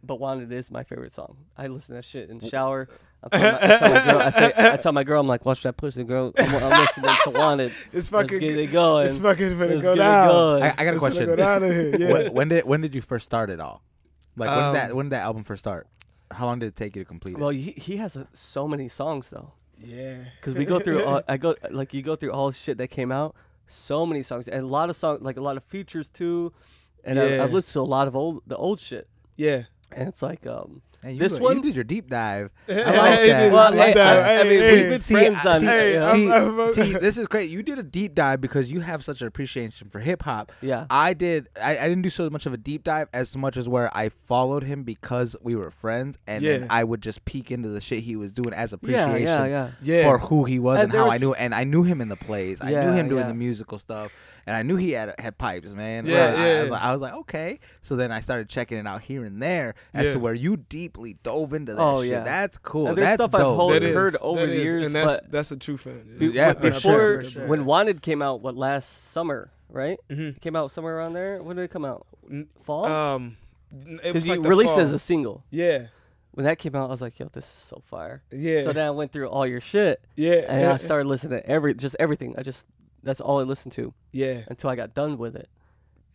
[SPEAKER 2] but "Wanted" is my favorite song. I listen to that shit in the shower. I tell, my, I, tell my girl, I, say, I tell my girl, I'm like, watch that pussy, girl. I'm, I'm listening to "Wanted." Let's
[SPEAKER 5] It's fucking
[SPEAKER 2] get it going.
[SPEAKER 5] It's fucking finna
[SPEAKER 2] Let's
[SPEAKER 5] go
[SPEAKER 2] get it
[SPEAKER 5] down.
[SPEAKER 2] going.
[SPEAKER 3] I, I got a
[SPEAKER 5] It's finna
[SPEAKER 3] question.
[SPEAKER 5] Go down in here. Yeah.
[SPEAKER 3] when, when did when did you first start it all? Like when
[SPEAKER 5] Um,
[SPEAKER 3] did that when did that album first start? How long did it take you to complete it?
[SPEAKER 2] Well, he, he has uh so many songs though,
[SPEAKER 5] yeah.
[SPEAKER 2] because we go through all, I go like you go through all the shit that came out, so many songs and a lot of songs like a lot of features too, and I,
[SPEAKER 5] Yeah.
[SPEAKER 2] I've listened to a lot of old the old shit,
[SPEAKER 5] Yeah.
[SPEAKER 2] and it's like um
[SPEAKER 3] Hey, you
[SPEAKER 2] this
[SPEAKER 3] look-
[SPEAKER 2] one-
[SPEAKER 3] you did your deep dive. I
[SPEAKER 5] Hey,
[SPEAKER 3] like
[SPEAKER 5] hey,
[SPEAKER 3] that.
[SPEAKER 5] dude,
[SPEAKER 2] Well,
[SPEAKER 3] I
[SPEAKER 2] hey,
[SPEAKER 3] like that.
[SPEAKER 2] I- I mean,
[SPEAKER 5] Hey,
[SPEAKER 2] we've been friends
[SPEAKER 3] I-
[SPEAKER 2] on
[SPEAKER 3] see,
[SPEAKER 2] it, you know?
[SPEAKER 3] see,
[SPEAKER 5] I'm-
[SPEAKER 2] uh,
[SPEAKER 5] I'm-
[SPEAKER 3] see, this is great. You did a deep dive because you have such an appreciation for hip hop.
[SPEAKER 2] yeah
[SPEAKER 3] I did. I, I didn't do so much of a deep dive as much as where I followed him because we were friends, and
[SPEAKER 5] Yeah.
[SPEAKER 3] then I would just peek into the shit he was doing as
[SPEAKER 2] yeah
[SPEAKER 3] appreciation
[SPEAKER 2] yeah yeah
[SPEAKER 5] Yeah.
[SPEAKER 3] for who he was
[SPEAKER 2] And
[SPEAKER 3] and,
[SPEAKER 2] there
[SPEAKER 3] how I
[SPEAKER 2] was-
[SPEAKER 3] knew. And I knew him in the plays. I
[SPEAKER 2] Yeah,
[SPEAKER 3] knew him doing
[SPEAKER 2] yeah.
[SPEAKER 3] the musical stuff, and I knew he had had pipes, man.
[SPEAKER 5] Yeah,
[SPEAKER 3] Like, I- I, was
[SPEAKER 5] yeah.
[SPEAKER 3] like, I was like, okay. So then I started checking it out here and there as
[SPEAKER 5] Yeah.
[SPEAKER 3] to where you deeply dove into that.
[SPEAKER 2] Oh,
[SPEAKER 3] shit.
[SPEAKER 2] yeah.
[SPEAKER 3] that's cool.
[SPEAKER 2] And there's
[SPEAKER 3] that's
[SPEAKER 2] stuff I've
[SPEAKER 3] dope.
[SPEAKER 2] hold-
[SPEAKER 5] That
[SPEAKER 2] I've
[SPEAKER 5] is-
[SPEAKER 2] heard over
[SPEAKER 5] that
[SPEAKER 2] the
[SPEAKER 5] is,
[SPEAKER 2] years,
[SPEAKER 5] and that's
[SPEAKER 2] but-
[SPEAKER 5] that's a true fan.
[SPEAKER 2] Be-
[SPEAKER 3] Yeah,
[SPEAKER 2] but
[SPEAKER 3] for sure,
[SPEAKER 2] before
[SPEAKER 3] for sure.
[SPEAKER 2] when Wanted came out, what last summer, right?
[SPEAKER 5] hmm
[SPEAKER 2] It came out somewhere around there. When did it come out? Fall?
[SPEAKER 5] Um, n- it
[SPEAKER 2] Because
[SPEAKER 5] was
[SPEAKER 2] you
[SPEAKER 5] like the
[SPEAKER 2] released it
[SPEAKER 5] fall.
[SPEAKER 2] as a single.
[SPEAKER 5] yeah.
[SPEAKER 2] when that came out, I was like, yo, this is so fire.
[SPEAKER 5] Yeah.
[SPEAKER 2] So then I went through all your shit
[SPEAKER 5] yeah.
[SPEAKER 2] and I started listening to every just everything. I just that's all I listened to
[SPEAKER 5] yeah.
[SPEAKER 2] until I got done with it.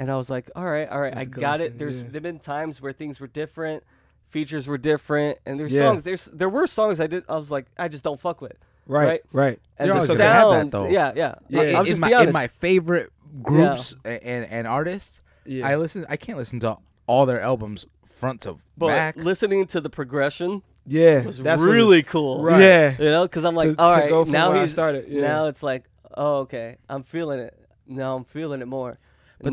[SPEAKER 2] And I was like, all right, all right, I
[SPEAKER 5] That's
[SPEAKER 2] got
[SPEAKER 5] gotcha,
[SPEAKER 2] it. There's
[SPEAKER 5] yeah.
[SPEAKER 2] there been times where things were different, features were different, and there's
[SPEAKER 5] Yeah.
[SPEAKER 2] songs. There's there were songs I did. I was like, I just don't fuck with.
[SPEAKER 5] Right.
[SPEAKER 2] Right.
[SPEAKER 5] Right.
[SPEAKER 2] And
[SPEAKER 3] You're
[SPEAKER 2] the
[SPEAKER 3] always
[SPEAKER 2] sound,
[SPEAKER 3] gonna have that, though.
[SPEAKER 2] yeah, yeah,
[SPEAKER 5] Yeah.
[SPEAKER 2] I-
[SPEAKER 5] It-
[SPEAKER 2] I'll
[SPEAKER 3] in
[SPEAKER 2] just
[SPEAKER 3] my
[SPEAKER 2] be honest.
[SPEAKER 3] in my favorite groups a- and, and artists,
[SPEAKER 5] Yeah.
[SPEAKER 3] I listen. I can't listen to all their albums front to
[SPEAKER 2] but
[SPEAKER 3] back.
[SPEAKER 2] listening to the progression
[SPEAKER 5] yeah.
[SPEAKER 2] was
[SPEAKER 5] That's what it-
[SPEAKER 2] really cool.
[SPEAKER 5] Right. Yeah.
[SPEAKER 2] You know, because I'm like,
[SPEAKER 5] To-
[SPEAKER 2] all
[SPEAKER 5] to
[SPEAKER 2] right,
[SPEAKER 5] go from
[SPEAKER 2] now
[SPEAKER 5] where I
[SPEAKER 2] he's
[SPEAKER 5] started, yeah.
[SPEAKER 2] Now it's like, oh, okay, I'm feeling it. Now I'm feeling it more. But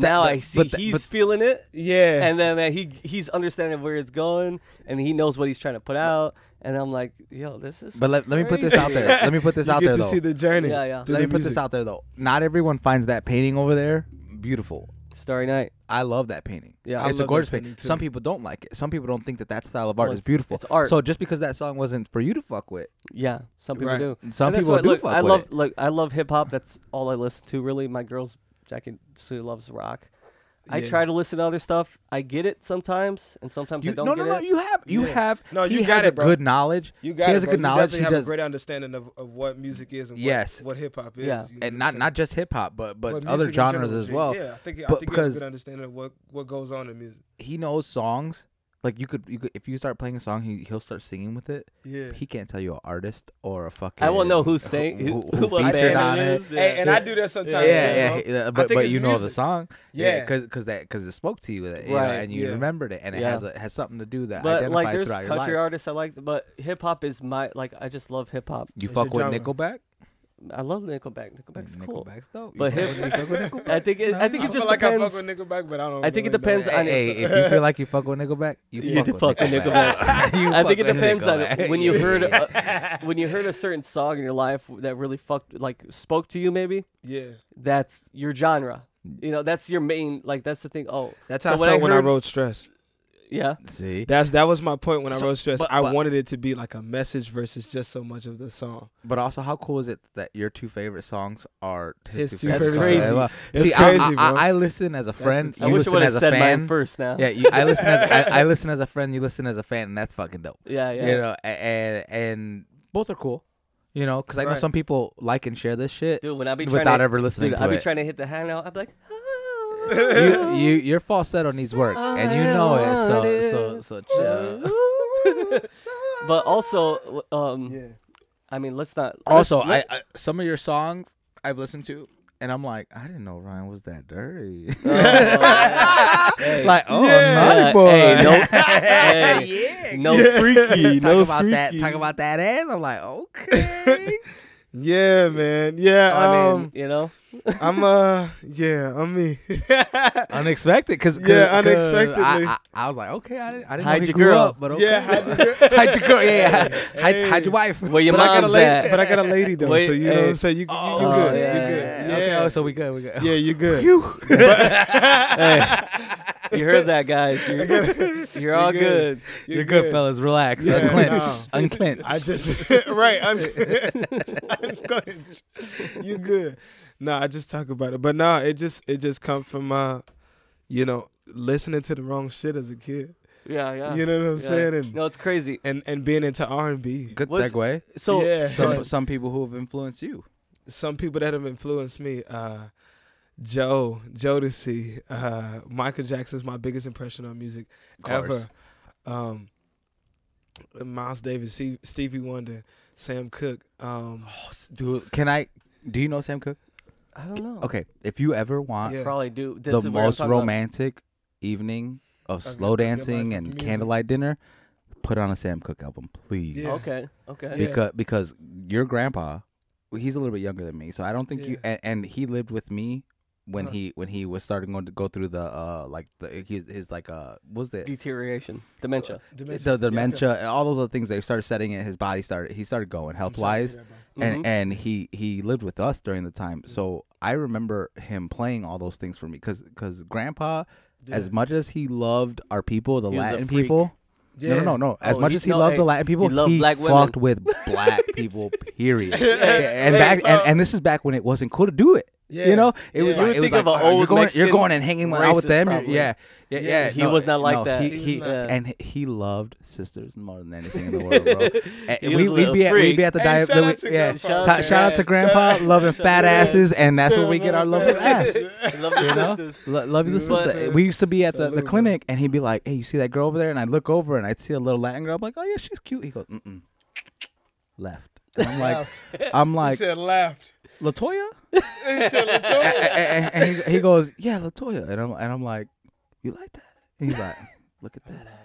[SPEAKER 3] But that-
[SPEAKER 2] now
[SPEAKER 3] but-
[SPEAKER 2] I see
[SPEAKER 3] but that-
[SPEAKER 2] he's
[SPEAKER 3] but-
[SPEAKER 2] feeling it,
[SPEAKER 5] Yeah.
[SPEAKER 2] and then uh, he he's understanding where it's going, and he knows what he's trying to put out. And I'm like, yo, this is.
[SPEAKER 3] But let, let me put this out there. Let me put this
[SPEAKER 5] you
[SPEAKER 3] out
[SPEAKER 5] get
[SPEAKER 3] there
[SPEAKER 5] to
[SPEAKER 3] though.
[SPEAKER 5] see the journey.
[SPEAKER 2] Yeah, yeah.
[SPEAKER 5] through
[SPEAKER 3] let me
[SPEAKER 5] the
[SPEAKER 3] put this
[SPEAKER 5] music.
[SPEAKER 3] out there though. Not everyone finds that painting over there beautiful.
[SPEAKER 2] Starry Night.
[SPEAKER 3] I love that painting.
[SPEAKER 2] Yeah.
[SPEAKER 5] I
[SPEAKER 3] it's a
[SPEAKER 5] love
[SPEAKER 3] gorgeous
[SPEAKER 5] that
[SPEAKER 3] painting.
[SPEAKER 5] painting, too.
[SPEAKER 3] Some people don't like it. Some people don't think that that style of art
[SPEAKER 2] Well,
[SPEAKER 3] is
[SPEAKER 2] it's-
[SPEAKER 3] beautiful.
[SPEAKER 2] it's art.
[SPEAKER 3] So just because that song wasn't for you to fuck with,
[SPEAKER 2] Yeah, some people
[SPEAKER 5] Right.
[SPEAKER 2] do.
[SPEAKER 3] some
[SPEAKER 2] And that's
[SPEAKER 3] people
[SPEAKER 2] what-
[SPEAKER 3] do
[SPEAKER 2] look,
[SPEAKER 3] fuck
[SPEAKER 2] I
[SPEAKER 3] with
[SPEAKER 2] love
[SPEAKER 3] it.
[SPEAKER 2] look, I love hip hop. That's all I listen to really. My girl's Jackie Sue loves rock. I
[SPEAKER 5] Yeah.
[SPEAKER 2] try to listen to other stuff. I get it sometimes, and sometimes
[SPEAKER 3] You,
[SPEAKER 2] I don't
[SPEAKER 3] no,
[SPEAKER 2] get
[SPEAKER 3] no, no.
[SPEAKER 2] it.
[SPEAKER 3] You have, you
[SPEAKER 5] Yeah.
[SPEAKER 3] have.
[SPEAKER 5] No,
[SPEAKER 3] he
[SPEAKER 5] you got
[SPEAKER 3] has
[SPEAKER 5] it,
[SPEAKER 3] a
[SPEAKER 5] bro.
[SPEAKER 3] good knowledge.
[SPEAKER 5] You got
[SPEAKER 3] he has
[SPEAKER 5] it,
[SPEAKER 3] a
[SPEAKER 5] bro.
[SPEAKER 3] good
[SPEAKER 5] You
[SPEAKER 3] knowledge.
[SPEAKER 5] definitely
[SPEAKER 3] he
[SPEAKER 5] have
[SPEAKER 3] does,
[SPEAKER 5] a great understanding of, of what music is and
[SPEAKER 3] Yes.
[SPEAKER 5] what, what hip hop is.
[SPEAKER 2] Yeah.
[SPEAKER 5] you know
[SPEAKER 3] and
[SPEAKER 5] what
[SPEAKER 3] not
[SPEAKER 5] I'm
[SPEAKER 3] not just hip hop, but but
[SPEAKER 5] saying? But
[SPEAKER 3] other
[SPEAKER 5] music in
[SPEAKER 3] genres
[SPEAKER 5] general,
[SPEAKER 3] as well.
[SPEAKER 5] Yeah, I think I
[SPEAKER 3] But
[SPEAKER 5] think you have a
[SPEAKER 3] because-
[SPEAKER 5] good understanding of what, what goes on in music.
[SPEAKER 3] He knows songs. Like you could, you could, if you start playing a song, he he'll start singing with it.
[SPEAKER 5] Yeah.
[SPEAKER 3] He can't tell you an artist or a fucking.
[SPEAKER 2] I won't know who's
[SPEAKER 3] who-
[SPEAKER 2] saying
[SPEAKER 3] who,
[SPEAKER 2] who,
[SPEAKER 3] who,
[SPEAKER 2] what
[SPEAKER 3] featured
[SPEAKER 2] band
[SPEAKER 3] on
[SPEAKER 2] it
[SPEAKER 3] it.
[SPEAKER 2] is.
[SPEAKER 5] Hey, and I
[SPEAKER 2] Yeah.
[SPEAKER 5] do that sometimes.
[SPEAKER 3] yeah, yeah,
[SPEAKER 5] you know?
[SPEAKER 3] yeah,
[SPEAKER 5] I
[SPEAKER 3] but
[SPEAKER 5] think
[SPEAKER 3] but
[SPEAKER 5] it's
[SPEAKER 3] you know the
[SPEAKER 5] music.
[SPEAKER 3] song,
[SPEAKER 5] Yeah.
[SPEAKER 3] because because that because it spoke to you, that, you know,
[SPEAKER 2] Right.
[SPEAKER 3] and you
[SPEAKER 5] Yeah.
[SPEAKER 3] remembered it, and it
[SPEAKER 2] Yeah.
[SPEAKER 3] has a, has something to do that
[SPEAKER 2] But
[SPEAKER 3] identifies
[SPEAKER 2] like, there's
[SPEAKER 3] throughout
[SPEAKER 2] country
[SPEAKER 3] your life.
[SPEAKER 2] artists I like, but hip hop is my like. I just love hip hop.
[SPEAKER 3] You
[SPEAKER 5] It's
[SPEAKER 3] fuck with
[SPEAKER 5] your genre.
[SPEAKER 3] Nickelback.
[SPEAKER 2] I love Nickelback. Nickelback's cool.
[SPEAKER 3] Nickelback's dope. You
[SPEAKER 2] But
[SPEAKER 3] fuck
[SPEAKER 2] hip-
[SPEAKER 3] with- you fuck with Nickelback?
[SPEAKER 2] I think it, I think
[SPEAKER 5] I
[SPEAKER 2] it
[SPEAKER 5] feel
[SPEAKER 2] just
[SPEAKER 5] like I
[SPEAKER 2] depends.
[SPEAKER 5] fuck with Nickelback, but I don't.
[SPEAKER 2] I think it
[SPEAKER 5] really know.
[SPEAKER 2] depends on-
[SPEAKER 3] Hey, if you feel like you fuck with Nickelback, you,
[SPEAKER 2] You
[SPEAKER 3] fuck,
[SPEAKER 2] do
[SPEAKER 3] with
[SPEAKER 2] fuck with
[SPEAKER 3] Nickelback. You
[SPEAKER 2] I
[SPEAKER 3] fuck
[SPEAKER 2] think it
[SPEAKER 3] with
[SPEAKER 2] depends on it.
[SPEAKER 3] Nickelback.
[SPEAKER 2] when you heard a, when you heard a certain song in your life that really fucked like spoke to you maybe
[SPEAKER 5] Yeah,
[SPEAKER 2] that's your genre. You know that's your main like that's the thing. Oh
[SPEAKER 5] that's
[SPEAKER 2] So
[SPEAKER 5] how I
[SPEAKER 2] when I
[SPEAKER 5] felt when I
[SPEAKER 2] heard-
[SPEAKER 5] wrote stress.
[SPEAKER 2] yeah
[SPEAKER 3] See,
[SPEAKER 5] That's that was my point when I
[SPEAKER 3] So-
[SPEAKER 5] wrote stress.
[SPEAKER 3] but-
[SPEAKER 5] I
[SPEAKER 3] but-
[SPEAKER 5] wanted it to be like a message versus just so much of the song.
[SPEAKER 3] but also, how cool is it that your two favorite songs are his,
[SPEAKER 5] His
[SPEAKER 3] two
[SPEAKER 5] two
[SPEAKER 3] favorite
[SPEAKER 2] favorite
[SPEAKER 3] songs?
[SPEAKER 2] songs.
[SPEAKER 3] Well,
[SPEAKER 5] It's
[SPEAKER 3] See, I- I-
[SPEAKER 5] crazy,
[SPEAKER 3] I,
[SPEAKER 5] bro.
[SPEAKER 3] I listen as a friend.
[SPEAKER 5] it's-
[SPEAKER 2] I
[SPEAKER 3] you
[SPEAKER 2] wish I
[SPEAKER 3] listen
[SPEAKER 2] would have
[SPEAKER 3] as a
[SPEAKER 2] said
[SPEAKER 3] fan.
[SPEAKER 2] mine first now.
[SPEAKER 3] Yeah, you, I listen as I, I listen as a friend. You listen as a fan, and that's fucking dope.
[SPEAKER 2] yeah yeah.
[SPEAKER 3] You know, a- and and both are cool. You know, because I know
[SPEAKER 5] Right.
[SPEAKER 3] some people like and share this shit
[SPEAKER 2] Dude, when I be trying
[SPEAKER 3] without
[SPEAKER 2] to
[SPEAKER 3] ever listening
[SPEAKER 2] dude,
[SPEAKER 3] to
[SPEAKER 2] I be
[SPEAKER 3] it.
[SPEAKER 2] trying to hit the hangout. I'd be like. "Oh,
[SPEAKER 3] you, you, your falsetto needs work, and you know it. So, so, so chill.
[SPEAKER 2] but also, w- um, I mean, let's not.
[SPEAKER 3] Also,
[SPEAKER 2] let's-
[SPEAKER 3] I, I some of your songs I've listened to, and I'm like, I didn't know Ryan was that dirty. like, oh, naughty
[SPEAKER 2] Yeah,
[SPEAKER 3] boy.
[SPEAKER 2] hey, no- hey,
[SPEAKER 3] yeah.
[SPEAKER 2] no
[SPEAKER 5] Yeah.
[SPEAKER 2] freaky,
[SPEAKER 3] Talk
[SPEAKER 2] no
[SPEAKER 3] about
[SPEAKER 2] freaky.
[SPEAKER 3] that. Talk about that ass. I'm like, okay.
[SPEAKER 5] Yeah, man. Yeah,
[SPEAKER 2] I
[SPEAKER 5] um,
[SPEAKER 2] mean, you know,
[SPEAKER 5] I'm uh, yeah, I'm me.
[SPEAKER 3] unexpected, cause, 'cause-
[SPEAKER 5] Yeah,
[SPEAKER 3] 'cause
[SPEAKER 5] unexpectedly.
[SPEAKER 3] I, I, I was like, okay, I didn't, I didn't know
[SPEAKER 2] Hide
[SPEAKER 3] he
[SPEAKER 2] your
[SPEAKER 3] grew
[SPEAKER 2] girl.
[SPEAKER 3] up, but okay.
[SPEAKER 5] Yeah, hide your
[SPEAKER 3] hide your girl. Yeah, yeah. hide,
[SPEAKER 5] Hey.
[SPEAKER 3] hide your wife.
[SPEAKER 2] where your
[SPEAKER 3] But I got a
[SPEAKER 2] mom's
[SPEAKER 3] lady-
[SPEAKER 2] at.
[SPEAKER 5] but I got a lady though,
[SPEAKER 2] Wait,
[SPEAKER 5] so you know what
[SPEAKER 2] hey.
[SPEAKER 5] I'm saying. You, you,
[SPEAKER 3] Oh,
[SPEAKER 5] you
[SPEAKER 2] yeah,
[SPEAKER 5] good? you
[SPEAKER 2] yeah,
[SPEAKER 5] good?
[SPEAKER 3] Okay,
[SPEAKER 5] Yeah,
[SPEAKER 3] oh, so we good. We good.
[SPEAKER 5] yeah, you good?
[SPEAKER 2] you heard that, guys. You're, you're all
[SPEAKER 5] good.
[SPEAKER 2] good.
[SPEAKER 5] You
[SPEAKER 3] You're, good, fellas. Relax.
[SPEAKER 5] Yeah,
[SPEAKER 3] Unclench.
[SPEAKER 5] no.
[SPEAKER 3] Unclench.
[SPEAKER 5] I just right unclench. unclench. You good? Nah, I just talk about it, but nah, it just it just come from uh, you know, listening to the wrong shit as a kid.
[SPEAKER 2] Yeah, yeah.
[SPEAKER 5] You know what I'm
[SPEAKER 2] yeah.
[SPEAKER 5] saying? And,
[SPEAKER 2] No, it's crazy.
[SPEAKER 5] and and being into R and B.
[SPEAKER 3] good
[SPEAKER 2] What's-
[SPEAKER 3] segue.
[SPEAKER 2] So
[SPEAKER 5] yeah,
[SPEAKER 3] Some some people who have influenced you.
[SPEAKER 5] some people that have influenced me. Uh, Joe, Jodeci, uh, Michael Jackson's my biggest impression on music
[SPEAKER 3] Of course.
[SPEAKER 5] ever. Um, Miles Davis, Steve- Stevie Wonder, Sam Cooke. Um,
[SPEAKER 3] Oh, s- dude, can I? Do you know Sam Cooke?
[SPEAKER 2] I don't know.
[SPEAKER 3] Okay, if you ever want
[SPEAKER 5] Oh. Yeah.
[SPEAKER 2] Probably do. This
[SPEAKER 3] the
[SPEAKER 2] is where I'm
[SPEAKER 3] most
[SPEAKER 2] talking about-
[SPEAKER 3] romantic evening of slow
[SPEAKER 5] Of your- of your life
[SPEAKER 3] dancing
[SPEAKER 5] with
[SPEAKER 3] and
[SPEAKER 5] music.
[SPEAKER 3] candlelight dinner, put on a Sam Cooke album, please.
[SPEAKER 5] Yeah.
[SPEAKER 2] Okay. Okay.
[SPEAKER 5] Yeah.
[SPEAKER 3] because because your grandpa well, he's a little bit younger than me so i don't think you and, and he lived with me when
[SPEAKER 5] Huh.
[SPEAKER 3] he when he was starting going to go through the uh like the his, his like uh what was it
[SPEAKER 2] Deterioration, dementia.
[SPEAKER 5] Uh,
[SPEAKER 3] the dementia and all those other things they started setting in his body started he started going health wise
[SPEAKER 2] Mhm.
[SPEAKER 3] and and he he lived with us during the time so i remember him playing all those things for me because because grandpa as much as he loved our people the
[SPEAKER 2] He was a
[SPEAKER 3] latin
[SPEAKER 2] freak.
[SPEAKER 3] people no, no, no, no. As
[SPEAKER 2] Oh,
[SPEAKER 3] much
[SPEAKER 2] he-
[SPEAKER 3] as he
[SPEAKER 2] no,
[SPEAKER 3] loved the
[SPEAKER 2] hey,
[SPEAKER 3] Latin people,
[SPEAKER 2] he loved
[SPEAKER 3] he
[SPEAKER 2] black women.
[SPEAKER 3] fucked with black people. Period. Yeah, and
[SPEAKER 2] Hey,
[SPEAKER 3] back,
[SPEAKER 2] so-
[SPEAKER 3] and, and this is back when it wasn't cool to do it. You know, it was
[SPEAKER 2] Yeah.
[SPEAKER 3] like, it
[SPEAKER 2] You
[SPEAKER 3] was
[SPEAKER 2] think of
[SPEAKER 3] like,
[SPEAKER 2] an
[SPEAKER 3] "Oh, you're
[SPEAKER 2] old
[SPEAKER 3] going,
[SPEAKER 2] Mexican
[SPEAKER 3] you're going and hanging out with
[SPEAKER 2] racist,
[SPEAKER 3] them.
[SPEAKER 2] probably.
[SPEAKER 3] Yeah, yeah, yeah.
[SPEAKER 1] Yeah,
[SPEAKER 2] he was not like
[SPEAKER 3] no,
[SPEAKER 2] that.
[SPEAKER 3] He,
[SPEAKER 2] He
[SPEAKER 3] he,
[SPEAKER 2] was not.
[SPEAKER 3] and he loved sisters more than anything in the world, bro. And
[SPEAKER 2] He was
[SPEAKER 3] we, we'd
[SPEAKER 2] a little
[SPEAKER 3] be at we'd
[SPEAKER 2] freak.
[SPEAKER 3] be at the
[SPEAKER 1] Hey,
[SPEAKER 3] diet.
[SPEAKER 1] shout
[SPEAKER 3] the-
[SPEAKER 1] out to
[SPEAKER 3] yeah,
[SPEAKER 1] Grandpa.
[SPEAKER 3] shout, shout out to
[SPEAKER 1] Shout-
[SPEAKER 3] Grandpa, loving fat asses, and that's where we get our love of ass.
[SPEAKER 2] Love your
[SPEAKER 3] You know?
[SPEAKER 2] sisters.
[SPEAKER 3] Lo- love you, the
[SPEAKER 2] But-
[SPEAKER 3] sister. We used to be at the, the
[SPEAKER 5] Absolutely.
[SPEAKER 3] clinic, and he'd be like, "Hey, you see that girl over there?" And I'd look over, and I'd see a little Latin girl. I'm like, "Oh yeah, she's cute." He goes, "Mm-mm, left." And I'm like, "I'm
[SPEAKER 1] He
[SPEAKER 3] like
[SPEAKER 1] said laughed.
[SPEAKER 3] Latoya,"
[SPEAKER 1] He said
[SPEAKER 3] A-
[SPEAKER 1] Latoya.
[SPEAKER 3] a- a- and he, he goes, "Yeah, Latoya," and I'm and I'm like, "You like that?" And he's like, "Look at that." ass."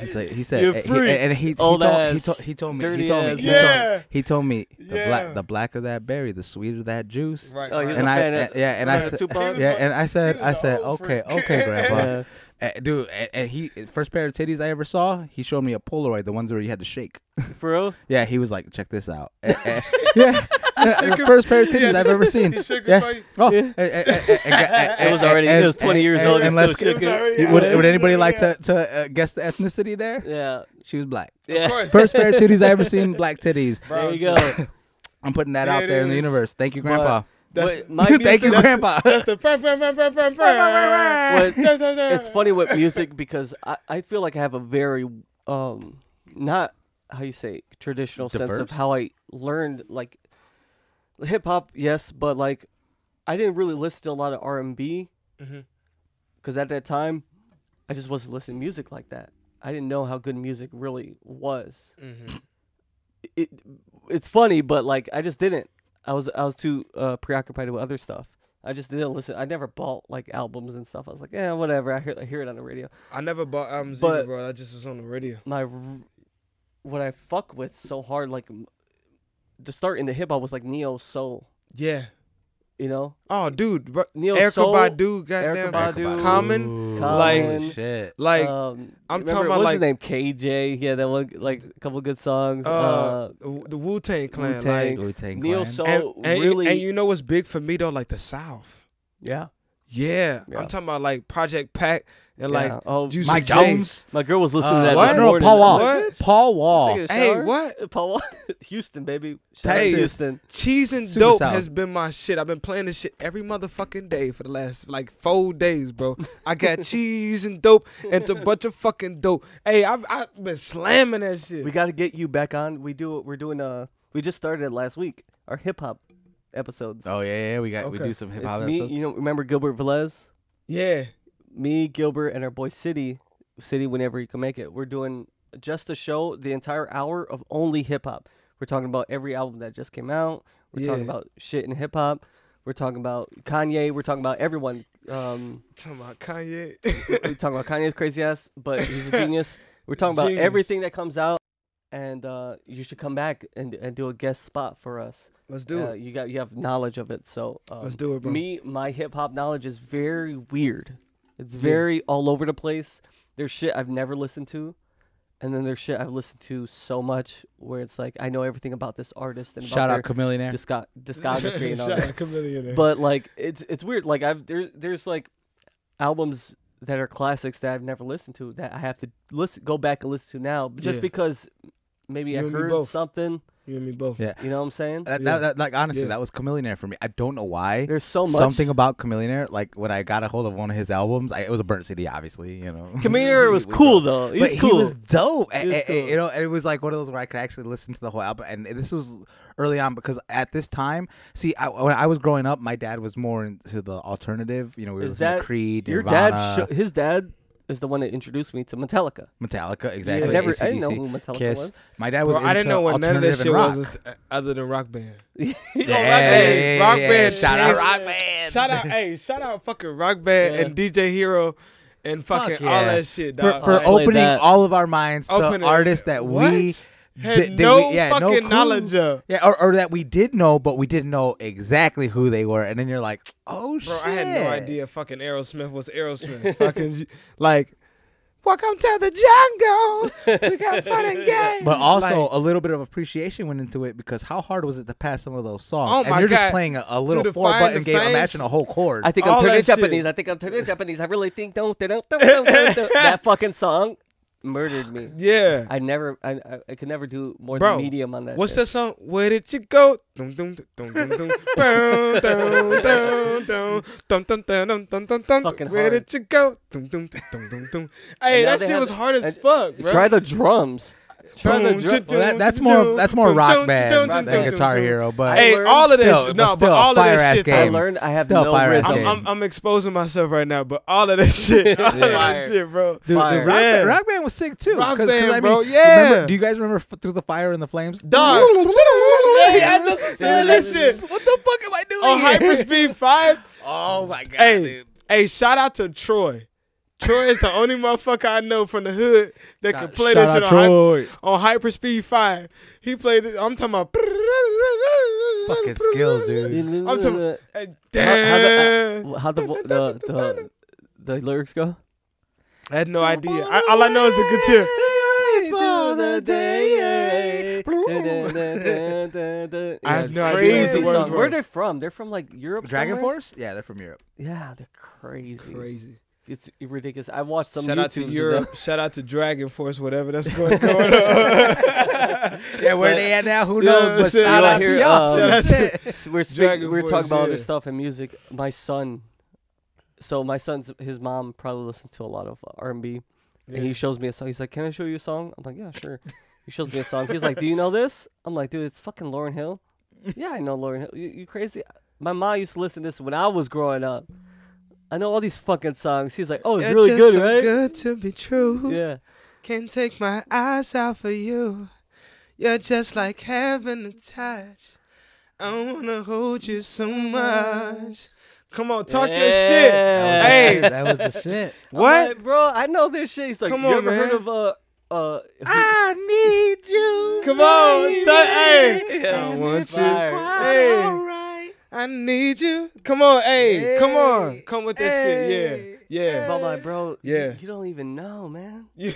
[SPEAKER 3] He's like, he said,
[SPEAKER 2] You
[SPEAKER 3] and he-
[SPEAKER 2] freak.
[SPEAKER 3] and he, he,
[SPEAKER 2] Old
[SPEAKER 3] told, he,
[SPEAKER 2] ass.
[SPEAKER 3] told, he told me,
[SPEAKER 2] Dirty
[SPEAKER 3] he told me,
[SPEAKER 2] ass.
[SPEAKER 3] he told-
[SPEAKER 1] Yeah.
[SPEAKER 3] he told me, the,
[SPEAKER 1] Yeah.
[SPEAKER 3] black, the blacker that berry, the sweeter that juice.
[SPEAKER 1] Right.
[SPEAKER 2] Oh, he was
[SPEAKER 3] And
[SPEAKER 2] a
[SPEAKER 3] I,
[SPEAKER 2] fan of-
[SPEAKER 3] and- yeah, and I
[SPEAKER 2] fan of
[SPEAKER 3] said,
[SPEAKER 2] Tupac?
[SPEAKER 3] yeah, and I said,
[SPEAKER 1] He was
[SPEAKER 3] I
[SPEAKER 1] an
[SPEAKER 3] said,
[SPEAKER 1] old
[SPEAKER 3] okay,
[SPEAKER 1] freak.
[SPEAKER 3] okay, grandpa,
[SPEAKER 2] Yeah.
[SPEAKER 3] Uh, dude, and, and he first pair of titties I ever saw, he showed me a Polaroid, the ones where you had to shake.
[SPEAKER 2] For real?
[SPEAKER 3] Yeah, he was like, check this out. Eh, eh, yeah, yeah, the first pair of titties I've ever seen.
[SPEAKER 1] He shook his
[SPEAKER 3] Yeah.
[SPEAKER 1] face.
[SPEAKER 3] Oh, eh, eh, eh, eh, eh, eh, eh,
[SPEAKER 2] It was already.
[SPEAKER 3] eh,
[SPEAKER 2] It was 20
[SPEAKER 3] eh,
[SPEAKER 2] years
[SPEAKER 3] eh,
[SPEAKER 2] old.
[SPEAKER 3] And
[SPEAKER 2] And
[SPEAKER 3] let's
[SPEAKER 2] still
[SPEAKER 1] It was
[SPEAKER 2] shaking.
[SPEAKER 1] already
[SPEAKER 3] would,
[SPEAKER 1] out.
[SPEAKER 3] would anybody like
[SPEAKER 1] Yeah.
[SPEAKER 3] to to uh, guess the ethnicity there?
[SPEAKER 2] Yeah.
[SPEAKER 3] She was black.
[SPEAKER 1] Of
[SPEAKER 2] Yeah.
[SPEAKER 1] course.
[SPEAKER 3] First pair of titties I ever seen, black titties.
[SPEAKER 2] There
[SPEAKER 1] Brown
[SPEAKER 2] you
[SPEAKER 1] too.
[SPEAKER 2] go.
[SPEAKER 3] I'm putting that
[SPEAKER 1] There
[SPEAKER 3] out
[SPEAKER 1] it
[SPEAKER 3] there in the
[SPEAKER 1] is.
[SPEAKER 3] universe. Thank you, grandpa.
[SPEAKER 1] That's-
[SPEAKER 2] What- my
[SPEAKER 3] Thank you,
[SPEAKER 2] music-
[SPEAKER 3] grandpa.
[SPEAKER 1] That's the pam, pam, pam, pam, pam, pam.
[SPEAKER 2] What-
[SPEAKER 1] Dun, dun, dun.
[SPEAKER 2] it's funny with music because I, I feel like I have a very um not how you say it, traditional sense of
[SPEAKER 3] Diverse?
[SPEAKER 2] how I learned like hip hop yes but like I didn't really listen to a lot of R and B
[SPEAKER 5] Mm-hmm,
[SPEAKER 1] Mhm.
[SPEAKER 2] because at that time I just wasn't listening to music like that I didn't know how good music really was
[SPEAKER 5] mm-hmm.
[SPEAKER 1] Mhm.
[SPEAKER 2] it it's funny, but like I just didn't. I was I was too uh, preoccupied with other stuff. I just didn't listen. I never bought like albums and stuff. I was like, yeah, whatever. I hear I hear it on the radio.
[SPEAKER 5] I never bought albums
[SPEAKER 2] But-
[SPEAKER 5] either, bro. I just was on the radio.
[SPEAKER 2] My r- what I fuck with so hard, like m- to start in the hip hop was like neo soul.
[SPEAKER 5] Yeah.
[SPEAKER 2] You know,
[SPEAKER 5] Oh, dude, bro.
[SPEAKER 2] neo
[SPEAKER 5] Erica
[SPEAKER 2] soul.
[SPEAKER 5] Badu, goddamn.
[SPEAKER 2] Erykah Badu,
[SPEAKER 5] Common,
[SPEAKER 2] like-
[SPEAKER 3] Holy shit.
[SPEAKER 5] like,
[SPEAKER 2] um,
[SPEAKER 5] I'm
[SPEAKER 2] remember-
[SPEAKER 5] talking about,
[SPEAKER 2] what's his name? KJ. Yeah, that one like a couple good songs.
[SPEAKER 5] uh,
[SPEAKER 2] Uh,
[SPEAKER 5] the Wu Tang Clan,
[SPEAKER 2] Wu-Tang.
[SPEAKER 5] like,
[SPEAKER 3] Wu-Tang
[SPEAKER 2] neo
[SPEAKER 3] Clan.
[SPEAKER 5] and,
[SPEAKER 2] soul
[SPEAKER 5] and,
[SPEAKER 2] really.
[SPEAKER 5] and you know what's big for me though, like the South.
[SPEAKER 2] yeah,
[SPEAKER 5] Yeah,
[SPEAKER 2] Yeah.
[SPEAKER 5] I'm talking about like Project Pack and like
[SPEAKER 2] yeah. oh,
[SPEAKER 5] Juicy
[SPEAKER 3] Mike
[SPEAKER 5] J.
[SPEAKER 3] Jones.
[SPEAKER 2] my girl was listening
[SPEAKER 3] Uh,
[SPEAKER 2] to that.
[SPEAKER 5] what?
[SPEAKER 2] This
[SPEAKER 5] No,
[SPEAKER 2] morning.
[SPEAKER 3] Paul
[SPEAKER 2] I'm
[SPEAKER 3] Wall.
[SPEAKER 2] like,
[SPEAKER 5] What?
[SPEAKER 3] Paul Wall.
[SPEAKER 2] Taking a
[SPEAKER 5] Hey,
[SPEAKER 2] shower?
[SPEAKER 5] what?
[SPEAKER 2] Paul, Houston, baby. Shout out to
[SPEAKER 5] Texas.
[SPEAKER 2] Houston.
[SPEAKER 5] Cheese and
[SPEAKER 3] Super
[SPEAKER 5] dope
[SPEAKER 3] South.
[SPEAKER 5] has been my shit. I've been playing this shit every motherfucking day for the last like four days, bro. I got cheese and dope and a bunch of fucking dope. Hey, I've, I've been slamming that shit.
[SPEAKER 2] We got to get you back on. We do. We're doing. Uh, we just started it last week. Our hip hop episodes.
[SPEAKER 3] Oh yeah, yeah, we got we
[SPEAKER 5] Okay.
[SPEAKER 3] do some hip hop
[SPEAKER 2] it's me.
[SPEAKER 3] episodes.
[SPEAKER 2] You know, remember Gilbert Velez?
[SPEAKER 5] yeah,
[SPEAKER 2] Me, Gilbert, and our boy City. City, whenever you can make it. We're doing just a show, the entire hour of only hip hop. We're talking about every album that just came out. We're talking
[SPEAKER 5] Yeah.
[SPEAKER 2] about shit in hip hop. We're talking about Kanye. We're talking about everyone. Um,
[SPEAKER 5] talking about Kanye.
[SPEAKER 2] we're talking about Kanye's crazy ass, but he's a genius. We're talking about
[SPEAKER 5] Genius.
[SPEAKER 2] everything that comes out, and uh, you should come back and, and do a guest spot for us.
[SPEAKER 5] Let's do
[SPEAKER 2] Uh,
[SPEAKER 5] it.
[SPEAKER 2] You got you have knowledge of it, so um,
[SPEAKER 5] Let's do it, bro.
[SPEAKER 2] Me, my hip hop knowledge is very weird. It's
[SPEAKER 5] Yeah.
[SPEAKER 2] very all over the place. There's shit I've never listened to, and then there's shit I've listened to so much where it's like I know everything about this artist and
[SPEAKER 3] Shout out
[SPEAKER 2] about
[SPEAKER 3] Chameleon.
[SPEAKER 2] their disco- discography and all
[SPEAKER 5] Shout
[SPEAKER 2] that
[SPEAKER 5] out Chameleon.
[SPEAKER 2] but like it's it's weird. Like I've there's there's like albums that are classics that I've never listened to that I have to listen go back and listen to now just
[SPEAKER 5] Yeah.
[SPEAKER 2] because maybe
[SPEAKER 5] You
[SPEAKER 2] I
[SPEAKER 5] and me
[SPEAKER 2] heard
[SPEAKER 5] both.
[SPEAKER 2] something.
[SPEAKER 5] you and me both.
[SPEAKER 3] Yeah.
[SPEAKER 2] You know what I'm saying?
[SPEAKER 3] That, that,
[SPEAKER 5] Yeah.
[SPEAKER 3] that, like honestly,
[SPEAKER 5] Yeah.
[SPEAKER 3] that was Chameleon for me. I don't know why.
[SPEAKER 2] There's so much.
[SPEAKER 3] Something about Chameleon. Like when I got a hold of one of his albums, I, it was a burnt CD, obviously. You know,
[SPEAKER 2] Kamir was
[SPEAKER 3] We- we
[SPEAKER 2] cool
[SPEAKER 3] both-
[SPEAKER 2] though.
[SPEAKER 3] but
[SPEAKER 2] He's
[SPEAKER 3] he
[SPEAKER 2] cool.
[SPEAKER 3] was dope. A-
[SPEAKER 2] was
[SPEAKER 3] a- a-
[SPEAKER 2] cool.
[SPEAKER 3] you know, and it was like one of those where I could actually listen to the whole album. And this was early on because at this time, see, I, when I was growing up, my dad was more into the alternative. You know, we were
[SPEAKER 2] Is
[SPEAKER 3] listening to
[SPEAKER 2] that-
[SPEAKER 3] Creed,
[SPEAKER 2] Your
[SPEAKER 3] Nirvana,
[SPEAKER 2] dad, sho- his dad, is the one that introduced me to Metallica.
[SPEAKER 3] Metallica,
[SPEAKER 2] I
[SPEAKER 3] exactly.
[SPEAKER 2] never, I
[SPEAKER 3] AC/DC,
[SPEAKER 2] didn't know who Metallica
[SPEAKER 3] Kiss.
[SPEAKER 2] was.
[SPEAKER 3] My dad was.
[SPEAKER 5] Bro, I didn't
[SPEAKER 3] into
[SPEAKER 5] know what none of
[SPEAKER 3] alternative
[SPEAKER 5] that shit
[SPEAKER 3] and rock.
[SPEAKER 5] was uh, other than Rock Band.
[SPEAKER 3] Yeah,
[SPEAKER 5] Band. Rock Band
[SPEAKER 3] Shout out
[SPEAKER 5] changed-
[SPEAKER 3] Rock Band.
[SPEAKER 5] Shout out, hey, shout out fucking Rock Band
[SPEAKER 2] Yeah.
[SPEAKER 5] and DJ Hero and
[SPEAKER 3] Fuck
[SPEAKER 5] fucking all
[SPEAKER 3] yeah.
[SPEAKER 5] that shit,
[SPEAKER 3] for,
[SPEAKER 5] dog.
[SPEAKER 3] for
[SPEAKER 2] I played
[SPEAKER 3] opening
[SPEAKER 2] that.
[SPEAKER 3] all of our minds
[SPEAKER 5] Open it.
[SPEAKER 3] to artists that we
[SPEAKER 5] What?
[SPEAKER 3] di-
[SPEAKER 5] had
[SPEAKER 3] did
[SPEAKER 5] no
[SPEAKER 3] we- yeah, no
[SPEAKER 5] fucking
[SPEAKER 3] clue.
[SPEAKER 5] knowledge of.
[SPEAKER 3] yeah or, or that we did know, but we didn't know exactly who they were. And then you're like, oh
[SPEAKER 5] Bro,
[SPEAKER 3] shit,
[SPEAKER 5] I had no idea fucking Aerosmith was Aerosmith. fucking like Welcome to the jungle. We got fun and games.
[SPEAKER 3] But also
[SPEAKER 5] Like,
[SPEAKER 3] a little bit of appreciation went into it because how hard was it to pass some of those songs?
[SPEAKER 5] Oh
[SPEAKER 3] and
[SPEAKER 5] my
[SPEAKER 3] you're
[SPEAKER 5] God.
[SPEAKER 3] just playing a, a
[SPEAKER 5] Through
[SPEAKER 3] little
[SPEAKER 5] the
[SPEAKER 3] four
[SPEAKER 5] fire and
[SPEAKER 3] button
[SPEAKER 5] the
[SPEAKER 3] game.
[SPEAKER 5] flames.
[SPEAKER 3] Imagine a whole chord.
[SPEAKER 2] I think
[SPEAKER 5] All
[SPEAKER 2] I'm turning
[SPEAKER 5] that shit.
[SPEAKER 2] Japanese. I think I'm turning Japanese. I really think don't, don't, don't, don't, don't, don't, don't. that fucking song. murdered me.
[SPEAKER 5] Yeah.
[SPEAKER 2] I never, I, I, I could never do more
[SPEAKER 5] Bro,
[SPEAKER 2] than medium on that.
[SPEAKER 5] What's
[SPEAKER 2] shit.
[SPEAKER 5] that song? Where did you go? Dum, dum, dum, dum, dum, dum. Dum, dum, dum, dum. Dum, dum, dum, dum, dum, dum, dum.
[SPEAKER 2] Fucking
[SPEAKER 5] Where
[SPEAKER 2] hard.
[SPEAKER 5] did you go? Dum, dum, dum, dum, dum, dum. Hey,
[SPEAKER 2] now
[SPEAKER 5] that
[SPEAKER 2] they
[SPEAKER 5] shit
[SPEAKER 2] have-
[SPEAKER 5] was hard as
[SPEAKER 2] and-
[SPEAKER 5] fuck, bro.
[SPEAKER 2] Try the drums. Try the
[SPEAKER 5] Boom,
[SPEAKER 2] drum.
[SPEAKER 5] cha-ching.
[SPEAKER 3] Well, that, that's more that's more rock band than Guitar Hero, but
[SPEAKER 5] Hey,
[SPEAKER 2] learned-
[SPEAKER 5] all of this,
[SPEAKER 3] still,
[SPEAKER 5] no, but
[SPEAKER 3] still,
[SPEAKER 5] all of
[SPEAKER 3] fire
[SPEAKER 5] this
[SPEAKER 3] ass
[SPEAKER 5] shit. though,
[SPEAKER 2] I
[SPEAKER 3] game.
[SPEAKER 2] learned I have
[SPEAKER 3] Still
[SPEAKER 2] no
[SPEAKER 3] fire
[SPEAKER 2] rhythm.
[SPEAKER 3] ass
[SPEAKER 5] I'm,
[SPEAKER 3] game.
[SPEAKER 5] I'm, I'm exposing myself right now, but all of that shit, all of
[SPEAKER 2] Fire.
[SPEAKER 5] that shit, bro.
[SPEAKER 3] Dude,
[SPEAKER 2] Fire.
[SPEAKER 3] Rock,
[SPEAKER 5] Yeah.
[SPEAKER 3] band, Rock Band was sick too.
[SPEAKER 5] Rock
[SPEAKER 3] 'cause- 'cause
[SPEAKER 5] Band,
[SPEAKER 3] I mean,
[SPEAKER 5] bro.
[SPEAKER 3] remember-
[SPEAKER 5] Yeah.
[SPEAKER 3] do you guys remember F- Through the Fire and the Flames?
[SPEAKER 5] Dog. yeah, I just was saying that shit.
[SPEAKER 3] What the fuck am I doing?
[SPEAKER 2] Oh,
[SPEAKER 5] On
[SPEAKER 3] here?
[SPEAKER 5] Hyperspeed 5,
[SPEAKER 3] Oh my god,
[SPEAKER 5] hey,
[SPEAKER 3] dude.
[SPEAKER 5] hey, shout out to Troy. Troy is the only motherfucker I know from the hood that
[SPEAKER 3] Shout-
[SPEAKER 5] could play
[SPEAKER 3] shout
[SPEAKER 5] that shit
[SPEAKER 3] out
[SPEAKER 5] on, hy-
[SPEAKER 3] Troy.
[SPEAKER 5] on Hyperspeed 5. He played it. I'm talking about.
[SPEAKER 3] Fucking skills, dude.
[SPEAKER 5] I'm talking. Hey,
[SPEAKER 2] How-
[SPEAKER 5] damn.
[SPEAKER 2] how the, how the, vo- the, the, the lyrics go?
[SPEAKER 5] I had no idea. I, all I know is the guitar. I have no idea
[SPEAKER 2] Crazy
[SPEAKER 5] what the words
[SPEAKER 2] song.
[SPEAKER 5] were.
[SPEAKER 2] Where they from? They're from like Europe.
[SPEAKER 3] Dragon
[SPEAKER 2] somewhere?
[SPEAKER 3] Force? Yeah, they're from Europe.
[SPEAKER 2] Yeah, they're crazy.
[SPEAKER 5] Crazy.
[SPEAKER 2] It's ridiculous. I watched some
[SPEAKER 5] Shout
[SPEAKER 2] YouTubes
[SPEAKER 5] out to
[SPEAKER 2] of them.
[SPEAKER 5] Europe. Shout out to Dragon Force, whatever that's going, going on.
[SPEAKER 3] Yeah, where
[SPEAKER 2] But-
[SPEAKER 3] they at now? Who
[SPEAKER 5] Yeah,
[SPEAKER 3] knows? But
[SPEAKER 5] shit,
[SPEAKER 3] shout
[SPEAKER 5] yeah,
[SPEAKER 3] out to
[SPEAKER 2] here,
[SPEAKER 3] y'all.
[SPEAKER 2] um,
[SPEAKER 5] Shout out to-
[SPEAKER 2] So we're speak-
[SPEAKER 5] Dragon
[SPEAKER 2] we're talking
[SPEAKER 5] Force,
[SPEAKER 2] about other
[SPEAKER 5] yeah.
[SPEAKER 2] stuff and music. My son, so my son's his mom probably listens to a lot of R and B, and he
[SPEAKER 5] Yeah.
[SPEAKER 2] shows me a song. He's like, "Can I show you a song?" I'm like, "Yeah, sure." He shows me a song. He's like, "Do you know this?" I'm like, "Dude, it's fucking Lauren Hill." yeah, I know Lauren Hill. You, you crazy? My mom used to listen to this when I was growing up. I know all these fucking songs. He's like, "Oh, it's really
[SPEAKER 5] You're
[SPEAKER 2] good,
[SPEAKER 5] just so
[SPEAKER 2] right?"
[SPEAKER 5] Good to be true.
[SPEAKER 2] Yeah.
[SPEAKER 5] Can't take my eyes off of you. You're just like heaven to touch. I wanna hold you so much. Come on, talk your shit.
[SPEAKER 2] Yeah.
[SPEAKER 5] Hey.
[SPEAKER 3] that was the shit.
[SPEAKER 2] I'm
[SPEAKER 5] What?
[SPEAKER 2] like, bro? I know this shit. He's like,
[SPEAKER 5] Come
[SPEAKER 2] "You
[SPEAKER 5] on,
[SPEAKER 2] ever heard of
[SPEAKER 5] man."
[SPEAKER 2] uh uh?"
[SPEAKER 3] I need you.
[SPEAKER 5] Come on, ta- hey.
[SPEAKER 2] Yeah.
[SPEAKER 5] I want you.
[SPEAKER 2] Fire.
[SPEAKER 5] Hey. I need you. Come on, hey. Come on.
[SPEAKER 3] Hey.
[SPEAKER 5] Come with this shit. Yeah. Yeah.
[SPEAKER 2] But my bro,
[SPEAKER 5] Yeah.
[SPEAKER 2] You don't even know, man.
[SPEAKER 5] You,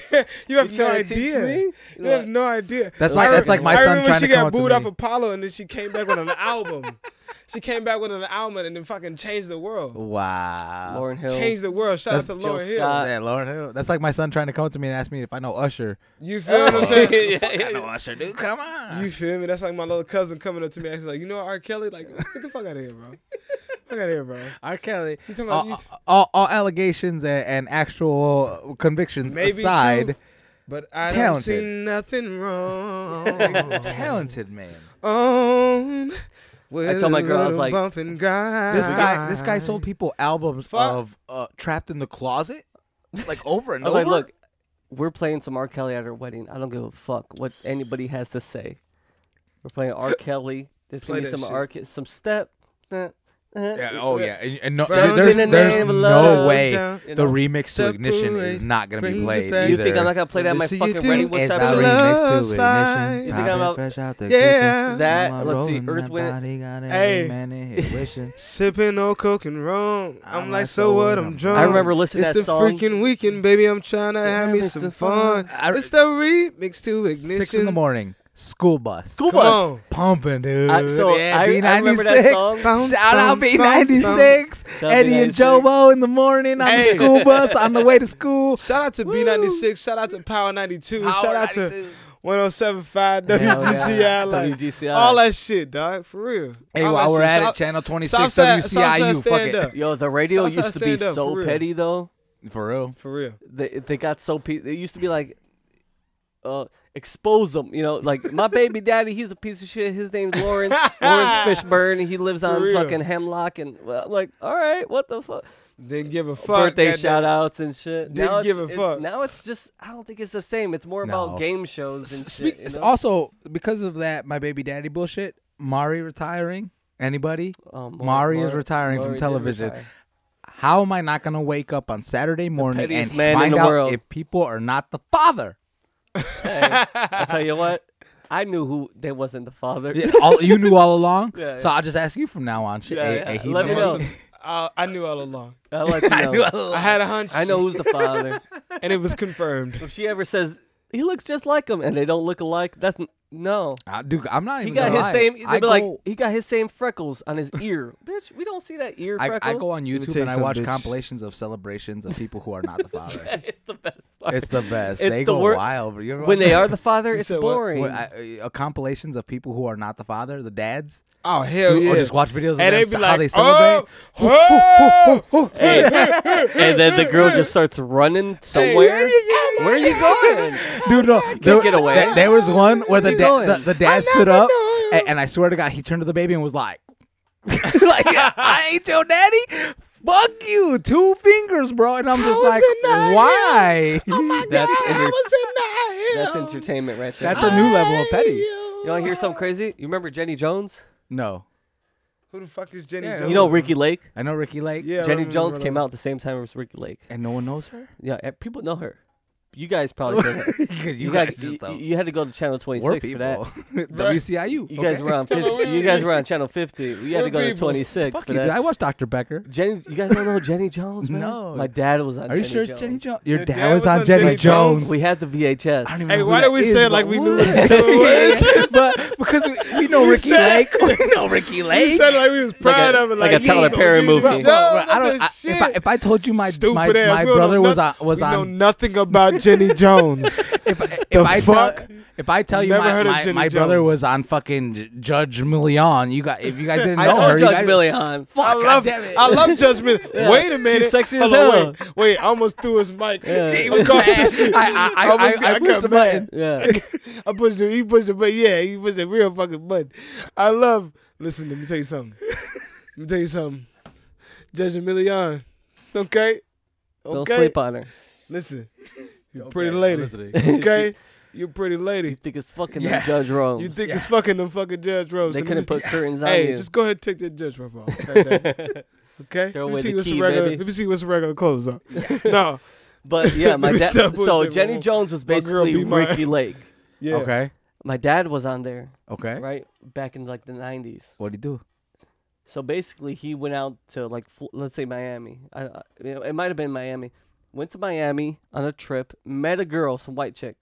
[SPEAKER 5] you have
[SPEAKER 2] You
[SPEAKER 5] no
[SPEAKER 2] trying to teach
[SPEAKER 5] idea.
[SPEAKER 2] me?
[SPEAKER 5] You have no idea.
[SPEAKER 3] That's
[SPEAKER 5] I
[SPEAKER 3] like- that's like my
[SPEAKER 5] I
[SPEAKER 3] son
[SPEAKER 5] remember
[SPEAKER 3] trying
[SPEAKER 5] she
[SPEAKER 3] to come
[SPEAKER 5] got
[SPEAKER 3] up to
[SPEAKER 5] booed off
[SPEAKER 3] me.
[SPEAKER 5] Apollo and then she came back with an album. She came back with an album and then fucking changed the world.
[SPEAKER 3] Wow.
[SPEAKER 2] Lauren Hill.
[SPEAKER 5] Changed the world. Shout out
[SPEAKER 3] That's
[SPEAKER 5] to
[SPEAKER 2] Jill
[SPEAKER 5] Lauren Hill.
[SPEAKER 2] Scott.
[SPEAKER 3] Yeah, Lauren Hill. That's like my son trying to come up to me and ask me if I know Usher.
[SPEAKER 5] You feel what I'm saying?
[SPEAKER 2] Yeah, yeah,
[SPEAKER 3] I know
[SPEAKER 2] yeah.
[SPEAKER 3] Usher, dude. Come on.
[SPEAKER 5] You feel me? That's like my little cousin coming up to me and like, you know R. Kelly? Like, get the fuck out of here, bro. Fuck out of here, bro.
[SPEAKER 3] R. Kelly.
[SPEAKER 5] You talking about
[SPEAKER 3] All,
[SPEAKER 5] you-
[SPEAKER 3] all, all allegations and, and actual convictions
[SPEAKER 5] Maybe
[SPEAKER 3] aside,
[SPEAKER 5] But I
[SPEAKER 3] Talented.
[SPEAKER 5] don't see nothing wrong.
[SPEAKER 3] talented man.
[SPEAKER 5] On with
[SPEAKER 2] I told my
[SPEAKER 5] a
[SPEAKER 2] girl, I was
[SPEAKER 5] little
[SPEAKER 2] like,
[SPEAKER 5] bump and grind.
[SPEAKER 3] This guy, this guy sold people albums
[SPEAKER 5] Ah. Fuck.
[SPEAKER 3] of uh, "Trapped in the Closet," like over and
[SPEAKER 2] I was
[SPEAKER 3] over.
[SPEAKER 2] like, look, we're playing some R. Kelly at our wedding. I don't give a fuck what anybody has to say. We're playing R. Kelly. There's
[SPEAKER 5] Play
[SPEAKER 2] gonna be
[SPEAKER 5] that
[SPEAKER 2] some
[SPEAKER 5] shit.
[SPEAKER 2] R. Ke- some step. Uh, Yeah,
[SPEAKER 3] Yeah, oh yeah, and, and no,
[SPEAKER 5] Stand
[SPEAKER 3] there's,
[SPEAKER 5] in the
[SPEAKER 3] there's
[SPEAKER 5] name
[SPEAKER 2] of
[SPEAKER 3] no
[SPEAKER 2] love.
[SPEAKER 3] way
[SPEAKER 5] Down.
[SPEAKER 2] You
[SPEAKER 3] the
[SPEAKER 2] know.
[SPEAKER 3] remix to
[SPEAKER 5] Separate,
[SPEAKER 3] ignition is not gonna
[SPEAKER 5] bring
[SPEAKER 3] be
[SPEAKER 5] it
[SPEAKER 3] played either.
[SPEAKER 5] back.
[SPEAKER 2] You think I'm not gonna play that at my
[SPEAKER 5] Let me see you
[SPEAKER 2] fucking
[SPEAKER 5] do
[SPEAKER 2] wedding?
[SPEAKER 5] it.
[SPEAKER 2] What's
[SPEAKER 3] It's
[SPEAKER 5] the
[SPEAKER 3] not
[SPEAKER 2] happening?
[SPEAKER 5] love.
[SPEAKER 3] remixed to
[SPEAKER 5] side.
[SPEAKER 3] ignition.
[SPEAKER 5] You
[SPEAKER 2] think I'm
[SPEAKER 3] Popping
[SPEAKER 2] out-
[SPEAKER 3] fresh out the
[SPEAKER 5] Yeah.
[SPEAKER 3] kitchen.
[SPEAKER 2] That,
[SPEAKER 3] I'm
[SPEAKER 2] let's see,
[SPEAKER 3] rolling,
[SPEAKER 2] Earth,
[SPEAKER 3] that
[SPEAKER 2] Wind-
[SPEAKER 3] body got every
[SPEAKER 5] Hey.
[SPEAKER 3] man in his wishing.
[SPEAKER 5] Sipping on coke and rum. I'm, like, so what? I'm drunk.
[SPEAKER 2] I remember listening
[SPEAKER 5] It's
[SPEAKER 2] to that
[SPEAKER 5] the
[SPEAKER 2] song.
[SPEAKER 5] freaking weekend, baby. I'm trying to have me
[SPEAKER 2] it's
[SPEAKER 5] some
[SPEAKER 2] the
[SPEAKER 5] fun.
[SPEAKER 3] I-
[SPEAKER 5] It's the remix to ignition.
[SPEAKER 3] Six in the morning. School bus.
[SPEAKER 2] School
[SPEAKER 5] Come
[SPEAKER 2] bus.
[SPEAKER 5] on.
[SPEAKER 3] pumping, dude.
[SPEAKER 2] I, so
[SPEAKER 3] yeah,
[SPEAKER 2] I,
[SPEAKER 3] B96.
[SPEAKER 2] I remember that song.
[SPEAKER 5] Bounce,
[SPEAKER 3] Shout out
[SPEAKER 5] bounce, bounce, bounce.
[SPEAKER 3] B96,
[SPEAKER 2] Shout out
[SPEAKER 3] Eddie and
[SPEAKER 2] B96.
[SPEAKER 3] Jobo in the morning on
[SPEAKER 5] Hey.
[SPEAKER 3] the school bus on the way to school.
[SPEAKER 5] Shout out to
[SPEAKER 3] Woo.
[SPEAKER 5] B96. Shout out to Power 92. shout out to 1075
[SPEAKER 2] Hell yeah.
[SPEAKER 5] WGCI. Like,
[SPEAKER 2] WGCI.
[SPEAKER 5] all that shit, dog. For real.
[SPEAKER 3] Hey,
[SPEAKER 5] All
[SPEAKER 3] while
[SPEAKER 5] that
[SPEAKER 3] we're
[SPEAKER 5] shit.
[SPEAKER 3] at it,
[SPEAKER 5] Shout-
[SPEAKER 3] Channel 26
[SPEAKER 5] Southside- Southside
[SPEAKER 3] WCIU. Fuck
[SPEAKER 5] stand
[SPEAKER 3] it.
[SPEAKER 5] up.
[SPEAKER 2] Yo, the radio
[SPEAKER 5] Southside
[SPEAKER 2] used to be
[SPEAKER 5] stand up, for
[SPEAKER 2] so
[SPEAKER 5] real.
[SPEAKER 2] petty though.
[SPEAKER 3] For real.
[SPEAKER 5] For real.
[SPEAKER 2] they they got so pe- they used to be like uh expose them you know like my baby daddy he's a piece of shit his name's lawrence lawrence fishburne and he lives on
[SPEAKER 5] real.
[SPEAKER 2] fucking hemlock and well, I'm like all right what the fuck
[SPEAKER 5] Didn't give a fuck.
[SPEAKER 2] birthday
[SPEAKER 5] goddamn.
[SPEAKER 2] shout outs and shit
[SPEAKER 5] Didn't
[SPEAKER 2] now
[SPEAKER 5] give
[SPEAKER 2] it's,
[SPEAKER 5] a
[SPEAKER 2] it-
[SPEAKER 5] fuck.
[SPEAKER 2] now it's just i don't think it's the same it's more
[SPEAKER 3] No.
[SPEAKER 2] about game shows and
[SPEAKER 3] Speak-
[SPEAKER 2] shit you
[SPEAKER 3] it's
[SPEAKER 2] know?
[SPEAKER 3] also because of that my baby daddy bullshit. Mari retiring. Anybody?
[SPEAKER 2] Um,
[SPEAKER 3] Mari is retiring from
[SPEAKER 2] Maury did
[SPEAKER 3] television.
[SPEAKER 2] retire.
[SPEAKER 3] How am I not gonna wake up on Saturday morning
[SPEAKER 2] pettiest
[SPEAKER 3] and
[SPEAKER 2] man in
[SPEAKER 3] find
[SPEAKER 2] the
[SPEAKER 3] out
[SPEAKER 2] world.
[SPEAKER 3] if people are not the father?
[SPEAKER 2] i tell you what i knew who they wasn't the father
[SPEAKER 3] Yeah, all, you knew all along.
[SPEAKER 2] Yeah,
[SPEAKER 3] so I'll just ask you from now on. Shit,
[SPEAKER 2] Yeah,
[SPEAKER 3] hey,
[SPEAKER 2] yeah.
[SPEAKER 3] hey, he
[SPEAKER 2] Let me
[SPEAKER 3] knows.
[SPEAKER 2] know.
[SPEAKER 5] I, I knew all along.
[SPEAKER 2] i'll let you know
[SPEAKER 5] I had a hunch.
[SPEAKER 2] i know who's the father
[SPEAKER 5] And it was confirmed.
[SPEAKER 2] if she ever says he looks just like him, and they don't look alike. That's n- no.
[SPEAKER 3] I, dude, I'm not
[SPEAKER 2] He
[SPEAKER 3] even.
[SPEAKER 2] got
[SPEAKER 3] gonna
[SPEAKER 2] his
[SPEAKER 3] lie.
[SPEAKER 2] same. They'd
[SPEAKER 3] I
[SPEAKER 2] be like,
[SPEAKER 3] go-
[SPEAKER 2] he got his same freckles on his ear, bitch. We don't see that ear
[SPEAKER 3] I,
[SPEAKER 2] freckle.
[SPEAKER 3] I go on
[SPEAKER 5] me
[SPEAKER 3] YouTube
[SPEAKER 5] tell
[SPEAKER 3] and I
[SPEAKER 5] you
[SPEAKER 3] watch
[SPEAKER 5] something, bitch.
[SPEAKER 3] compilations of celebrations of people who are not the father.
[SPEAKER 2] it's the best. Part.
[SPEAKER 3] it's the best.
[SPEAKER 2] It's
[SPEAKER 3] they
[SPEAKER 2] the
[SPEAKER 3] go
[SPEAKER 2] wor-
[SPEAKER 3] wild. bro. You ever
[SPEAKER 2] when
[SPEAKER 3] watch
[SPEAKER 2] they
[SPEAKER 3] that?
[SPEAKER 2] are the father, it's
[SPEAKER 5] said what?
[SPEAKER 2] boring.
[SPEAKER 3] What, I- uh, compilations of people who are not the father, the dads,
[SPEAKER 5] Oh hell
[SPEAKER 3] who-
[SPEAKER 5] yeah!
[SPEAKER 3] or just watch videos of
[SPEAKER 5] And they
[SPEAKER 3] them,
[SPEAKER 5] be
[SPEAKER 3] how
[SPEAKER 5] like,
[SPEAKER 3] they celebrate.
[SPEAKER 5] Oh, oh,
[SPEAKER 2] and then the girl just starts running somewhere. Where are you going?
[SPEAKER 3] Dude, no, there,
[SPEAKER 2] "Oh, get away.
[SPEAKER 3] th- there was one where the
[SPEAKER 2] Keep
[SPEAKER 3] da-
[SPEAKER 2] going.
[SPEAKER 3] the, the dad stood up, a- and, I swear to God, he turned to the baby and was like, "Like I ain't your daddy." Fuck you, two fingers, bro. And I'm just like, why?
[SPEAKER 2] Oh That's enter- that's entertainment right there.
[SPEAKER 3] That's a new level of petty.
[SPEAKER 2] you want to hear something crazy? You remember Jenny Jones?
[SPEAKER 3] No,
[SPEAKER 5] Who the fuck is Jenny?
[SPEAKER 3] Oh, Yeah,
[SPEAKER 5] Jones?
[SPEAKER 2] You know Ricky Lake?
[SPEAKER 3] I know Ricky Lake,
[SPEAKER 5] Yeah, I
[SPEAKER 2] Jenny
[SPEAKER 5] remember
[SPEAKER 2] Jones
[SPEAKER 5] that.
[SPEAKER 2] came out at the same time as Ricky Lake.
[SPEAKER 3] and no one knows her.
[SPEAKER 2] Yeah, eh, people know her. You guys probably know her.
[SPEAKER 3] 'Cause you,
[SPEAKER 2] You,
[SPEAKER 3] guys,
[SPEAKER 2] guys,
[SPEAKER 3] just,
[SPEAKER 2] you,
[SPEAKER 3] um,
[SPEAKER 2] you had to go to channel
[SPEAKER 3] were
[SPEAKER 2] 26 for that.
[SPEAKER 3] people. WCIU.
[SPEAKER 2] You guys
[SPEAKER 3] okay.
[SPEAKER 2] were on 50, you guys were on channel 50. We had to
[SPEAKER 1] We're
[SPEAKER 2] go to
[SPEAKER 1] people.
[SPEAKER 2] 26
[SPEAKER 3] Fuck
[SPEAKER 2] for
[SPEAKER 3] you, dude.
[SPEAKER 2] that.
[SPEAKER 3] I watched Dr. Becker.
[SPEAKER 2] Jenny, you guys don't know Jenny Jones? Man?
[SPEAKER 3] No.
[SPEAKER 2] my dad was on.
[SPEAKER 3] Are you
[SPEAKER 2] Jenny
[SPEAKER 3] sure
[SPEAKER 2] Jones.
[SPEAKER 3] it's Jenny Jones? Your,
[SPEAKER 5] Your
[SPEAKER 3] dad,
[SPEAKER 5] dad
[SPEAKER 3] was
[SPEAKER 5] was
[SPEAKER 3] on
[SPEAKER 5] on
[SPEAKER 3] Jenny,
[SPEAKER 5] Jenny
[SPEAKER 3] Jones.
[SPEAKER 2] We had the VHS.
[SPEAKER 3] I don't even
[SPEAKER 1] Hey,
[SPEAKER 3] know who
[SPEAKER 1] why
[SPEAKER 3] that
[SPEAKER 1] did we
[SPEAKER 3] is,
[SPEAKER 1] say it
[SPEAKER 3] but
[SPEAKER 1] like we knew
[SPEAKER 3] what?
[SPEAKER 1] it? So
[SPEAKER 3] Yeah, but because we, we know Ricky
[SPEAKER 1] said-
[SPEAKER 3] Lake, we know Ricky
[SPEAKER 1] You
[SPEAKER 3] Lake.
[SPEAKER 1] said it like we was proud
[SPEAKER 2] a-
[SPEAKER 1] of it.
[SPEAKER 2] like
[SPEAKER 1] Like,
[SPEAKER 2] a
[SPEAKER 1] he's
[SPEAKER 2] Tyler
[SPEAKER 1] OG
[SPEAKER 2] Perry movie.
[SPEAKER 3] Bro,
[SPEAKER 1] Bro,
[SPEAKER 3] bro, I
[SPEAKER 1] I
[SPEAKER 3] don't. I, if, I, if I told you my
[SPEAKER 1] Stupid
[SPEAKER 3] my,
[SPEAKER 1] ass.
[SPEAKER 3] my
[SPEAKER 1] We don't
[SPEAKER 3] brother
[SPEAKER 1] know
[SPEAKER 3] was on
[SPEAKER 1] noth-
[SPEAKER 3] was
[SPEAKER 5] we know
[SPEAKER 3] on
[SPEAKER 5] nothing about Jenny Jones.
[SPEAKER 3] if, I- if I tell
[SPEAKER 5] fuck?
[SPEAKER 3] if I tell you
[SPEAKER 5] Never
[SPEAKER 3] my
[SPEAKER 5] heard of
[SPEAKER 3] my,
[SPEAKER 5] Jimmy
[SPEAKER 3] my brother
[SPEAKER 5] Jones.
[SPEAKER 3] was on fucking J- Judge Million, you got if you guys didn't
[SPEAKER 2] I
[SPEAKER 3] know
[SPEAKER 2] know
[SPEAKER 3] her, you
[SPEAKER 2] Judge
[SPEAKER 3] guys,
[SPEAKER 2] Billy Hahn.
[SPEAKER 3] Fuck,
[SPEAKER 5] I love,
[SPEAKER 3] goddamn it.
[SPEAKER 5] I love judgment.
[SPEAKER 2] Yeah.
[SPEAKER 5] Wait a
[SPEAKER 2] She's
[SPEAKER 5] minute.
[SPEAKER 2] sexy as
[SPEAKER 5] Hold on,
[SPEAKER 2] hell.
[SPEAKER 5] Wait, wait, I almost threw his mic.
[SPEAKER 2] Yeah.
[SPEAKER 5] He was off the shit.
[SPEAKER 3] I I I, I,
[SPEAKER 5] almost
[SPEAKER 3] I,
[SPEAKER 5] got-
[SPEAKER 3] pushed
[SPEAKER 5] got
[SPEAKER 3] the
[SPEAKER 5] mad.
[SPEAKER 3] button.
[SPEAKER 2] Yeah.
[SPEAKER 5] I pushed the he pushed the button. Yeah, he pushed a real fucking button. I love listen, let me tell you something. let me tell you something. Judge Emilion. Okay?
[SPEAKER 2] Don't
[SPEAKER 5] Okay.
[SPEAKER 2] sleep on her.
[SPEAKER 5] Listen. You're
[SPEAKER 3] Okay,
[SPEAKER 5] a pretty
[SPEAKER 3] I'm
[SPEAKER 5] lady.
[SPEAKER 3] listening.
[SPEAKER 5] Okay? You're a pretty
[SPEAKER 2] You
[SPEAKER 5] lady.
[SPEAKER 2] think it's fucking
[SPEAKER 3] Yeah.
[SPEAKER 2] them Judge Rome?
[SPEAKER 5] You think it's fucking them fucking Judge Rose.
[SPEAKER 2] they
[SPEAKER 5] and
[SPEAKER 2] couldn't
[SPEAKER 5] let me-
[SPEAKER 2] put curtains on
[SPEAKER 5] Hey,
[SPEAKER 2] you?
[SPEAKER 5] just go ahead and take that Judge robe off. goddamn.
[SPEAKER 2] Throw
[SPEAKER 5] Okay? let, me
[SPEAKER 2] away
[SPEAKER 5] see
[SPEAKER 2] the
[SPEAKER 5] what's the
[SPEAKER 2] key,
[SPEAKER 5] regular,
[SPEAKER 2] baby.
[SPEAKER 5] let me see what's the regular clothes are. no.
[SPEAKER 2] But yeah, my dad.
[SPEAKER 5] Stop
[SPEAKER 2] so
[SPEAKER 5] bullshit,
[SPEAKER 2] Jenny
[SPEAKER 5] bro.
[SPEAKER 2] Jones was
[SPEAKER 5] My girl
[SPEAKER 2] basically
[SPEAKER 5] beat my-
[SPEAKER 2] Ricky Lake.
[SPEAKER 5] Yeah.
[SPEAKER 3] Okay.
[SPEAKER 2] My dad was on there,
[SPEAKER 3] Okay.
[SPEAKER 2] right, back in like the '90s.
[SPEAKER 3] What'd he do?
[SPEAKER 2] So basically, he went out to like, Fl- let's say Miami. I, I, you know, it might have been Miami. Went to Miami on a trip, met a girl, some white chick,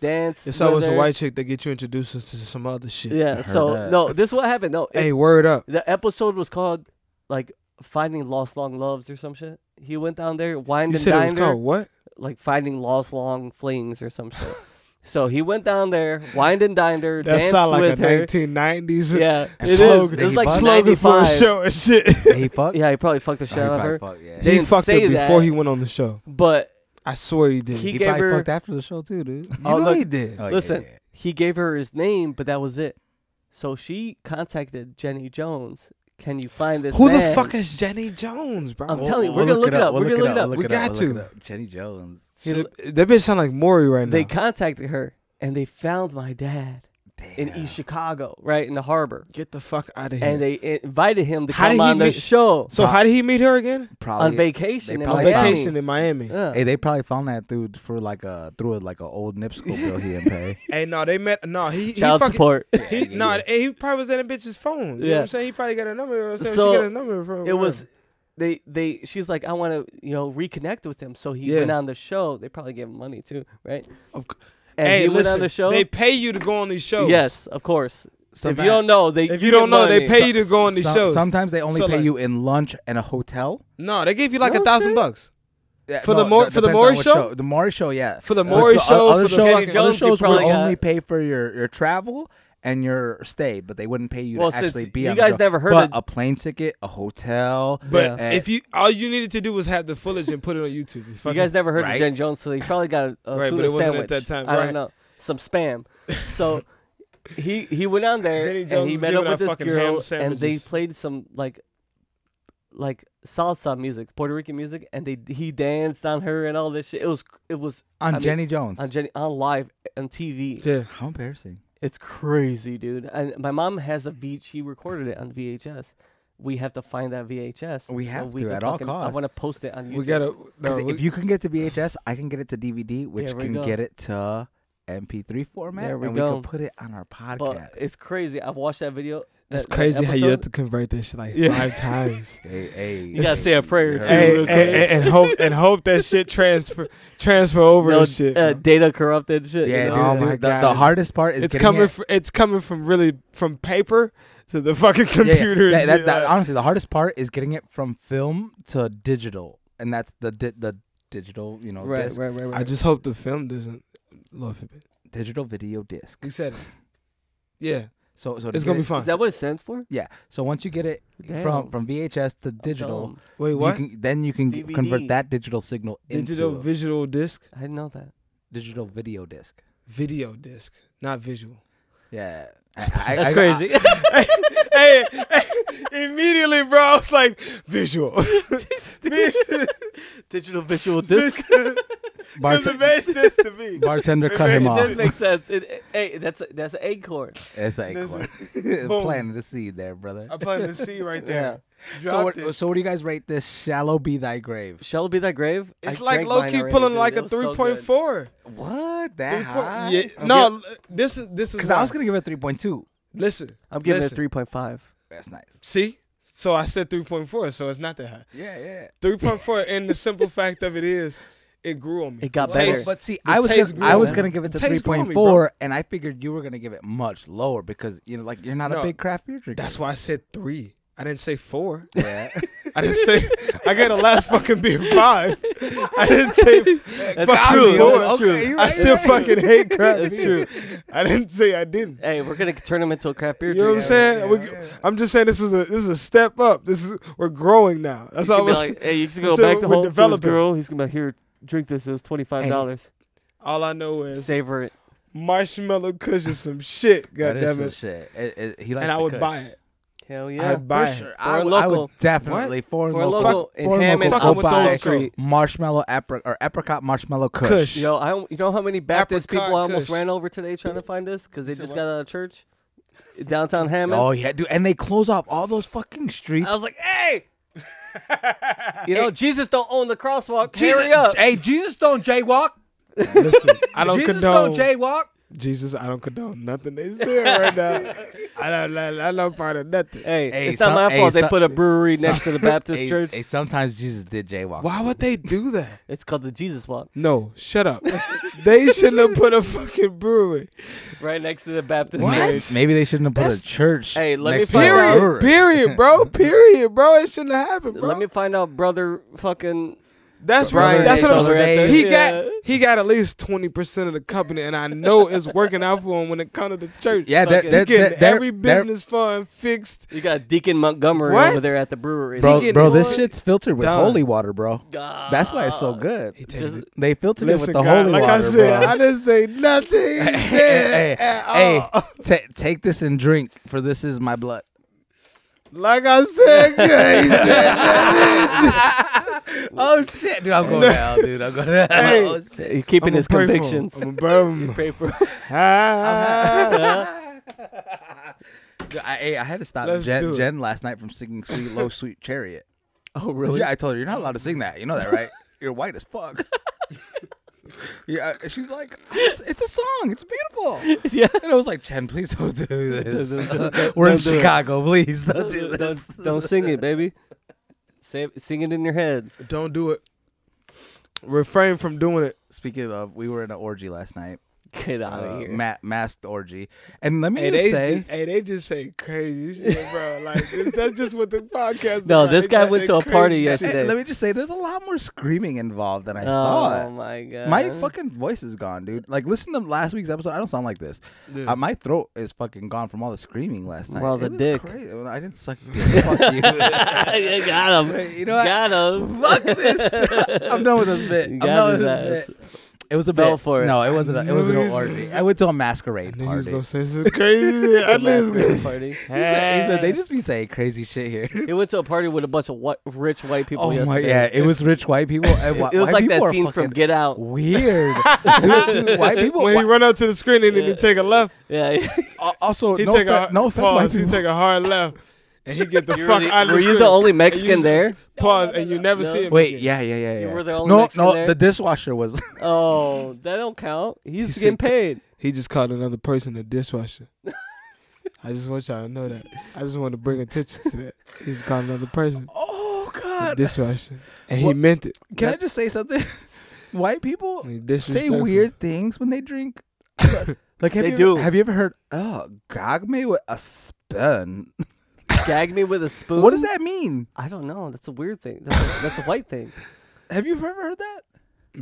[SPEAKER 2] danced.
[SPEAKER 5] It's
[SPEAKER 2] with
[SPEAKER 5] always a
[SPEAKER 2] her.
[SPEAKER 5] white chick that get you introduced to some other shit.
[SPEAKER 2] Yeah.
[SPEAKER 3] heard
[SPEAKER 2] So
[SPEAKER 3] that.
[SPEAKER 2] no, this is what happened. No, it-
[SPEAKER 5] Hey, word up.
[SPEAKER 2] the episode was called like finding lost long loves or some shit. He went down there, wined
[SPEAKER 5] You
[SPEAKER 2] and
[SPEAKER 5] said it was
[SPEAKER 2] dined her,
[SPEAKER 5] called what?
[SPEAKER 2] like finding lost long flings or some shit. so he went down there, wined and dined her,
[SPEAKER 5] That
[SPEAKER 2] danced
[SPEAKER 5] sound like
[SPEAKER 2] with
[SPEAKER 5] a
[SPEAKER 2] her.
[SPEAKER 5] 1990s
[SPEAKER 2] Yeah, it is.
[SPEAKER 5] slogan.
[SPEAKER 2] It was
[SPEAKER 3] He
[SPEAKER 2] like
[SPEAKER 3] bugged?
[SPEAKER 5] slogan for a
[SPEAKER 2] 95.
[SPEAKER 5] show and shit.
[SPEAKER 3] He fucked.
[SPEAKER 2] Uh,
[SPEAKER 3] Oh,
[SPEAKER 2] Yeah, he probably fucked the shit out of her.
[SPEAKER 3] yeah.
[SPEAKER 2] They
[SPEAKER 5] He
[SPEAKER 2] didn't
[SPEAKER 5] fucked
[SPEAKER 2] say
[SPEAKER 5] it before
[SPEAKER 2] that.
[SPEAKER 5] he went on the show.
[SPEAKER 2] But
[SPEAKER 5] I swear he did.
[SPEAKER 2] he,
[SPEAKER 3] He,
[SPEAKER 2] gave
[SPEAKER 3] probably
[SPEAKER 2] her
[SPEAKER 3] fucked after the show too, dude.
[SPEAKER 5] you know
[SPEAKER 2] look,
[SPEAKER 5] he did.
[SPEAKER 3] Oh, yeah,
[SPEAKER 2] Listen.
[SPEAKER 3] yeah, yeah.
[SPEAKER 2] he gave her his name, but that was it. So she contacted Jenny Jones. Can you find this
[SPEAKER 5] Who
[SPEAKER 2] man?"
[SPEAKER 5] the fuck is Jenny Jones, bro?
[SPEAKER 2] I'm telling you, we're gonna look it up. We're gonna look it up.
[SPEAKER 5] We got
[SPEAKER 3] we'll look
[SPEAKER 5] to.
[SPEAKER 3] it up. Jenny Jones.
[SPEAKER 5] He- that bitch sound like Maury right now.
[SPEAKER 2] They contacted her and they found my dad in East Chicago, right in the harbor.
[SPEAKER 5] Get the fuck out of here.
[SPEAKER 2] and they invited him to
[SPEAKER 5] How
[SPEAKER 2] come
[SPEAKER 5] did he
[SPEAKER 2] on their
[SPEAKER 5] meet-
[SPEAKER 2] show
[SPEAKER 5] so how did he meet her again?
[SPEAKER 3] Probably.
[SPEAKER 2] on
[SPEAKER 3] they
[SPEAKER 2] vacation in
[SPEAKER 5] On
[SPEAKER 3] probably
[SPEAKER 2] Miami.
[SPEAKER 5] vacation in Miami.
[SPEAKER 2] Yeah.
[SPEAKER 3] Hey, they probably found that dude for like a through a, like an old nip school bill he didn't pay.
[SPEAKER 5] hey, no, they met. No, he, he
[SPEAKER 2] Child
[SPEAKER 5] fucking.
[SPEAKER 2] support.
[SPEAKER 5] He, no, he probably was in a bitch's phone. You know
[SPEAKER 2] Yeah.
[SPEAKER 5] what I'm saying? He probably got a number. You know what I'm saying?
[SPEAKER 2] So,
[SPEAKER 5] she got a number from
[SPEAKER 2] it was they they she's like I want to you know reconnect with him. So he
[SPEAKER 5] Yeah.
[SPEAKER 2] went on the show. They probably gave him money too, right?
[SPEAKER 5] Of cou-
[SPEAKER 2] And
[SPEAKER 5] hey,
[SPEAKER 2] he
[SPEAKER 5] listen,
[SPEAKER 2] went on the show.
[SPEAKER 5] They pay you to go on these shows.
[SPEAKER 2] yes, of course.
[SPEAKER 3] So
[SPEAKER 2] if
[SPEAKER 3] that-
[SPEAKER 2] you don't know, they
[SPEAKER 5] If
[SPEAKER 2] give
[SPEAKER 5] you don't know, they
[SPEAKER 2] money.
[SPEAKER 5] pay you to go on these
[SPEAKER 3] Some-
[SPEAKER 5] shows.
[SPEAKER 3] Sometimes they only
[SPEAKER 5] So,
[SPEAKER 3] pay
[SPEAKER 5] like-
[SPEAKER 3] you in lunch and a hotel.
[SPEAKER 5] No, they gave you like
[SPEAKER 2] No
[SPEAKER 5] a thousand
[SPEAKER 2] shit.
[SPEAKER 5] bucks.
[SPEAKER 3] Yeah,
[SPEAKER 5] For the Maury-
[SPEAKER 3] d-
[SPEAKER 5] for the
[SPEAKER 3] depends on
[SPEAKER 5] Maury
[SPEAKER 3] what
[SPEAKER 5] show?
[SPEAKER 3] The Maury show, yeah.
[SPEAKER 5] For the
[SPEAKER 3] But
[SPEAKER 5] Maury
[SPEAKER 3] to-
[SPEAKER 5] show,
[SPEAKER 3] other,
[SPEAKER 5] for the
[SPEAKER 3] show,
[SPEAKER 5] Kenny
[SPEAKER 3] other
[SPEAKER 2] Jones, you
[SPEAKER 3] shows would
[SPEAKER 2] probably
[SPEAKER 3] only
[SPEAKER 2] got-
[SPEAKER 3] pay for your, your travel and your stay, but they wouldn't pay you
[SPEAKER 2] Well,
[SPEAKER 3] to actually
[SPEAKER 2] since
[SPEAKER 3] be
[SPEAKER 2] you
[SPEAKER 3] on the
[SPEAKER 2] guys
[SPEAKER 3] show.
[SPEAKER 2] never heard
[SPEAKER 3] but
[SPEAKER 2] of-
[SPEAKER 3] a plane ticket, a hotel.
[SPEAKER 5] uh, But
[SPEAKER 3] Yeah.
[SPEAKER 5] if you all you needed to do was have the footage and put it on YouTube. You,
[SPEAKER 2] You
[SPEAKER 5] fucking-
[SPEAKER 2] guys never heard
[SPEAKER 3] Right?
[SPEAKER 2] of Jen Jones, so they probably got a, a
[SPEAKER 5] Right, but
[SPEAKER 2] tuna
[SPEAKER 5] it wasn't
[SPEAKER 2] sandwich.
[SPEAKER 5] at that time,
[SPEAKER 2] I don't
[SPEAKER 5] right.
[SPEAKER 2] know some spam. So he he went on there
[SPEAKER 5] Jenny
[SPEAKER 2] and
[SPEAKER 5] Jones
[SPEAKER 2] he
[SPEAKER 5] was
[SPEAKER 2] met up
[SPEAKER 5] giving
[SPEAKER 2] with
[SPEAKER 5] out
[SPEAKER 2] this
[SPEAKER 5] fucking ham
[SPEAKER 2] girl, and they
[SPEAKER 5] sandwiches.
[SPEAKER 2] played some like like salsa music, Puerto Rican music, and they he danced on her and all this shit. It was it was
[SPEAKER 3] on
[SPEAKER 2] I mean,
[SPEAKER 3] Jenny Jones.
[SPEAKER 2] on Jenny on live on TV.
[SPEAKER 5] yeah.
[SPEAKER 3] How embarrassing.
[SPEAKER 2] It's crazy, dude. And my mom has a V. She recorded it on VHS. We have to find that VHS.
[SPEAKER 3] We
[SPEAKER 2] so
[SPEAKER 3] have
[SPEAKER 2] we
[SPEAKER 3] to
[SPEAKER 2] can
[SPEAKER 3] at all
[SPEAKER 2] fucking- I
[SPEAKER 3] costs.
[SPEAKER 2] want to post it on YouTube.
[SPEAKER 5] We gotta. No,
[SPEAKER 3] 'Cause
[SPEAKER 5] we-
[SPEAKER 3] if you can get to VHS, I can get it to DVD, which
[SPEAKER 2] There we
[SPEAKER 3] can
[SPEAKER 2] go.
[SPEAKER 3] get it to MP3 format,
[SPEAKER 2] There we
[SPEAKER 3] and
[SPEAKER 2] go.
[SPEAKER 3] we can put it on our
[SPEAKER 2] But
[SPEAKER 3] podcast.
[SPEAKER 2] it's crazy. I've watched that video.
[SPEAKER 5] That's
[SPEAKER 2] that- that
[SPEAKER 5] crazy how you have
[SPEAKER 2] episode.
[SPEAKER 5] to convert that shit like
[SPEAKER 2] Yeah.
[SPEAKER 5] five times.
[SPEAKER 3] Hey, hey,
[SPEAKER 2] You gotta say a prayer,
[SPEAKER 3] heard
[SPEAKER 2] too,
[SPEAKER 5] Hey,
[SPEAKER 3] it.
[SPEAKER 2] real
[SPEAKER 5] and, and- and hope and hope that shit transfer transfer over
[SPEAKER 2] No,
[SPEAKER 5] and shit.
[SPEAKER 2] uh,
[SPEAKER 5] bro.
[SPEAKER 2] data corrupted shit. you
[SPEAKER 3] Yeah,
[SPEAKER 2] know?
[SPEAKER 3] dude,
[SPEAKER 5] Oh
[SPEAKER 3] dude,
[SPEAKER 5] my
[SPEAKER 3] the,
[SPEAKER 5] God.
[SPEAKER 3] the hardest part is
[SPEAKER 5] it's
[SPEAKER 3] getting
[SPEAKER 5] coming.
[SPEAKER 3] it-
[SPEAKER 5] Fr- it's coming from really from paper to the fucking
[SPEAKER 3] Yeah, yeah.
[SPEAKER 5] computer.
[SPEAKER 3] That-
[SPEAKER 5] and
[SPEAKER 3] that-
[SPEAKER 5] shit,
[SPEAKER 3] that-
[SPEAKER 5] like-
[SPEAKER 3] honestly, the hardest part is getting it from film to digital, and that's the di- the digital, you know,
[SPEAKER 2] right,
[SPEAKER 3] disc,
[SPEAKER 2] right, right, right.
[SPEAKER 5] I just hope the film doesn't love it.
[SPEAKER 3] digital video disc.
[SPEAKER 5] You said it. Yeah,
[SPEAKER 3] So, so to
[SPEAKER 5] it's
[SPEAKER 3] get
[SPEAKER 5] gonna be
[SPEAKER 3] it-
[SPEAKER 5] fun.
[SPEAKER 2] Is that what it stands for?
[SPEAKER 3] Yeah. So once you get it
[SPEAKER 2] Damn.
[SPEAKER 3] from from VHS to digital,
[SPEAKER 2] Dumb.
[SPEAKER 5] Wait,
[SPEAKER 3] you
[SPEAKER 5] what?
[SPEAKER 3] can- then you can g-
[SPEAKER 2] DVD.
[SPEAKER 3] convert that digital signal
[SPEAKER 5] Digital
[SPEAKER 3] into a
[SPEAKER 5] visual disc,
[SPEAKER 2] I didn't know that.
[SPEAKER 3] digital video disc.
[SPEAKER 5] video disc, not visual.
[SPEAKER 3] Yeah. I, I-
[SPEAKER 2] That's
[SPEAKER 3] I-
[SPEAKER 2] crazy.
[SPEAKER 5] hey, hey, immediately, bro, I was like, visual. Visual.
[SPEAKER 2] Digital visual disc.
[SPEAKER 3] I- bart-
[SPEAKER 5] It makes sense to me.
[SPEAKER 3] bartender cut him
[SPEAKER 2] It
[SPEAKER 3] off.
[SPEAKER 2] does make sense. It, it- hey, that's a, that's an acorn.
[SPEAKER 3] It's like
[SPEAKER 5] Listen,
[SPEAKER 3] planting the seed there, brother.
[SPEAKER 5] I planted the seed right there.
[SPEAKER 3] So
[SPEAKER 5] Dropped
[SPEAKER 3] what,
[SPEAKER 5] it.
[SPEAKER 3] so what do you guys rate this? Shallow be thy grave.
[SPEAKER 2] Shall be that grave?
[SPEAKER 5] It's
[SPEAKER 2] I
[SPEAKER 5] like
[SPEAKER 2] drank
[SPEAKER 5] low
[SPEAKER 2] mine
[SPEAKER 5] key
[SPEAKER 2] already,
[SPEAKER 5] pulling
[SPEAKER 2] dude.
[SPEAKER 5] like
[SPEAKER 2] It
[SPEAKER 5] a
[SPEAKER 2] was so good.
[SPEAKER 5] 3.4.
[SPEAKER 3] What that
[SPEAKER 5] 3.4.
[SPEAKER 3] high?
[SPEAKER 5] Yeah, no, l- this is Mm, this is
[SPEAKER 3] because I was
[SPEAKER 5] why.
[SPEAKER 3] gonna give it three point two.
[SPEAKER 5] listen.
[SPEAKER 2] I'm giving
[SPEAKER 5] listen.
[SPEAKER 2] it 3.5.
[SPEAKER 3] That's nice.
[SPEAKER 5] See, so I said 3.4, so it's not that high.
[SPEAKER 3] Yeah, yeah.
[SPEAKER 5] 3.4, and the simple fact of it is, it grew on me.
[SPEAKER 2] It got
[SPEAKER 5] The
[SPEAKER 2] better.
[SPEAKER 5] taste-
[SPEAKER 3] But see,
[SPEAKER 5] The
[SPEAKER 3] I was
[SPEAKER 5] taste
[SPEAKER 3] gonna,
[SPEAKER 5] grew
[SPEAKER 3] I
[SPEAKER 2] on
[SPEAKER 3] was
[SPEAKER 2] me.
[SPEAKER 3] gonna give it
[SPEAKER 5] The
[SPEAKER 3] to three
[SPEAKER 5] taste grew on
[SPEAKER 3] point
[SPEAKER 5] me,
[SPEAKER 3] four, and I figured you were gonna give it much lower because you know, like you're not
[SPEAKER 5] No.
[SPEAKER 3] a big craft beer drinker.
[SPEAKER 5] That's why I said three. I didn't say four.
[SPEAKER 3] Yeah.
[SPEAKER 5] I didn't say. I gave the last fucking beer five. I didn't say.
[SPEAKER 2] That's
[SPEAKER 5] Fuck
[SPEAKER 2] true.
[SPEAKER 5] you, boy.
[SPEAKER 2] That's
[SPEAKER 3] Okay,
[SPEAKER 2] true.
[SPEAKER 3] you
[SPEAKER 5] I
[SPEAKER 3] right,
[SPEAKER 5] still
[SPEAKER 3] right.
[SPEAKER 5] fucking hate craft
[SPEAKER 2] That's
[SPEAKER 5] beer.
[SPEAKER 2] true.
[SPEAKER 5] I didn't say I didn't.
[SPEAKER 2] Hey, we're gonna turn them into a craft beer.
[SPEAKER 5] You know what I'm
[SPEAKER 2] drink.
[SPEAKER 5] saying?
[SPEAKER 3] yeah,
[SPEAKER 5] We-
[SPEAKER 3] yeah.
[SPEAKER 5] I'm just saying this is a this is a step up. This is we're growing now. That's
[SPEAKER 2] He's
[SPEAKER 5] all.
[SPEAKER 2] gonna be
[SPEAKER 5] I was-
[SPEAKER 2] like, hey, you can go
[SPEAKER 5] So
[SPEAKER 2] back to
[SPEAKER 5] we're
[SPEAKER 2] home to his
[SPEAKER 5] developing.
[SPEAKER 2] girl. He's gonna be like, here, drink this. It was twenty five dollars.
[SPEAKER 5] all I know is
[SPEAKER 2] Savor it.
[SPEAKER 5] marshmallow kush is some shit.
[SPEAKER 3] That
[SPEAKER 5] God
[SPEAKER 3] is
[SPEAKER 5] damn
[SPEAKER 3] some
[SPEAKER 5] it.
[SPEAKER 3] shit. It- it- he likes
[SPEAKER 5] And I
[SPEAKER 3] the
[SPEAKER 5] would
[SPEAKER 3] Kush.
[SPEAKER 5] buy it.
[SPEAKER 2] Hell yeah.
[SPEAKER 5] I'd buy
[SPEAKER 2] for
[SPEAKER 5] it.
[SPEAKER 2] sure.
[SPEAKER 3] I
[SPEAKER 2] For
[SPEAKER 3] would, I
[SPEAKER 2] local.
[SPEAKER 3] would definitely foreign
[SPEAKER 2] For a
[SPEAKER 3] local,
[SPEAKER 2] local in
[SPEAKER 3] foreign
[SPEAKER 2] Hammond,
[SPEAKER 5] fuck
[SPEAKER 3] local,
[SPEAKER 2] I'll
[SPEAKER 5] with
[SPEAKER 3] I'll
[SPEAKER 5] those
[SPEAKER 3] buy
[SPEAKER 5] girls.
[SPEAKER 2] Street.
[SPEAKER 3] marshmallow apricot or apricot marshmallow Kush.
[SPEAKER 5] Kush.
[SPEAKER 2] Yo, I don't, you know how many Baptist people I almost
[SPEAKER 5] Apricot kush.
[SPEAKER 2] ran over today trying to find this because they
[SPEAKER 5] said
[SPEAKER 2] just
[SPEAKER 5] what?
[SPEAKER 2] got out of church, downtown Hammond.
[SPEAKER 3] Oh yeah, dude, and they close off all those fucking streets.
[SPEAKER 5] Oh,
[SPEAKER 2] I was like, hey, you know, Jesus don't own the crosswalk. Hurry up.
[SPEAKER 3] Hey, Jesus don't jaywalk.
[SPEAKER 5] Listen, I don't
[SPEAKER 3] Jesus
[SPEAKER 5] condone
[SPEAKER 3] don't jaywalk.
[SPEAKER 5] Jesus. I don't condone nothing they said right now. I don't. I don't part of nothing.
[SPEAKER 2] Hey,
[SPEAKER 3] Hey,
[SPEAKER 2] it's not
[SPEAKER 3] some-
[SPEAKER 2] my
[SPEAKER 3] hey,
[SPEAKER 2] fault. they
[SPEAKER 3] some-
[SPEAKER 2] put a brewery next to the Baptist
[SPEAKER 3] Hey,
[SPEAKER 2] church.
[SPEAKER 3] hey, sometimes Jesus did jaywalk.
[SPEAKER 5] Why would they do that?
[SPEAKER 2] It's called the Jesus Walk,
[SPEAKER 5] No, shut up. they shouldn't have put a fucking brewery.
[SPEAKER 2] right next to the Baptist
[SPEAKER 5] What?
[SPEAKER 2] church.
[SPEAKER 3] Maybe, maybe they shouldn't have put
[SPEAKER 5] That's-
[SPEAKER 3] a church.
[SPEAKER 2] Hey, let me
[SPEAKER 3] next to
[SPEAKER 2] find
[SPEAKER 3] the
[SPEAKER 2] out.
[SPEAKER 3] brewery.
[SPEAKER 5] Period. Period, bro. Period, bro. It shouldn't have happened, bro.
[SPEAKER 2] Let me find out, brother. Fucking
[SPEAKER 5] that's
[SPEAKER 3] Brother
[SPEAKER 5] right. That's
[SPEAKER 3] Nate's
[SPEAKER 5] what I'm
[SPEAKER 3] over
[SPEAKER 5] saying.
[SPEAKER 3] there.
[SPEAKER 5] He
[SPEAKER 2] Yeah.
[SPEAKER 5] got he got at least twenty percent of the company, and I know it's working out for him when it comes to the church.
[SPEAKER 3] Yeah, they're,
[SPEAKER 2] Fucking-
[SPEAKER 3] they're, they're,
[SPEAKER 5] He getting
[SPEAKER 3] they're-
[SPEAKER 5] every
[SPEAKER 3] they're-
[SPEAKER 5] business fund fixed.
[SPEAKER 2] you got Deacon Montgomery
[SPEAKER 5] What?
[SPEAKER 2] over there at the brewery.
[SPEAKER 5] He
[SPEAKER 3] bro,
[SPEAKER 5] getting
[SPEAKER 3] bro, this
[SPEAKER 5] one
[SPEAKER 3] shit's filtered with
[SPEAKER 5] done.
[SPEAKER 3] holy water, bro.
[SPEAKER 2] God.
[SPEAKER 3] That's why it's so good.
[SPEAKER 2] Just,
[SPEAKER 3] They filtered it with the
[SPEAKER 5] God,
[SPEAKER 3] holy
[SPEAKER 5] like
[SPEAKER 3] water,
[SPEAKER 5] I said,
[SPEAKER 3] bro.
[SPEAKER 5] I didn't say nothing.
[SPEAKER 3] Hey, hey,
[SPEAKER 5] Hey, at
[SPEAKER 3] hey,
[SPEAKER 5] all.
[SPEAKER 3] ta- take this and drink, for this is my blood.
[SPEAKER 5] Like I said, he said
[SPEAKER 3] Oh shit, dude, I'm going to hell, dude. I'm going to hell.
[SPEAKER 5] Hey.
[SPEAKER 3] Oh, shit.
[SPEAKER 2] he's keeping his convictions.
[SPEAKER 5] I'm going
[SPEAKER 2] Pray for
[SPEAKER 3] Dude, I, hey, I had to stop
[SPEAKER 5] Let's do
[SPEAKER 3] Jen,
[SPEAKER 5] it.
[SPEAKER 3] Jen last night from singing "Sweet Low Sweet Chariot."
[SPEAKER 2] Oh, really?
[SPEAKER 3] Yeah, I told her you're not allowed to sing that. You know that, right? you're white as fuck. yeah, I- she's like, it's, it's a song. It's beautiful.
[SPEAKER 2] yeah.
[SPEAKER 3] And I was like, Jen, please don't do
[SPEAKER 2] Don't do
[SPEAKER 3] this. We're in
[SPEAKER 2] Don't do it.
[SPEAKER 3] Chicago. Please don't do
[SPEAKER 2] Don't,
[SPEAKER 3] this.
[SPEAKER 2] don't, don't sing it, baby. Say, sing it in your head.
[SPEAKER 5] Don't do it. Refrain from doing it.
[SPEAKER 3] Speaking of, we were in an orgy last night.
[SPEAKER 2] Get out
[SPEAKER 3] Uh,
[SPEAKER 2] of here.
[SPEAKER 3] ma- masked orgy. And let me
[SPEAKER 5] Hey,
[SPEAKER 3] just
[SPEAKER 5] they,
[SPEAKER 3] say,
[SPEAKER 5] just, hey, they just say crazy shit, bro. Like this, that's just what the podcast. is
[SPEAKER 2] No,
[SPEAKER 5] about.
[SPEAKER 2] this
[SPEAKER 5] They
[SPEAKER 2] guy
[SPEAKER 5] just
[SPEAKER 2] went
[SPEAKER 5] say
[SPEAKER 2] to a party
[SPEAKER 5] crazy
[SPEAKER 3] Hey,
[SPEAKER 5] shit.
[SPEAKER 2] yesterday.
[SPEAKER 3] let me just say, there's a lot more screaming involved than I
[SPEAKER 2] Oh
[SPEAKER 3] thought.
[SPEAKER 2] my god.
[SPEAKER 3] My fucking voice is gone, dude. Like, listen to last week's episode. I don't sound like this. Uh, my throat is fucking gone from all the screaming last night.
[SPEAKER 2] Well,
[SPEAKER 3] It
[SPEAKER 2] the
[SPEAKER 3] was
[SPEAKER 2] dick.
[SPEAKER 3] crazy. Well, I didn't suck dick. Fuck you.
[SPEAKER 2] you got him.
[SPEAKER 3] You know what?
[SPEAKER 2] got him.
[SPEAKER 3] Fuck this. I'm done with this bit.
[SPEAKER 2] You
[SPEAKER 3] I'm
[SPEAKER 2] got
[SPEAKER 3] done with
[SPEAKER 2] his
[SPEAKER 3] this
[SPEAKER 2] ass.
[SPEAKER 3] bit. It was a
[SPEAKER 2] Fell
[SPEAKER 3] bit.
[SPEAKER 2] for it.
[SPEAKER 3] No, it wasn't. A, it
[SPEAKER 5] knew
[SPEAKER 3] was an
[SPEAKER 5] he was-
[SPEAKER 3] orgy. I went to a masquerade
[SPEAKER 5] I knew he was
[SPEAKER 3] party.
[SPEAKER 5] gonna say some crazy. shit. I
[SPEAKER 2] Good
[SPEAKER 5] knew he was
[SPEAKER 2] last
[SPEAKER 5] gonna
[SPEAKER 2] name
[SPEAKER 5] say-
[SPEAKER 2] party.
[SPEAKER 3] He said, he said, they just be saying crazy shit here.
[SPEAKER 2] He went to a party with a bunch of white, rich white people
[SPEAKER 3] Oh my!
[SPEAKER 2] yesterday.
[SPEAKER 3] Yeah, it was rich white people. and whi-
[SPEAKER 2] It was
[SPEAKER 3] white
[SPEAKER 2] like
[SPEAKER 3] people
[SPEAKER 2] that
[SPEAKER 3] are
[SPEAKER 2] scene from
[SPEAKER 3] fucking
[SPEAKER 2] Get Out.
[SPEAKER 3] Weird. dude, dude, white people.
[SPEAKER 5] When
[SPEAKER 3] whi-
[SPEAKER 5] he run out to the screen and then he take a left,
[SPEAKER 2] Yeah.
[SPEAKER 3] Al- also,
[SPEAKER 5] he
[SPEAKER 3] no,
[SPEAKER 5] take
[SPEAKER 3] offe-
[SPEAKER 5] a
[SPEAKER 3] no offense, white
[SPEAKER 5] pause. He
[SPEAKER 3] people.
[SPEAKER 5] take a hard left, and he get the
[SPEAKER 2] You
[SPEAKER 5] fuck
[SPEAKER 2] were the,
[SPEAKER 5] out of
[SPEAKER 2] were
[SPEAKER 5] the
[SPEAKER 2] you
[SPEAKER 5] screen.
[SPEAKER 2] the only Mexican
[SPEAKER 5] you-
[SPEAKER 2] there?
[SPEAKER 5] pause, and you never
[SPEAKER 2] no.
[SPEAKER 5] see him.
[SPEAKER 3] Wait,
[SPEAKER 5] again.
[SPEAKER 3] yeah, yeah, yeah, yeah.
[SPEAKER 2] were the only
[SPEAKER 3] no,
[SPEAKER 2] Mexican
[SPEAKER 3] no,
[SPEAKER 2] there?
[SPEAKER 3] the dishwasher was.
[SPEAKER 2] Oh, that don't count. He's
[SPEAKER 5] He said-
[SPEAKER 2] getting paid.
[SPEAKER 5] He just called another person a dishwasher. I just want y'all to know that. I just want to bring attention to that. He's called another person.
[SPEAKER 3] Oh
[SPEAKER 5] a
[SPEAKER 3] God!
[SPEAKER 5] Dishwasher. And
[SPEAKER 3] What-
[SPEAKER 5] he meant it.
[SPEAKER 3] Can I just say something? White people
[SPEAKER 5] He disrespectful.
[SPEAKER 3] say weird things when they drink. like have
[SPEAKER 2] They
[SPEAKER 3] you
[SPEAKER 2] do.
[SPEAKER 3] have you ever heard? Oh, gag me with a spoon.
[SPEAKER 2] Gag me with a spoon.
[SPEAKER 3] What does that mean?
[SPEAKER 2] I don't know. That's a weird thing. That's a, that's a white thing.
[SPEAKER 3] Have you ever heard that?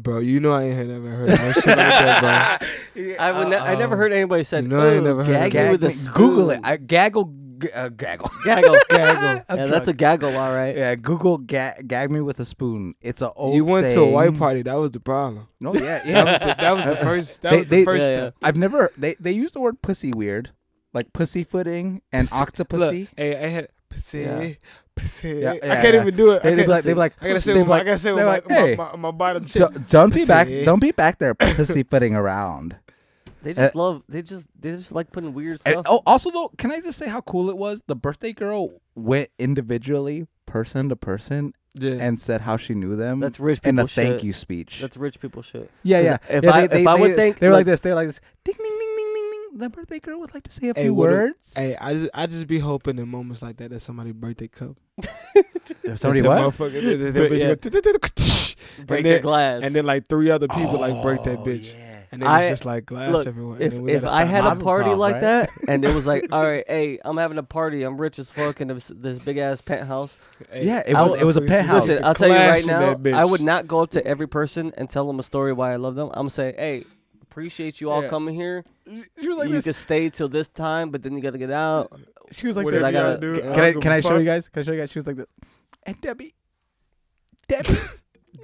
[SPEAKER 5] Bro, you know I ain't never heard no shit like that, bro.
[SPEAKER 2] I would. Ne- I never heard anybody said.
[SPEAKER 5] You know I ain't
[SPEAKER 2] "Ooh,
[SPEAKER 5] never heard
[SPEAKER 2] gag
[SPEAKER 5] of that.
[SPEAKER 2] me with a
[SPEAKER 3] me- Google it.
[SPEAKER 2] spoon."
[SPEAKER 3] I gaggle. G- uh, gaggle.
[SPEAKER 2] Gaggle.
[SPEAKER 3] Gaggle.
[SPEAKER 2] yeah,
[SPEAKER 3] I'm
[SPEAKER 2] that's a
[SPEAKER 3] drunk.
[SPEAKER 2] gaggle, all right.
[SPEAKER 3] Yeah, Google ga- gag me with a spoon. It's an old.
[SPEAKER 5] You went to a white
[SPEAKER 3] saying.
[SPEAKER 5] party. That was the problem.
[SPEAKER 3] No, yeah,
[SPEAKER 5] That
[SPEAKER 3] yeah.
[SPEAKER 5] was the, that was the first. That
[SPEAKER 3] Uh, They-
[SPEAKER 5] was the
[SPEAKER 3] they-
[SPEAKER 5] first
[SPEAKER 2] Yeah, yeah.
[SPEAKER 5] step.
[SPEAKER 3] I've never. They they use the word pussy weird, like pussy footing and octopussy.
[SPEAKER 5] Look, hey, I had pussy,
[SPEAKER 3] Yeah.
[SPEAKER 5] pussy.
[SPEAKER 3] Yeah,
[SPEAKER 5] I
[SPEAKER 3] yeah,
[SPEAKER 5] can't
[SPEAKER 3] yeah.
[SPEAKER 5] even do it.
[SPEAKER 3] They,
[SPEAKER 5] I
[SPEAKER 3] they
[SPEAKER 5] can't,
[SPEAKER 3] be like, they be like,
[SPEAKER 5] I gotta say,
[SPEAKER 3] they
[SPEAKER 5] with
[SPEAKER 3] be
[SPEAKER 5] my,
[SPEAKER 3] like-
[SPEAKER 5] I gotta say,
[SPEAKER 3] they're
[SPEAKER 5] with
[SPEAKER 3] like,
[SPEAKER 5] my,
[SPEAKER 3] hey,
[SPEAKER 5] my, my, my bottom
[SPEAKER 3] so,
[SPEAKER 5] tip.
[SPEAKER 3] don't be back,
[SPEAKER 5] Pussy.
[SPEAKER 3] don't be back there, pussy footing around.
[SPEAKER 2] They just love. They just. They just like putting weird
[SPEAKER 3] And,
[SPEAKER 2] stuff.
[SPEAKER 3] oh, also though, can I just say how cool it was? The birthday girl went individually, person to person,
[SPEAKER 5] Yeah.
[SPEAKER 3] and said how she knew them.
[SPEAKER 2] That's rich
[SPEAKER 3] and
[SPEAKER 2] people
[SPEAKER 3] a thank
[SPEAKER 2] shit.
[SPEAKER 3] you speech.
[SPEAKER 2] That's rich people shit.
[SPEAKER 3] yeah,
[SPEAKER 2] 'Cause
[SPEAKER 3] yeah.
[SPEAKER 2] If
[SPEAKER 3] Yeah,
[SPEAKER 2] I
[SPEAKER 3] they- they-
[SPEAKER 2] if I would
[SPEAKER 3] they-
[SPEAKER 2] think
[SPEAKER 3] they're like, this, they're like this. Ding, ding, ding, ding, ding, ding. The birthday girl would like to say a
[SPEAKER 5] Hey,
[SPEAKER 3] few
[SPEAKER 5] what if-
[SPEAKER 3] words.
[SPEAKER 5] Hey, I just, I just be hoping in moments like that that somebody's birthday cup.
[SPEAKER 3] If
[SPEAKER 5] That motherfucker- that- that
[SPEAKER 2] Yeah.
[SPEAKER 5] bitch go
[SPEAKER 2] break
[SPEAKER 5] and
[SPEAKER 2] the
[SPEAKER 5] then-
[SPEAKER 2] glass.
[SPEAKER 5] And then like three other people like break
[SPEAKER 1] Oh,
[SPEAKER 3] Oh,
[SPEAKER 5] that bitch. And then
[SPEAKER 2] I-
[SPEAKER 5] it's just like glass
[SPEAKER 2] look,
[SPEAKER 5] everywhere. and
[SPEAKER 2] if
[SPEAKER 5] then we
[SPEAKER 2] if
[SPEAKER 5] gotta
[SPEAKER 2] I
[SPEAKER 5] stop
[SPEAKER 2] had a
[SPEAKER 5] Mazel
[SPEAKER 2] party
[SPEAKER 3] tov,
[SPEAKER 2] like
[SPEAKER 3] right?
[SPEAKER 2] that and it was like, all right, hey, I'm having a party. I'm rich as fuck in this, this big ass penthouse.
[SPEAKER 5] tov. Hey,
[SPEAKER 3] Yeah, it
[SPEAKER 2] I
[SPEAKER 3] was
[SPEAKER 2] would-
[SPEAKER 3] it was a
[SPEAKER 5] Listen,
[SPEAKER 3] penthouse.
[SPEAKER 2] Listen,
[SPEAKER 5] a
[SPEAKER 2] I'll tell you
[SPEAKER 5] clash
[SPEAKER 2] right
[SPEAKER 5] in
[SPEAKER 2] now, I
[SPEAKER 5] that bitch.
[SPEAKER 2] would not go up to every person and tell them a story why I love them. I'm gonna say, hey, appreciate you all
[SPEAKER 5] Yeah.
[SPEAKER 2] coming here.
[SPEAKER 5] she was like
[SPEAKER 2] you
[SPEAKER 5] this.
[SPEAKER 2] can stay till this time, but then you gotta get out.
[SPEAKER 3] she was
[SPEAKER 5] like
[SPEAKER 3] like,
[SPEAKER 5] Whatever
[SPEAKER 2] this.
[SPEAKER 5] you gotta
[SPEAKER 2] I
[SPEAKER 5] do,
[SPEAKER 2] gotta-
[SPEAKER 3] Can I
[SPEAKER 5] don't
[SPEAKER 3] can
[SPEAKER 5] give a
[SPEAKER 3] I show
[SPEAKER 5] fuck.
[SPEAKER 3] you guys? Can I show you guys? She was like this. And Debbie, Debbie, you,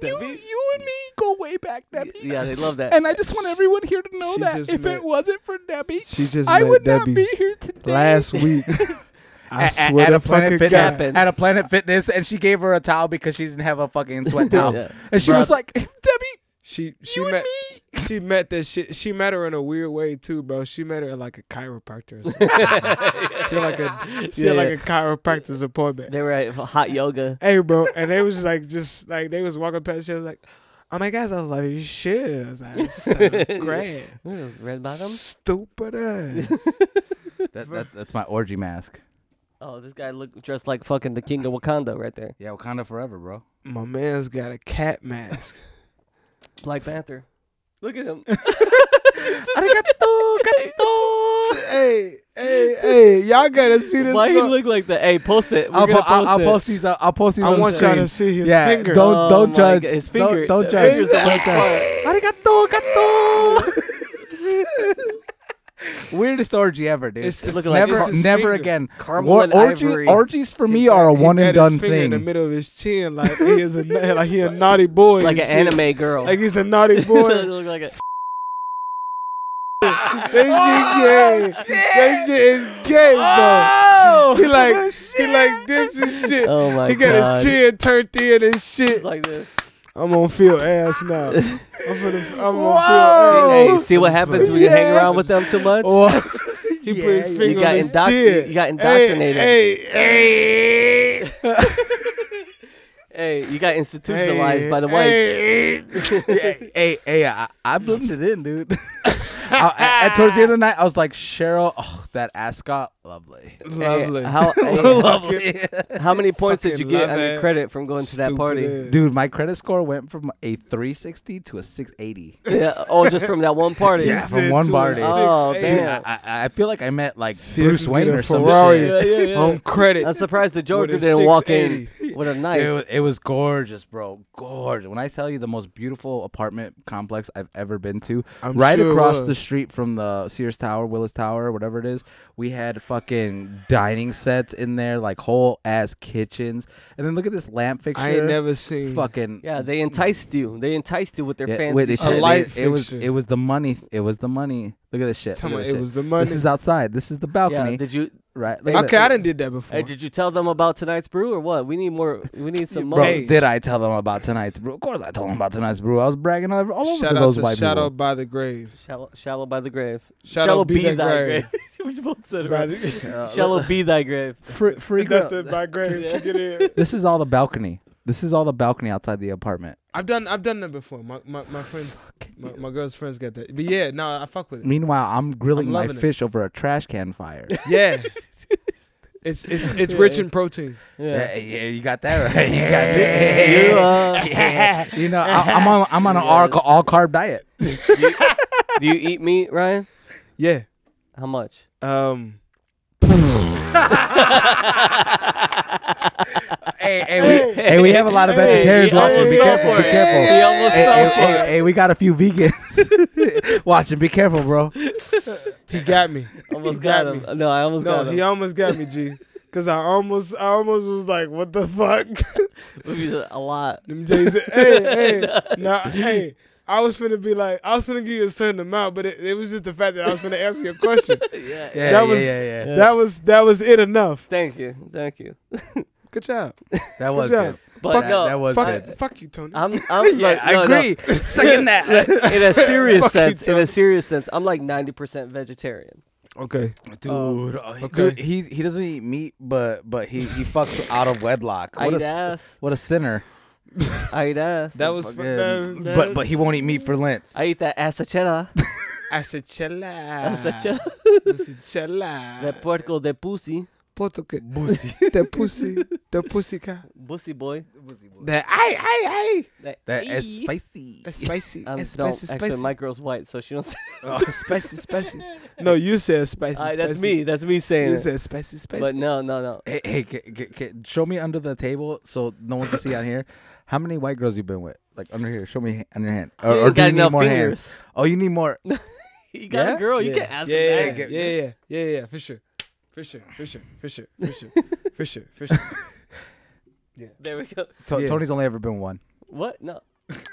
[SPEAKER 2] Debbie?
[SPEAKER 3] you and me go way back, Debbie.
[SPEAKER 2] Yeah, they love that.
[SPEAKER 3] And I just want everyone here to know
[SPEAKER 5] She
[SPEAKER 3] that
[SPEAKER 5] just
[SPEAKER 3] if
[SPEAKER 5] met-
[SPEAKER 3] it wasn't for Debbie,
[SPEAKER 5] She just
[SPEAKER 3] I
[SPEAKER 5] met
[SPEAKER 3] would
[SPEAKER 5] Debbie
[SPEAKER 3] not be here today.
[SPEAKER 5] last week. I
[SPEAKER 3] At- at-
[SPEAKER 5] swear
[SPEAKER 3] at
[SPEAKER 5] to
[SPEAKER 3] a Planet
[SPEAKER 5] fucking
[SPEAKER 3] Fitness,
[SPEAKER 5] God.
[SPEAKER 2] Happens.
[SPEAKER 3] at a Planet Fitness, and she gave her a towel because she didn't have a fucking sweat towel,
[SPEAKER 2] Yeah.
[SPEAKER 3] and she
[SPEAKER 5] Bruh.
[SPEAKER 3] was like, "Debbie,
[SPEAKER 5] She she
[SPEAKER 3] you and
[SPEAKER 5] met
[SPEAKER 3] me."
[SPEAKER 5] she met that shit. She met her in a weird way too, bro. She met her at like a chiropractor. Or something. she had like a she
[SPEAKER 2] Yeah.
[SPEAKER 5] had like a chiropractor's appointment.
[SPEAKER 2] They were at hot yoga.
[SPEAKER 5] hey, bro, and they was like just like they was walking past. She was like, "Oh my gosh, I love your shoes. I was like, so great,
[SPEAKER 2] What is red bottom?
[SPEAKER 5] stupid ass."
[SPEAKER 3] That, that, that's my orgy mask.
[SPEAKER 2] Oh, this guy looked dressed like fucking the king of Wakanda right there.
[SPEAKER 3] Yeah, Wakanda forever, bro.
[SPEAKER 5] My man's got a cat mask.
[SPEAKER 2] Black Panther. Look at him.
[SPEAKER 3] Arigato, gato.
[SPEAKER 5] hey, hey, hey, y'all gotta see this.
[SPEAKER 2] Why he
[SPEAKER 5] look.
[SPEAKER 2] look like that? Hey, post it. We're
[SPEAKER 3] I'll,
[SPEAKER 2] gonna
[SPEAKER 3] po- I'll, I'll
[SPEAKER 2] it.
[SPEAKER 3] post these. I'll, I'll post these.
[SPEAKER 5] I
[SPEAKER 3] on
[SPEAKER 5] want
[SPEAKER 3] the
[SPEAKER 5] y'all
[SPEAKER 3] screen.
[SPEAKER 5] to see his
[SPEAKER 3] yeah,
[SPEAKER 5] finger.
[SPEAKER 3] Don't
[SPEAKER 2] Oh
[SPEAKER 3] don't
[SPEAKER 2] my
[SPEAKER 3] judge.
[SPEAKER 2] God, his
[SPEAKER 3] Don't-
[SPEAKER 2] finger-
[SPEAKER 3] Don't,
[SPEAKER 2] his
[SPEAKER 3] judge.
[SPEAKER 2] finger's the
[SPEAKER 3] don't
[SPEAKER 2] worst
[SPEAKER 3] judge. Arigato, gato. Weirdest orgy ever, dude.
[SPEAKER 5] It's
[SPEAKER 2] looking like-
[SPEAKER 3] never,
[SPEAKER 5] it's his
[SPEAKER 3] never
[SPEAKER 5] finger.
[SPEAKER 3] again.
[SPEAKER 2] Caramel
[SPEAKER 3] War-
[SPEAKER 2] and
[SPEAKER 3] orgies,
[SPEAKER 2] ivory.
[SPEAKER 3] orgies for me
[SPEAKER 5] He got-
[SPEAKER 3] are a
[SPEAKER 5] he
[SPEAKER 3] one
[SPEAKER 5] got
[SPEAKER 3] and
[SPEAKER 5] his
[SPEAKER 3] done
[SPEAKER 5] finger In the
[SPEAKER 3] thing.
[SPEAKER 5] middle of his chin, like he is a na- like he a naughty boy,
[SPEAKER 2] like an
[SPEAKER 5] and shit.
[SPEAKER 2] anime girl.
[SPEAKER 5] like he's a naughty boy.
[SPEAKER 2] look like a
[SPEAKER 5] that
[SPEAKER 2] Oh,
[SPEAKER 5] shit gay. That shit is gay, bro. He like he like this and shit.
[SPEAKER 2] Oh my
[SPEAKER 5] he
[SPEAKER 2] god.
[SPEAKER 5] got his chin turned in and shit.
[SPEAKER 2] Just like this.
[SPEAKER 5] I'm gonna feel ass now. I'm gonna I'm
[SPEAKER 3] Whoa.
[SPEAKER 5] gonna feel ass.
[SPEAKER 2] Hey, hey, see what happens when you hang
[SPEAKER 3] Yeah.
[SPEAKER 2] around with them too much?
[SPEAKER 5] Oh. He put his finger
[SPEAKER 2] You got
[SPEAKER 5] on his
[SPEAKER 2] indoc-
[SPEAKER 5] chin.
[SPEAKER 2] you got
[SPEAKER 5] Hey,
[SPEAKER 2] indoctrinated.
[SPEAKER 5] Hey, hey, hey,
[SPEAKER 2] Hey, you got institutionalized by the whites.
[SPEAKER 3] hey, hey, hey, I, I bloomed it in, dude. I, I- and towards the end of the night, I was like, Cheryl, oh, that ascot, lovely.
[SPEAKER 2] Hey,
[SPEAKER 5] Lovely.
[SPEAKER 2] how, hey,
[SPEAKER 3] lovely.
[SPEAKER 2] how many points did you
[SPEAKER 5] Fucking
[SPEAKER 2] get
[SPEAKER 5] love
[SPEAKER 2] on your
[SPEAKER 5] it.
[SPEAKER 2] credit from going to that
[SPEAKER 5] Stupid
[SPEAKER 2] party?
[SPEAKER 5] ass.
[SPEAKER 3] Dude, my credit score went from a 360 to a 680.
[SPEAKER 2] Yeah. Oh, just from that one party.
[SPEAKER 3] Yeah,
[SPEAKER 5] He
[SPEAKER 3] from
[SPEAKER 5] said
[SPEAKER 3] one
[SPEAKER 5] to
[SPEAKER 3] bar
[SPEAKER 5] his
[SPEAKER 3] to-
[SPEAKER 2] Oh,
[SPEAKER 5] six,
[SPEAKER 3] Dude,
[SPEAKER 5] eight.
[SPEAKER 2] Yeah.
[SPEAKER 3] I, I, I feel like I met like
[SPEAKER 5] Feel
[SPEAKER 3] Bruce
[SPEAKER 5] you
[SPEAKER 3] Wayne
[SPEAKER 5] get a
[SPEAKER 3] or some
[SPEAKER 5] Ferrari.
[SPEAKER 3] shit.
[SPEAKER 2] Yeah, yeah,
[SPEAKER 5] on credit.
[SPEAKER 2] I'm surprised the Joker
[SPEAKER 5] With a
[SPEAKER 2] didn't walk
[SPEAKER 5] 680.
[SPEAKER 2] in with a knife.
[SPEAKER 3] It was, it was gorgeous, bro. Gorgeous. When I tell you the most beautiful apartment complex I've ever been to,
[SPEAKER 5] I'm
[SPEAKER 3] right
[SPEAKER 5] sure it
[SPEAKER 3] across
[SPEAKER 5] was.
[SPEAKER 3] the street from the Sears Tower, Willis Tower, whatever it is, we had fucking dining sets in there, like whole ass kitchens. And then look at this lamp fixture.
[SPEAKER 5] I ain't never seen.
[SPEAKER 3] fucking
[SPEAKER 2] yeah, they enticed you. They enticed you with their
[SPEAKER 3] Yeah,
[SPEAKER 2] fancy.
[SPEAKER 3] wait, they
[SPEAKER 2] shit.
[SPEAKER 5] A
[SPEAKER 3] te-
[SPEAKER 5] light
[SPEAKER 3] they- it was
[SPEAKER 5] fixture.
[SPEAKER 3] it was the money. It was the money. Look at this shit.
[SPEAKER 5] Tell
[SPEAKER 3] Look
[SPEAKER 5] me,
[SPEAKER 3] at
[SPEAKER 5] it
[SPEAKER 3] shit.
[SPEAKER 5] was the money.
[SPEAKER 3] This is outside. This is the
[SPEAKER 2] yeah,
[SPEAKER 3] balcony,
[SPEAKER 2] did you?
[SPEAKER 3] right? Look at
[SPEAKER 5] okay,
[SPEAKER 3] it.
[SPEAKER 5] I done did that before.
[SPEAKER 2] Hey, did you tell them about tonight's brew or what? We need more. We need some
[SPEAKER 5] Bro,
[SPEAKER 2] more.
[SPEAKER 3] Bro,
[SPEAKER 5] Hey.
[SPEAKER 3] did I tell them about tonight's brew? Of course, I told them about tonight's brew. I was bragging all, all over
[SPEAKER 5] shout
[SPEAKER 3] to
[SPEAKER 5] out
[SPEAKER 3] those
[SPEAKER 5] to
[SPEAKER 3] white
[SPEAKER 5] Shadow
[SPEAKER 3] people.
[SPEAKER 5] by the grave.
[SPEAKER 2] Shallow, shallow by the grave.
[SPEAKER 5] Shallow be thy grave.
[SPEAKER 2] we both said it
[SPEAKER 5] By
[SPEAKER 2] right.
[SPEAKER 5] the,
[SPEAKER 3] Uh,
[SPEAKER 2] Shallow be thy grave.
[SPEAKER 3] free, free
[SPEAKER 5] that's
[SPEAKER 3] girl.
[SPEAKER 5] the by grave.
[SPEAKER 2] Yeah.
[SPEAKER 5] Kick it in.
[SPEAKER 3] This is all the balcony. This is all the balcony outside the apartment.
[SPEAKER 5] I've done I've done that before. My my, my friends, my, my girl's friends got that. But yeah, no, I fuck with it.
[SPEAKER 3] Meanwhile, I'm grilling
[SPEAKER 5] I'm
[SPEAKER 3] my
[SPEAKER 5] loving it.
[SPEAKER 3] fish over a trash can fire.
[SPEAKER 5] Yeah, it's it's it's rich in protein.
[SPEAKER 3] yeah, yeah, you got that right. You got that.
[SPEAKER 2] You, uh,
[SPEAKER 3] Yeah. You know, I, I'm on I'm on an all,
[SPEAKER 2] Yes.
[SPEAKER 3] all carb diet.
[SPEAKER 2] do you eat meat, Ryan?
[SPEAKER 5] Yeah.
[SPEAKER 2] How much?
[SPEAKER 5] Um.
[SPEAKER 3] hey, hey, we, hey, we have a lot of
[SPEAKER 2] Hey,
[SPEAKER 3] vegetarians
[SPEAKER 2] he
[SPEAKER 3] watching.
[SPEAKER 2] almost
[SPEAKER 3] Be
[SPEAKER 2] fell
[SPEAKER 3] careful.
[SPEAKER 2] for
[SPEAKER 3] Be
[SPEAKER 2] it.
[SPEAKER 3] careful.
[SPEAKER 2] He almost
[SPEAKER 3] Hey,
[SPEAKER 2] fell
[SPEAKER 3] hey,
[SPEAKER 2] for
[SPEAKER 3] hey, hey, we got a few vegans watching. Be careful, bro.
[SPEAKER 5] He got me.
[SPEAKER 2] Almost
[SPEAKER 5] He
[SPEAKER 2] got,
[SPEAKER 5] got
[SPEAKER 2] him. No, I almost
[SPEAKER 5] No,
[SPEAKER 2] got
[SPEAKER 5] he
[SPEAKER 2] him.
[SPEAKER 5] almost got me, G. Cause I almost, I almost was like, "What the fuck?"
[SPEAKER 2] It was a lot.
[SPEAKER 5] Them J's, said, "Hey, hey, now, hey." I was finna be like, I was finna give you a certain amount, but it, it was just the fact that I was finna answer your question.
[SPEAKER 2] Yeah.
[SPEAKER 3] Yeah,
[SPEAKER 5] That
[SPEAKER 3] yeah,
[SPEAKER 5] was-
[SPEAKER 3] yeah, yeah.
[SPEAKER 5] That was that was it enough.
[SPEAKER 2] Thank you. Thank you.
[SPEAKER 5] Good job.
[SPEAKER 3] That was
[SPEAKER 5] job.
[SPEAKER 3] good.
[SPEAKER 2] But
[SPEAKER 3] That,
[SPEAKER 2] no,
[SPEAKER 3] that was
[SPEAKER 5] Fuck,
[SPEAKER 3] good.
[SPEAKER 5] fuck you, Tony.
[SPEAKER 2] I'm, I'm
[SPEAKER 3] Yeah,
[SPEAKER 2] like,
[SPEAKER 3] I
[SPEAKER 2] no, no.
[SPEAKER 3] agree. Second that.
[SPEAKER 2] in a serious
[SPEAKER 5] Fuck you,
[SPEAKER 2] sense, in
[SPEAKER 5] Tony.
[SPEAKER 2] a serious sense, I'm like 90% vegetarian.
[SPEAKER 5] Okay.
[SPEAKER 3] Dude, oh, he-
[SPEAKER 5] okay.
[SPEAKER 3] dude, he he doesn't eat meat, but but he he fucks out of wedlock.
[SPEAKER 2] I
[SPEAKER 3] What a
[SPEAKER 2] eat
[SPEAKER 3] s-
[SPEAKER 2] ass.
[SPEAKER 3] what a sinner.
[SPEAKER 2] I eat ass.
[SPEAKER 5] That was
[SPEAKER 3] Fucking- but but he won't eat meat for Lent.
[SPEAKER 2] I eat that asachera.
[SPEAKER 3] Ah.
[SPEAKER 5] Acicella.
[SPEAKER 2] Asachera.
[SPEAKER 5] Acicella.
[SPEAKER 2] that puerco de pussy.
[SPEAKER 5] Portuguese. The pussy. The pussy cat.
[SPEAKER 2] Pussy boy.
[SPEAKER 5] The ay ay ay.
[SPEAKER 2] That,
[SPEAKER 3] That E.
[SPEAKER 2] Hey.
[SPEAKER 3] is spicy.
[SPEAKER 5] That's spicy.
[SPEAKER 2] Um,
[SPEAKER 5] That's
[SPEAKER 2] don't.
[SPEAKER 5] spicy,
[SPEAKER 2] Actually,
[SPEAKER 5] spicy.
[SPEAKER 2] my girl's white, so she don't say
[SPEAKER 5] Oh, spicy, spicy. No, you said spicy.
[SPEAKER 2] Alright,
[SPEAKER 5] spicy.
[SPEAKER 2] that's me. That's me saying
[SPEAKER 5] You
[SPEAKER 2] it.
[SPEAKER 5] said spicy, spicy.
[SPEAKER 2] But no, no, no.
[SPEAKER 3] Hey, hey ca- ca- ca- show me under the table so no one can see on here. How many white girls you been with? Like under here, show me on your hand. Or,
[SPEAKER 2] You
[SPEAKER 3] or
[SPEAKER 2] ain't
[SPEAKER 3] do
[SPEAKER 2] got
[SPEAKER 3] you need
[SPEAKER 2] enough
[SPEAKER 3] more hands?
[SPEAKER 2] fingers.
[SPEAKER 3] Oh, you need more.
[SPEAKER 2] You got
[SPEAKER 3] Yeah?
[SPEAKER 2] a girl. You
[SPEAKER 5] yeah.
[SPEAKER 2] can't ask
[SPEAKER 5] yeah,
[SPEAKER 2] her
[SPEAKER 5] yeah,
[SPEAKER 2] that.
[SPEAKER 5] Yeah,
[SPEAKER 3] that.
[SPEAKER 5] yeah, yeah, yeah, yeah, for sure. For sure, for sure, for sure, for sure, for sure, for sure.
[SPEAKER 2] There we go.
[SPEAKER 3] To-
[SPEAKER 5] Yeah.
[SPEAKER 3] Tony's only ever been one.
[SPEAKER 2] What? No.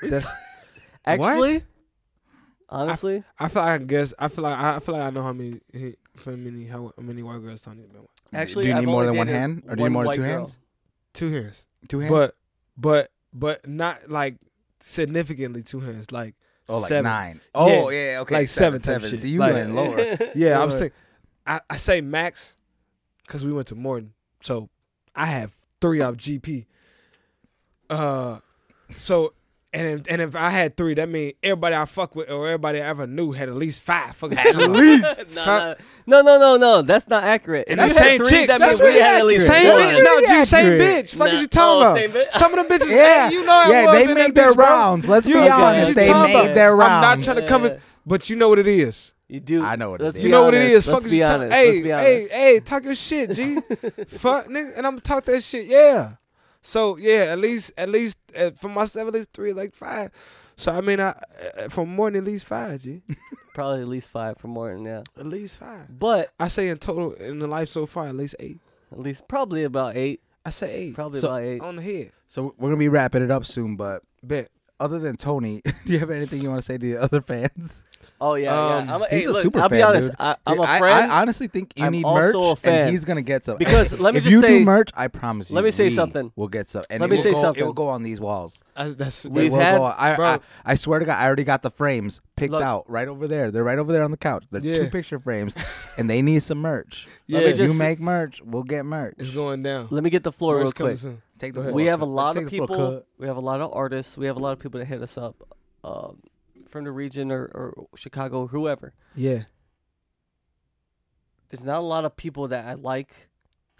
[SPEAKER 5] That's-
[SPEAKER 2] Actually, honestly,
[SPEAKER 5] I feel like I guess I feel like I feel like I know how many he- how many how many white girls Tony's been with.
[SPEAKER 2] actually,
[SPEAKER 3] do you
[SPEAKER 2] I've
[SPEAKER 3] need more
[SPEAKER 2] only
[SPEAKER 3] than one
[SPEAKER 2] dated
[SPEAKER 3] hand, or do you need
[SPEAKER 2] one
[SPEAKER 3] more than
[SPEAKER 2] white
[SPEAKER 3] two
[SPEAKER 2] girl.
[SPEAKER 3] hands?
[SPEAKER 5] Two hands,
[SPEAKER 3] Two hands.
[SPEAKER 5] but but but not like significantly two hands. Like
[SPEAKER 3] oh, like
[SPEAKER 5] seven.
[SPEAKER 3] nine. Oh, yeah. okay.
[SPEAKER 5] Like seven type
[SPEAKER 3] seven.
[SPEAKER 5] shit.
[SPEAKER 3] So you
[SPEAKER 5] Like-
[SPEAKER 3] went lower.
[SPEAKER 5] Yeah, I'm
[SPEAKER 3] Or-
[SPEAKER 5] saying, I, I say max, because we went to Morton, so I have three off GP. Uh, so and if, and if I had three, that means everybody I fuck with or everybody I ever knew had at least five. Fucking at least.
[SPEAKER 2] no, no, no, no, no, no. That's not accurate.
[SPEAKER 5] And
[SPEAKER 2] If
[SPEAKER 5] that's
[SPEAKER 2] you had
[SPEAKER 5] same
[SPEAKER 2] three,
[SPEAKER 5] chick.
[SPEAKER 2] That
[SPEAKER 5] That's
[SPEAKER 2] means we
[SPEAKER 5] really
[SPEAKER 2] had at least
[SPEAKER 5] Same
[SPEAKER 2] one.
[SPEAKER 5] bitch, no,
[SPEAKER 3] Really
[SPEAKER 5] G, same
[SPEAKER 3] accurate.
[SPEAKER 5] bitch. Fuck is
[SPEAKER 2] Nah.
[SPEAKER 5] you talking
[SPEAKER 2] Oh,
[SPEAKER 5] about?
[SPEAKER 2] same bitch.
[SPEAKER 5] Some of them bitches,
[SPEAKER 3] Yeah,
[SPEAKER 5] yeah, you know, it
[SPEAKER 3] yeah,
[SPEAKER 5] was
[SPEAKER 3] they
[SPEAKER 5] in
[SPEAKER 3] make
[SPEAKER 5] that
[SPEAKER 3] their
[SPEAKER 5] bitch, bro.
[SPEAKER 3] rounds. Let's
[SPEAKER 5] You
[SPEAKER 3] be
[SPEAKER 5] know what
[SPEAKER 3] honest,
[SPEAKER 5] you
[SPEAKER 3] they
[SPEAKER 5] talking
[SPEAKER 3] made
[SPEAKER 5] about.
[SPEAKER 3] their
[SPEAKER 5] I'm
[SPEAKER 3] rounds.
[SPEAKER 5] not trying to come in,
[SPEAKER 2] Yeah.
[SPEAKER 5] but you know what it is.
[SPEAKER 2] You do.
[SPEAKER 3] I know what it
[SPEAKER 2] Let's
[SPEAKER 3] is.
[SPEAKER 2] be
[SPEAKER 5] You know what it
[SPEAKER 2] honest.
[SPEAKER 5] is.
[SPEAKER 2] Let's
[SPEAKER 5] Fuck is
[SPEAKER 2] be
[SPEAKER 5] you talking?
[SPEAKER 2] honest.
[SPEAKER 5] Hey,
[SPEAKER 2] Let's be honest.
[SPEAKER 5] hey, hey, talk your shit, G. Fuck, nigga, and I'm gonna talk that shit. Yeah. So yeah, at least, at least uh, for myself, at least three, like five. So I mean, I uh, for more than at least five, G.
[SPEAKER 2] Probably at least five for Morton. Yeah,
[SPEAKER 5] At least five.
[SPEAKER 2] but
[SPEAKER 5] I say in total in the life so far, at least eight.
[SPEAKER 2] at least probably about eight.
[SPEAKER 5] I say eight
[SPEAKER 2] Probably
[SPEAKER 3] So-
[SPEAKER 2] about eight.
[SPEAKER 5] on the head.
[SPEAKER 3] So we're gonna be wrapping it up soon, but
[SPEAKER 5] Bet.
[SPEAKER 3] other than Tony, do you have anything you want to say to the other fans?
[SPEAKER 2] Oh yeah,
[SPEAKER 5] Um,
[SPEAKER 2] yeah. I'm a,
[SPEAKER 3] he's
[SPEAKER 2] hey,
[SPEAKER 3] a
[SPEAKER 2] look,
[SPEAKER 3] super
[SPEAKER 2] I'll be
[SPEAKER 3] fan,
[SPEAKER 2] honest.
[SPEAKER 3] dude.
[SPEAKER 2] I, I'm
[SPEAKER 3] Yeah, I-
[SPEAKER 2] a friend.
[SPEAKER 3] I, honestly think you
[SPEAKER 2] I'm
[SPEAKER 3] need
[SPEAKER 2] also
[SPEAKER 3] merch,
[SPEAKER 2] a fan.
[SPEAKER 3] and he's gonna get some.
[SPEAKER 2] Because let me
[SPEAKER 3] if
[SPEAKER 2] just
[SPEAKER 3] you
[SPEAKER 2] say-
[SPEAKER 3] do merch, I promise you.
[SPEAKER 2] Let me say
[SPEAKER 3] we
[SPEAKER 2] something.
[SPEAKER 3] We'll get some. And
[SPEAKER 2] Let
[SPEAKER 3] it
[SPEAKER 2] me
[SPEAKER 3] will
[SPEAKER 2] say
[SPEAKER 3] go,
[SPEAKER 2] something.
[SPEAKER 3] It will go on these walls.
[SPEAKER 5] that's
[SPEAKER 2] We've
[SPEAKER 3] it will
[SPEAKER 2] had-
[SPEAKER 3] go on. I,
[SPEAKER 5] bro.
[SPEAKER 3] I, I swear to God, I already got the frames picked
[SPEAKER 2] Look-
[SPEAKER 3] out right over there. They're right over there on the couch. They're two
[SPEAKER 5] Yeah.
[SPEAKER 3] picture frames, and they need some merch.
[SPEAKER 5] Yeah.
[SPEAKER 2] Let me
[SPEAKER 3] If
[SPEAKER 2] just
[SPEAKER 3] you make merch, we'll get merch.
[SPEAKER 5] it's going down.
[SPEAKER 2] let me get the floor
[SPEAKER 5] Merch
[SPEAKER 2] real
[SPEAKER 5] coming
[SPEAKER 2] quick.
[SPEAKER 5] soon.
[SPEAKER 3] Take
[SPEAKER 5] Go
[SPEAKER 3] the
[SPEAKER 5] ahead.
[SPEAKER 3] floor.
[SPEAKER 2] We have a lot
[SPEAKER 3] Take
[SPEAKER 2] of
[SPEAKER 3] the floor,
[SPEAKER 2] people.
[SPEAKER 3] cut.
[SPEAKER 2] We have a lot of artists. We have a lot of people that hit us up um, from the region or, or Chicago, or whoever.
[SPEAKER 5] Yeah.
[SPEAKER 2] There's not a lot of people that I like.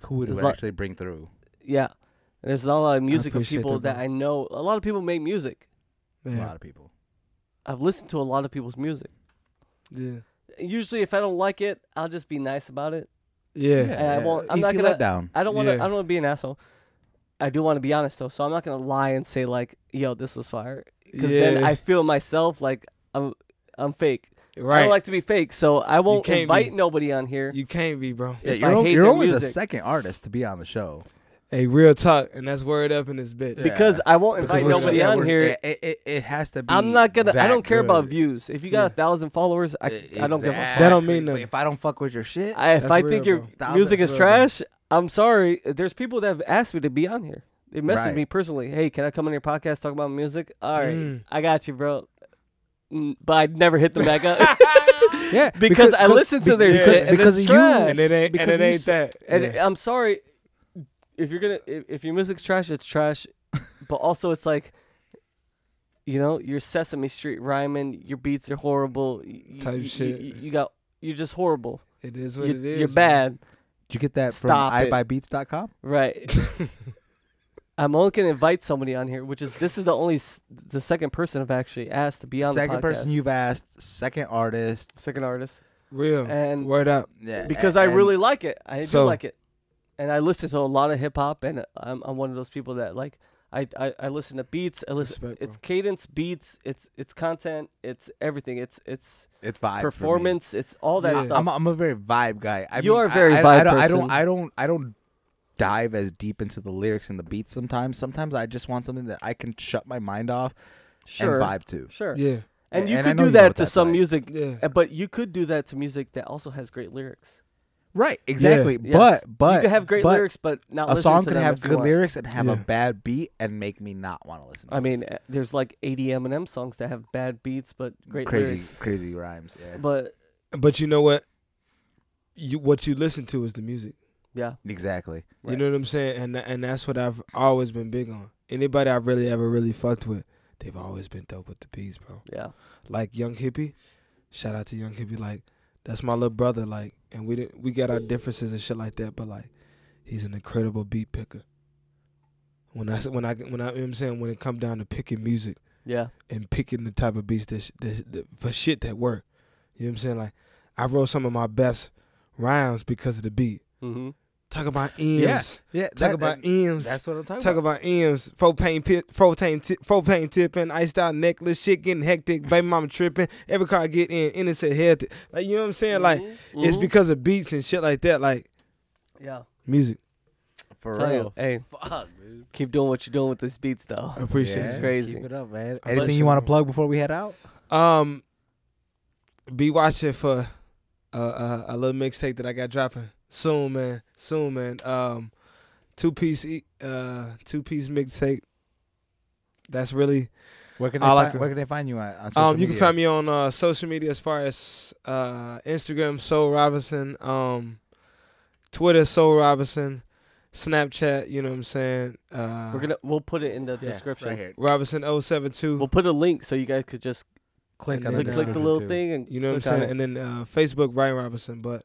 [SPEAKER 3] Who would
[SPEAKER 2] There's
[SPEAKER 3] we
[SPEAKER 2] lot-
[SPEAKER 3] actually bring through?
[SPEAKER 2] Yeah. And there's not a lot of music of
[SPEAKER 5] appreciate
[SPEAKER 2] people
[SPEAKER 5] that,
[SPEAKER 2] that,
[SPEAKER 5] bro.
[SPEAKER 2] I know. A lot of people make music.
[SPEAKER 3] A
[SPEAKER 5] Yeah.
[SPEAKER 3] lot of people.
[SPEAKER 2] I've listened to a lot of people's music.
[SPEAKER 5] Yeah.
[SPEAKER 2] Usually, if I don't like it, I'll just be nice about it.
[SPEAKER 5] Yeah.
[SPEAKER 2] I won't- I'm
[SPEAKER 3] Easy
[SPEAKER 2] not gonna-
[SPEAKER 3] let down.
[SPEAKER 2] I don't want to.
[SPEAKER 5] Yeah.
[SPEAKER 2] I don't want to be an asshole. I do want to be honest though, so I'm not gonna lie and say like, "Yo, this was fire," because then
[SPEAKER 5] Yeah.
[SPEAKER 2] I feel myself like I'm I'm fake. I
[SPEAKER 5] Right.
[SPEAKER 2] don't like to be fake, so I won't
[SPEAKER 5] can't
[SPEAKER 2] invite
[SPEAKER 5] be.
[SPEAKER 2] nobody on here.
[SPEAKER 5] you can't be, bro.
[SPEAKER 3] Yeah,
[SPEAKER 2] if
[SPEAKER 3] you're,
[SPEAKER 2] I
[SPEAKER 3] on-
[SPEAKER 2] hate
[SPEAKER 3] you're
[SPEAKER 2] their
[SPEAKER 3] only the
[SPEAKER 2] music.
[SPEAKER 3] second artist to be on the show.
[SPEAKER 5] Hey, real talk, and that's word up in this bitch.
[SPEAKER 3] Yeah.
[SPEAKER 2] because I won't
[SPEAKER 5] Because
[SPEAKER 2] invite
[SPEAKER 5] we're so-
[SPEAKER 2] nobody
[SPEAKER 5] yeah,
[SPEAKER 2] on
[SPEAKER 5] we're-
[SPEAKER 2] here.
[SPEAKER 3] It, it, it- it has to be.
[SPEAKER 2] I'm not gonna. I
[SPEAKER 3] that
[SPEAKER 2] don't care about
[SPEAKER 3] good.
[SPEAKER 2] views. If you got a
[SPEAKER 5] Yeah.
[SPEAKER 2] thousand followers, I,
[SPEAKER 3] E-
[SPEAKER 2] I don't
[SPEAKER 3] exactly.
[SPEAKER 2] give a fuck.
[SPEAKER 5] That don't mean
[SPEAKER 3] But
[SPEAKER 5] nothing.
[SPEAKER 3] If I don't fuck with your shit,
[SPEAKER 2] I, if
[SPEAKER 5] That's
[SPEAKER 2] I
[SPEAKER 5] real,
[SPEAKER 2] think your
[SPEAKER 5] bro.
[SPEAKER 2] music
[SPEAKER 5] That's
[SPEAKER 2] is
[SPEAKER 5] real, bro.
[SPEAKER 2] trash, I'm sorry. There's people that have asked me to be on here. They messaged
[SPEAKER 3] Right.
[SPEAKER 2] me personally. Hey, can I come on your podcast talk about music? All right,
[SPEAKER 5] Mm.
[SPEAKER 2] I got you, bro. Mm, But I never hit them back up.
[SPEAKER 3] yeah,
[SPEAKER 2] because I listen to their
[SPEAKER 5] because-
[SPEAKER 2] shit and
[SPEAKER 3] because
[SPEAKER 2] because
[SPEAKER 3] of
[SPEAKER 2] it's
[SPEAKER 3] you,
[SPEAKER 2] trash.
[SPEAKER 5] and it ain't
[SPEAKER 3] Because
[SPEAKER 5] and it
[SPEAKER 3] you
[SPEAKER 5] ain't
[SPEAKER 3] s-
[SPEAKER 5] that.
[SPEAKER 2] And
[SPEAKER 5] Yeah.
[SPEAKER 2] I'm sorry if you're gonna if, if your music's trash, it's trash. But also, it's like, you know, your Sesame Street rhyming, your beats are horrible. You,
[SPEAKER 5] Type shit.
[SPEAKER 2] You, got, you're just horrible.
[SPEAKER 5] It is what
[SPEAKER 2] You-
[SPEAKER 5] it is.
[SPEAKER 2] You're
[SPEAKER 5] man.
[SPEAKER 2] bad,
[SPEAKER 3] Did you get that
[SPEAKER 2] Stop it.
[SPEAKER 3] from iBuyBeats.com?
[SPEAKER 2] right? I'm only gonna invite somebody on here, which is this is the only s- the second person I've actually asked to be on
[SPEAKER 3] Second
[SPEAKER 2] the podcast.
[SPEAKER 3] person you've asked, second artist.
[SPEAKER 2] second artist,
[SPEAKER 5] Real.
[SPEAKER 2] and
[SPEAKER 5] Word up.
[SPEAKER 3] Yeah,
[SPEAKER 2] because
[SPEAKER 3] a-
[SPEAKER 2] I
[SPEAKER 3] and
[SPEAKER 2] really like it. I
[SPEAKER 5] So-
[SPEAKER 2] do like it, and I listen to a lot of hip hop, and I'm, I'm one of those people that like I, I, I listen to beats. I listen.
[SPEAKER 5] Respect,
[SPEAKER 2] it's cadence, beats, it's it's content, it's everything. It's it's
[SPEAKER 3] it's vibe for me.
[SPEAKER 2] performance, it's all that
[SPEAKER 5] Yeah.
[SPEAKER 2] stuff.
[SPEAKER 3] I'm a, I'm a very vibe guy. I
[SPEAKER 2] You
[SPEAKER 3] mean,
[SPEAKER 2] are a very
[SPEAKER 3] I, I,
[SPEAKER 2] vibe
[SPEAKER 3] I don't, I
[SPEAKER 2] person.
[SPEAKER 3] don't I don't I don't dive as deep into the lyrics and the beats sometimes. Sometimes I just want something that I can shut my mind off and
[SPEAKER 2] sure,
[SPEAKER 3] vibe to.
[SPEAKER 2] sure.
[SPEAKER 5] Yeah.
[SPEAKER 2] And
[SPEAKER 3] A-
[SPEAKER 2] you
[SPEAKER 3] and I
[SPEAKER 2] could
[SPEAKER 3] know
[SPEAKER 2] do
[SPEAKER 3] you know
[SPEAKER 2] that
[SPEAKER 3] what
[SPEAKER 2] to
[SPEAKER 3] that's
[SPEAKER 2] some
[SPEAKER 3] like.
[SPEAKER 2] music,
[SPEAKER 5] Yeah.
[SPEAKER 2] uh, but you could do that to music that also has great lyrics.
[SPEAKER 3] Right, exactly. But but
[SPEAKER 2] you could have great
[SPEAKER 3] but
[SPEAKER 2] lyrics, but not
[SPEAKER 3] a
[SPEAKER 2] listen
[SPEAKER 3] song
[SPEAKER 2] to
[SPEAKER 3] could
[SPEAKER 2] them
[SPEAKER 3] have
[SPEAKER 2] if you
[SPEAKER 3] good
[SPEAKER 2] want.
[SPEAKER 3] lyrics and have
[SPEAKER 5] Yeah.
[SPEAKER 3] a bad beat and make me not want to listen. To
[SPEAKER 2] I
[SPEAKER 3] it.
[SPEAKER 2] mean, uh, there's like 80 Eminem songs that have bad beats but great
[SPEAKER 3] crazy
[SPEAKER 2] lyrics.
[SPEAKER 3] crazy rhymes. Yeah,
[SPEAKER 2] But
[SPEAKER 5] But you know what? You what you listen to is the music.
[SPEAKER 2] yeah,
[SPEAKER 3] exactly.
[SPEAKER 5] You know what I'm saying? And tha- and that's what I've always been big on. Anybody I've really ever really fucked with, they've always been dope with the beats, bro.
[SPEAKER 2] yeah.
[SPEAKER 5] Like Young Hippie, shout out to Young Hippie. Like that's my little brother. Like and we didn't we got our differences and shit like that, but like he's an incredible beat picker. When I s- when I when I you know what I'm saying when it come down to picking music
[SPEAKER 2] Yeah.
[SPEAKER 5] and picking the type of beats that, sh- that, sh- that for shit that work, you know what I'm saying? Like I wrote some of my best rhymes because of the beat.
[SPEAKER 2] Mm-hmm.
[SPEAKER 5] Talk about M's.
[SPEAKER 3] Yeah. Yeah,
[SPEAKER 5] Talk
[SPEAKER 3] that-
[SPEAKER 5] about
[SPEAKER 3] that-
[SPEAKER 5] M's.
[SPEAKER 3] that's what I'm talking
[SPEAKER 5] Talk
[SPEAKER 3] about.
[SPEAKER 5] about M's, propane, pit, propane, ti- propane tipping, iced out necklace, shit getting hectic, baby mama tripping, every car I get in, innocent head. Like you know what I'm saying? Like
[SPEAKER 3] Mm-hmm.
[SPEAKER 5] it's because of beats and shit like that. Like
[SPEAKER 2] yeah.
[SPEAKER 5] music,
[SPEAKER 3] for
[SPEAKER 2] Tell you,
[SPEAKER 3] real.
[SPEAKER 2] hey,
[SPEAKER 3] Fuck, dude.
[SPEAKER 2] keep doing what you're doing with these beats, though.
[SPEAKER 5] I appreciate
[SPEAKER 2] Yeah.
[SPEAKER 5] it.
[SPEAKER 2] crazy.
[SPEAKER 3] Keep it up, man.
[SPEAKER 5] I'm
[SPEAKER 3] Anything
[SPEAKER 5] letting
[SPEAKER 3] you want
[SPEAKER 5] you
[SPEAKER 3] to plug before we head out?
[SPEAKER 5] Um, be watching for uh, uh, a little mixtape that I got dropping soon, man. Soon, man. Um, two piece, e- uh, two piece mixtape. That's really
[SPEAKER 3] Where can they,
[SPEAKER 5] I like
[SPEAKER 3] find,
[SPEAKER 5] it.
[SPEAKER 3] where can they find you at? On social
[SPEAKER 5] Um, you can
[SPEAKER 3] media?
[SPEAKER 5] find me on uh, social media as far as uh, Instagram, Soul Robinson, um, Twitter, Soul Robinson, Snapchat, you know what I'm saying? Uh,
[SPEAKER 2] We're gonna we'll put it in the
[SPEAKER 3] Yeah,
[SPEAKER 2] description.
[SPEAKER 3] right here.
[SPEAKER 5] Robinson072.
[SPEAKER 2] We'll put a link so you guys could just
[SPEAKER 5] Click
[SPEAKER 2] click
[SPEAKER 5] on
[SPEAKER 2] click,
[SPEAKER 5] the
[SPEAKER 2] click the
[SPEAKER 5] description
[SPEAKER 2] little
[SPEAKER 3] too.
[SPEAKER 2] thing and
[SPEAKER 5] you know what I'm
[SPEAKER 2] click on
[SPEAKER 5] saying?
[SPEAKER 2] it.
[SPEAKER 5] And then uh, Facebook, Ryan Robinson. But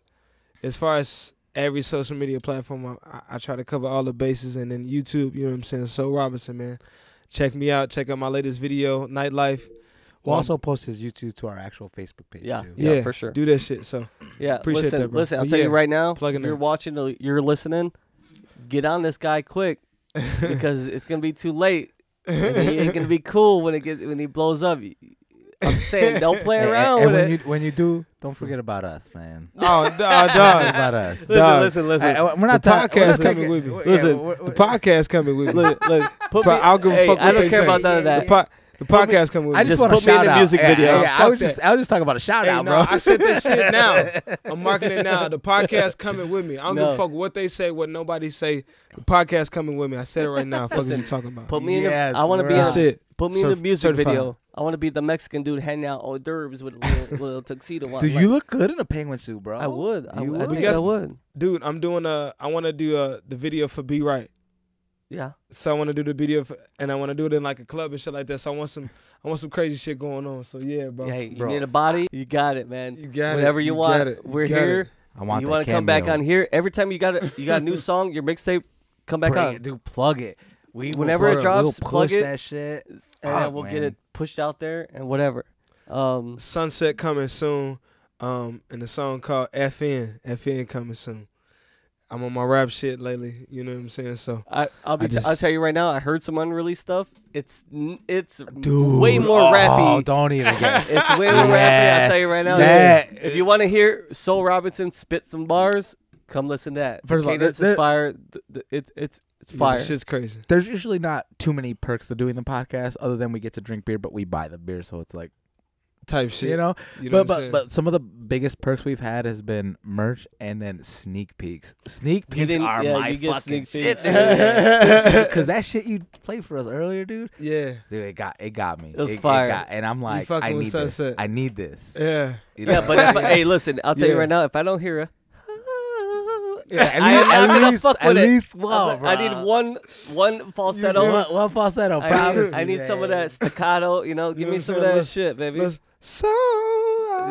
[SPEAKER 5] as far as every social media platform, I, I, I try to cover all the bases. And then YouTube, you know what I'm saying? Soul Robinson, man. Check me out. Check out my latest video, Nightlife.
[SPEAKER 3] We'll
[SPEAKER 5] Um,
[SPEAKER 3] also post his YouTube to our actual Facebook page.
[SPEAKER 2] Yeah.
[SPEAKER 3] too.
[SPEAKER 5] yeah,
[SPEAKER 2] for sure.
[SPEAKER 5] Do that shit. So
[SPEAKER 2] yeah,
[SPEAKER 5] appreciate
[SPEAKER 2] listen,
[SPEAKER 5] that, bro.
[SPEAKER 2] listen. I'll
[SPEAKER 5] But
[SPEAKER 2] tell you
[SPEAKER 5] yeah,
[SPEAKER 2] right now.
[SPEAKER 5] plug it
[SPEAKER 2] If you're
[SPEAKER 5] in.
[SPEAKER 2] watching, or you're listening. Get on this guy quick because it's gonna be too late. And he ain't gonna be cool when it gets when he blows up. I'm saying don't play
[SPEAKER 3] And, and-
[SPEAKER 2] around
[SPEAKER 3] and
[SPEAKER 2] with
[SPEAKER 3] when
[SPEAKER 2] it.
[SPEAKER 3] you when you do, don't forget about us, man.
[SPEAKER 5] Oh, d- oh,
[SPEAKER 3] Forget
[SPEAKER 5] dog.
[SPEAKER 3] about us.
[SPEAKER 2] listen,
[SPEAKER 5] dog.
[SPEAKER 2] listen, listen,
[SPEAKER 3] I- I- we're not
[SPEAKER 5] The
[SPEAKER 3] ta- we're
[SPEAKER 5] podcast
[SPEAKER 3] not
[SPEAKER 5] coming
[SPEAKER 3] taking-
[SPEAKER 5] with me.
[SPEAKER 3] yeah, we're-
[SPEAKER 2] Listen,
[SPEAKER 3] we're-
[SPEAKER 5] The podcast coming with me.
[SPEAKER 2] look, look. Put
[SPEAKER 5] But
[SPEAKER 2] me,
[SPEAKER 5] I'll give a
[SPEAKER 2] hey,
[SPEAKER 5] fuck
[SPEAKER 2] I
[SPEAKER 5] what
[SPEAKER 2] don't
[SPEAKER 5] they
[SPEAKER 2] care
[SPEAKER 5] say.
[SPEAKER 2] about none of
[SPEAKER 5] The,
[SPEAKER 2] that.
[SPEAKER 5] po- the podcast coming with
[SPEAKER 3] I
[SPEAKER 5] me.
[SPEAKER 3] just
[SPEAKER 2] Just
[SPEAKER 3] want to
[SPEAKER 2] put me in
[SPEAKER 3] shout
[SPEAKER 2] the
[SPEAKER 3] out.
[SPEAKER 2] music
[SPEAKER 3] Yeah,
[SPEAKER 2] video.
[SPEAKER 3] yeah,
[SPEAKER 5] Fuck
[SPEAKER 3] I was
[SPEAKER 5] that.
[SPEAKER 3] just I was just talking about a shout
[SPEAKER 5] Hey,
[SPEAKER 3] out,
[SPEAKER 5] nah,
[SPEAKER 3] bro.
[SPEAKER 5] I said this shit now. I'm marking it now. The podcast coming with me. I don't give
[SPEAKER 2] No.
[SPEAKER 5] a fuck what they say, what nobody say. The podcast coming with me. I said it right now. Fuck is you talking about?
[SPEAKER 2] Put me in.
[SPEAKER 3] Yes,
[SPEAKER 2] the, I want to
[SPEAKER 3] we're
[SPEAKER 2] be.
[SPEAKER 5] That's
[SPEAKER 2] in,
[SPEAKER 5] it.
[SPEAKER 2] Put me in
[SPEAKER 5] Cer-
[SPEAKER 2] the music
[SPEAKER 5] certified.
[SPEAKER 2] video. I want to be the Mexican dude handing out hors d'oeuvres with a little, little tuxedo on.
[SPEAKER 3] Do
[SPEAKER 2] Like,
[SPEAKER 3] you look good in a penguin suit, bro?
[SPEAKER 2] I would. I,
[SPEAKER 3] You
[SPEAKER 2] would. I
[SPEAKER 3] would.
[SPEAKER 2] think
[SPEAKER 5] Yes.
[SPEAKER 2] I would.
[SPEAKER 5] Dude, I'm doing a. I want to do a the video for Be Right.
[SPEAKER 2] Yeah.
[SPEAKER 5] So I want to do the video, for, and I want to do it in like a club and shit like that. So I want some. I want some crazy shit going on. So yeah, bro.
[SPEAKER 2] Hey, you
[SPEAKER 3] Bro.
[SPEAKER 2] need a body. You got it, man.
[SPEAKER 5] You got it.
[SPEAKER 2] Whatever you,
[SPEAKER 5] You
[SPEAKER 2] want.
[SPEAKER 5] got it. You
[SPEAKER 2] We're
[SPEAKER 5] got
[SPEAKER 2] here.
[SPEAKER 5] it.
[SPEAKER 3] I want.
[SPEAKER 2] you
[SPEAKER 3] that
[SPEAKER 2] want to come back
[SPEAKER 3] cameo.
[SPEAKER 2] on here every time you got a, you got a new song, your mixtape, come back
[SPEAKER 3] Bring
[SPEAKER 2] on,
[SPEAKER 3] it, dude. Plug it. We will
[SPEAKER 2] Whenever it
[SPEAKER 3] plug we'll
[SPEAKER 2] drops, plug
[SPEAKER 3] push
[SPEAKER 2] it.
[SPEAKER 3] that shit.
[SPEAKER 2] and
[SPEAKER 3] Fuck,
[SPEAKER 2] then we'll get
[SPEAKER 3] man.
[SPEAKER 2] it pushed out there and whatever. Um,
[SPEAKER 5] Sunset coming soon. Um, and a song called FN. FN coming soon. I'm on my rap shit lately. You know what I'm saying? So
[SPEAKER 2] I I'll be
[SPEAKER 5] I
[SPEAKER 2] t- I'll
[SPEAKER 5] just-
[SPEAKER 2] tell you right now. I heard some unreleased stuff. It's n- it's
[SPEAKER 3] Dude,
[SPEAKER 2] way more
[SPEAKER 3] oh,
[SPEAKER 2] rappy.
[SPEAKER 3] Don't even get it.
[SPEAKER 2] It's way more rappy.
[SPEAKER 3] Yeah.
[SPEAKER 2] I'll tell you right now.
[SPEAKER 3] That-
[SPEAKER 2] If you want to hear Soul Robinson spit some bars, come listen to that.
[SPEAKER 3] First of all,
[SPEAKER 2] Cadence
[SPEAKER 3] that-
[SPEAKER 2] is
[SPEAKER 3] that-
[SPEAKER 2] fire. Th- th- it's it's it's
[SPEAKER 5] yeah,
[SPEAKER 2] fire.
[SPEAKER 5] this shit's crazy.
[SPEAKER 3] There's usually not too many perks to doing the podcast, other than we get to drink beer, but we buy the beer, so it's like
[SPEAKER 5] Type shit.
[SPEAKER 3] you know.
[SPEAKER 5] You know
[SPEAKER 3] but
[SPEAKER 5] what
[SPEAKER 3] but
[SPEAKER 5] I'm
[SPEAKER 3] but some of the biggest perks we've had has been merch and then sneak peeks. Sneak
[SPEAKER 2] You
[SPEAKER 3] peeks
[SPEAKER 2] didn't-
[SPEAKER 3] are
[SPEAKER 2] yeah,
[SPEAKER 3] my
[SPEAKER 2] you get
[SPEAKER 3] fucking
[SPEAKER 2] sneak
[SPEAKER 3] shit,
[SPEAKER 2] peeks.
[SPEAKER 3] because that shit you played for us earlier, dude.
[SPEAKER 5] saying?
[SPEAKER 3] Dude, it got it got me.
[SPEAKER 2] It was
[SPEAKER 3] got-
[SPEAKER 2] fire.
[SPEAKER 3] and I'm like,
[SPEAKER 5] fucking
[SPEAKER 3] I
[SPEAKER 5] with
[SPEAKER 3] need this.
[SPEAKER 5] Sunset.
[SPEAKER 3] I need this.
[SPEAKER 5] Yeah. Yeah.
[SPEAKER 3] You
[SPEAKER 2] yeah,
[SPEAKER 3] know?
[SPEAKER 2] but if I- hey, listen, I'll tell
[SPEAKER 5] Yeah.
[SPEAKER 2] you right now. If I don't hear a
[SPEAKER 3] Yeah, at
[SPEAKER 2] I am
[SPEAKER 3] least-
[SPEAKER 2] not
[SPEAKER 3] at least-
[SPEAKER 2] gonna fuck
[SPEAKER 3] at
[SPEAKER 2] with it.
[SPEAKER 3] least one,
[SPEAKER 2] I need
[SPEAKER 3] bruh.
[SPEAKER 2] one one falsetto.
[SPEAKER 3] One, one falsetto.
[SPEAKER 2] I
[SPEAKER 3] promise
[SPEAKER 2] need, I
[SPEAKER 3] you,
[SPEAKER 2] need some of
[SPEAKER 3] yeah.
[SPEAKER 2] that staccato, you know. Give me
[SPEAKER 5] what
[SPEAKER 2] some
[SPEAKER 5] I'm
[SPEAKER 2] of that
[SPEAKER 5] saying?
[SPEAKER 2] shit, baby.
[SPEAKER 5] Let's- So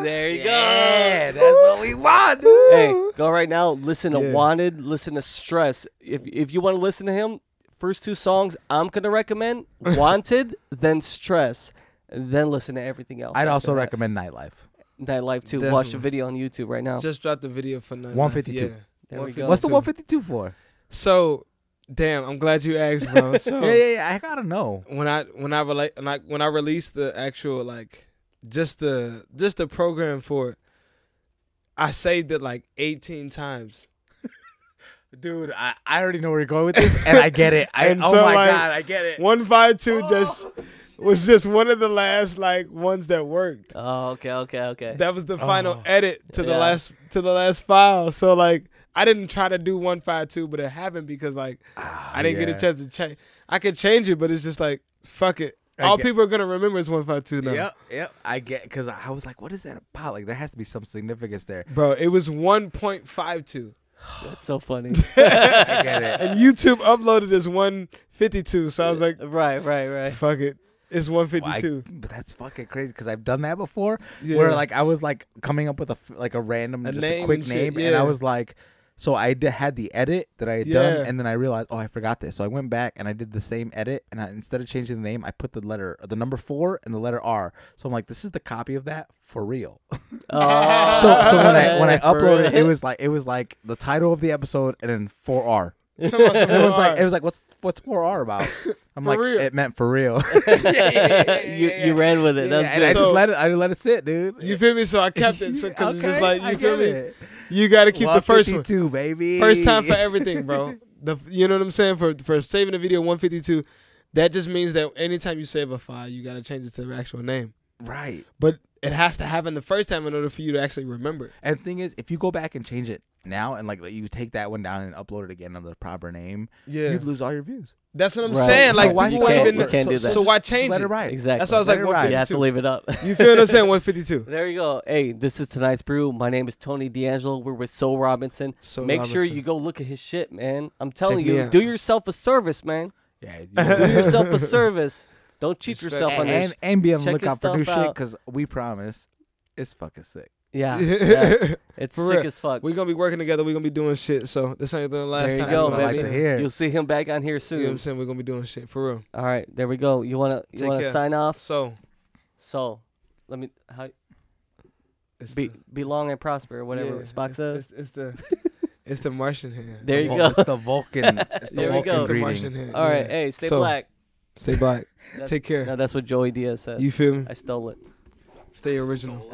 [SPEAKER 2] There you
[SPEAKER 3] Yeah,
[SPEAKER 2] go.
[SPEAKER 3] that's what we want.
[SPEAKER 2] Hey, go right now. Listen to
[SPEAKER 5] Yeah.
[SPEAKER 2] Wanted. Listen to Stress. If if you want to listen to him, first two songs I'm gonna recommend: Wanted, then Stress, then listen to everything else.
[SPEAKER 3] I'd
[SPEAKER 2] after
[SPEAKER 3] also
[SPEAKER 2] that.
[SPEAKER 3] recommend Nightlife.
[SPEAKER 2] that life too. Watch the
[SPEAKER 5] Definitely.
[SPEAKER 2] video on YouTube right now.
[SPEAKER 5] just dropped the video for nine.
[SPEAKER 3] 152.
[SPEAKER 5] Yeah.
[SPEAKER 2] There we go.
[SPEAKER 3] What's the
[SPEAKER 5] Two.
[SPEAKER 3] 152 for?
[SPEAKER 5] So, damn, I'm glad you asked, bro. So
[SPEAKER 3] yeah, yeah, yeah. I gotta know.
[SPEAKER 5] when I when I relate when I when I released the actual like just the just the program for it, I saved it like 18 times.
[SPEAKER 3] Dude, I, I already know where you're going with this, and I get it. I,
[SPEAKER 5] And
[SPEAKER 3] oh
[SPEAKER 5] so,
[SPEAKER 3] my
[SPEAKER 5] like,
[SPEAKER 3] god, I get it.
[SPEAKER 5] One five two
[SPEAKER 3] Oh.
[SPEAKER 5] just was just one of the last like ones that worked.
[SPEAKER 2] Oh, okay, okay, okay.
[SPEAKER 5] That was the final
[SPEAKER 3] Oh.
[SPEAKER 5] edit to the
[SPEAKER 2] Yeah.
[SPEAKER 5] last to the last file. So like I didn't try to do one five two, but it happened because like I didn't
[SPEAKER 3] Ah,
[SPEAKER 5] get a chance to change. I could change it, but it's just like fuck it.
[SPEAKER 3] I
[SPEAKER 5] All
[SPEAKER 3] get-
[SPEAKER 5] people are gonna remember is one five two now.
[SPEAKER 3] Yep, yep. I get because I was like, what is that about? Like, there has to be some significance there.
[SPEAKER 5] Bro, it was one point five two.
[SPEAKER 2] That's so funny.
[SPEAKER 3] I get it.
[SPEAKER 5] and YouTube uploaded as 152. So I was like,
[SPEAKER 2] right, right, right.
[SPEAKER 5] fuck it. It's
[SPEAKER 3] Well, I-
[SPEAKER 5] 152.
[SPEAKER 3] but that's fucking crazy because I've done that before,
[SPEAKER 5] Yeah.
[SPEAKER 3] where like I was like coming up with a f- like a random
[SPEAKER 5] A
[SPEAKER 3] just
[SPEAKER 5] name
[SPEAKER 3] a quick
[SPEAKER 5] and shit,
[SPEAKER 3] name, and I
[SPEAKER 5] yeah.
[SPEAKER 3] was like, so I d- had the edit that I had
[SPEAKER 5] Yeah.
[SPEAKER 3] done, and then I realized, oh, I forgot this, so I went back and I did the same edit, and I, instead of changing the name, I put the letter, the number four, and the letter R. So I'm like, this is the copy of that for real.
[SPEAKER 2] Oh,
[SPEAKER 3] so so when I when I
[SPEAKER 2] yeah, Oh. for
[SPEAKER 3] uploaded, it
[SPEAKER 2] real.
[SPEAKER 3] was like it was like the title of the episode, and then four R.
[SPEAKER 5] Come on,
[SPEAKER 3] And it was like
[SPEAKER 5] come
[SPEAKER 3] it
[SPEAKER 5] on.
[SPEAKER 3] was like what's what's four R about? I'm
[SPEAKER 5] For
[SPEAKER 3] like
[SPEAKER 5] real.
[SPEAKER 3] it meant for real.
[SPEAKER 2] you you ran with it.
[SPEAKER 3] Yeah,
[SPEAKER 2] That's
[SPEAKER 3] and I
[SPEAKER 2] good.
[SPEAKER 5] So-
[SPEAKER 3] just let it. I let it sit, dude.
[SPEAKER 5] you feel me? So I kept it. So, cause it's just like, you feel me?
[SPEAKER 3] It.
[SPEAKER 5] You got to keep the first one.
[SPEAKER 3] two, baby.
[SPEAKER 5] First time for everything, bro. The, you know what I'm saying? For, for saving the video 152, that just means that anytime you save a file, you got to change it to the actual name.
[SPEAKER 3] right.
[SPEAKER 5] But it has to happen the first time in order for you to actually remember it.
[SPEAKER 3] And the thing is, if you go back and change it now, and like you take that one down and upload it again under the proper name,
[SPEAKER 5] Yeah.
[SPEAKER 3] you'd lose all your views.
[SPEAKER 5] That's what I'm
[SPEAKER 2] Right.
[SPEAKER 5] saying.
[SPEAKER 2] So
[SPEAKER 5] Like,
[SPEAKER 2] why
[SPEAKER 5] people
[SPEAKER 2] you
[SPEAKER 5] won't
[SPEAKER 2] can't-
[SPEAKER 5] even
[SPEAKER 2] you
[SPEAKER 5] know-
[SPEAKER 2] can't
[SPEAKER 5] so,
[SPEAKER 2] do that.
[SPEAKER 5] So why
[SPEAKER 3] Just
[SPEAKER 5] change
[SPEAKER 3] let it
[SPEAKER 5] it?
[SPEAKER 3] ride.
[SPEAKER 2] exactly.
[SPEAKER 5] That's why I was
[SPEAKER 3] Let
[SPEAKER 5] like,
[SPEAKER 3] it ride.
[SPEAKER 2] you have
[SPEAKER 5] 152.
[SPEAKER 2] to leave it up.
[SPEAKER 5] You feel what I'm saying? 152.
[SPEAKER 2] There you go. Hey, this is tonight's brew. My name is Tony D'Angelo. We're with Soul Robinson.
[SPEAKER 5] So
[SPEAKER 2] Make sure you go look at his shit, man. I'm telling
[SPEAKER 5] Check me
[SPEAKER 2] you,
[SPEAKER 5] out.
[SPEAKER 2] do yourself a service, man.
[SPEAKER 3] Yeah. you-
[SPEAKER 2] Do yourself a service. Don't cheat
[SPEAKER 5] Respect.
[SPEAKER 2] yourself on
[SPEAKER 3] and,
[SPEAKER 2] this.
[SPEAKER 3] and and be on the
[SPEAKER 2] Check
[SPEAKER 3] lookout
[SPEAKER 2] your
[SPEAKER 3] for new
[SPEAKER 2] stuff
[SPEAKER 3] shit
[SPEAKER 2] out.
[SPEAKER 3] because we promise, it's fucking sick.
[SPEAKER 2] yeah, yeah. it's
[SPEAKER 5] For
[SPEAKER 2] sick
[SPEAKER 5] real.
[SPEAKER 2] as fuck.
[SPEAKER 5] We're gonna be working together. We're gonna be doing shit. So this ain't the last
[SPEAKER 2] There you
[SPEAKER 5] time.
[SPEAKER 2] go,
[SPEAKER 5] you know
[SPEAKER 3] That's what
[SPEAKER 5] what I'm
[SPEAKER 3] I like
[SPEAKER 2] baby.
[SPEAKER 3] to
[SPEAKER 5] saying?
[SPEAKER 3] hear.
[SPEAKER 2] You'll see him back on here
[SPEAKER 5] You know what
[SPEAKER 2] soon.
[SPEAKER 5] I'm saying? We're gonna be doing shit for real.
[SPEAKER 2] All right, there we go. You wanna you
[SPEAKER 5] Take
[SPEAKER 2] wanna
[SPEAKER 5] care.
[SPEAKER 2] sign off?
[SPEAKER 5] So
[SPEAKER 2] So, let me how,
[SPEAKER 5] it's
[SPEAKER 2] be
[SPEAKER 5] the-
[SPEAKER 2] be long and prosper, whatever
[SPEAKER 5] yeah,
[SPEAKER 2] Spock
[SPEAKER 5] it's-
[SPEAKER 2] says.
[SPEAKER 5] It's, it's the it's the Martian hand.
[SPEAKER 2] There you
[SPEAKER 3] Vul-
[SPEAKER 2] go.
[SPEAKER 3] It's the Vulcan. It's the
[SPEAKER 2] There we
[SPEAKER 3] Vulcan
[SPEAKER 2] go.
[SPEAKER 5] It's the Martian
[SPEAKER 3] greeting.
[SPEAKER 5] hand.
[SPEAKER 2] All right,
[SPEAKER 5] yeah.
[SPEAKER 2] hey, stay
[SPEAKER 5] So,
[SPEAKER 2] black.
[SPEAKER 5] Stay black.
[SPEAKER 2] That's-
[SPEAKER 5] Take care.
[SPEAKER 2] No, that's what Joey Diaz says.
[SPEAKER 5] You feel me?
[SPEAKER 2] I stole it.
[SPEAKER 5] Stay original.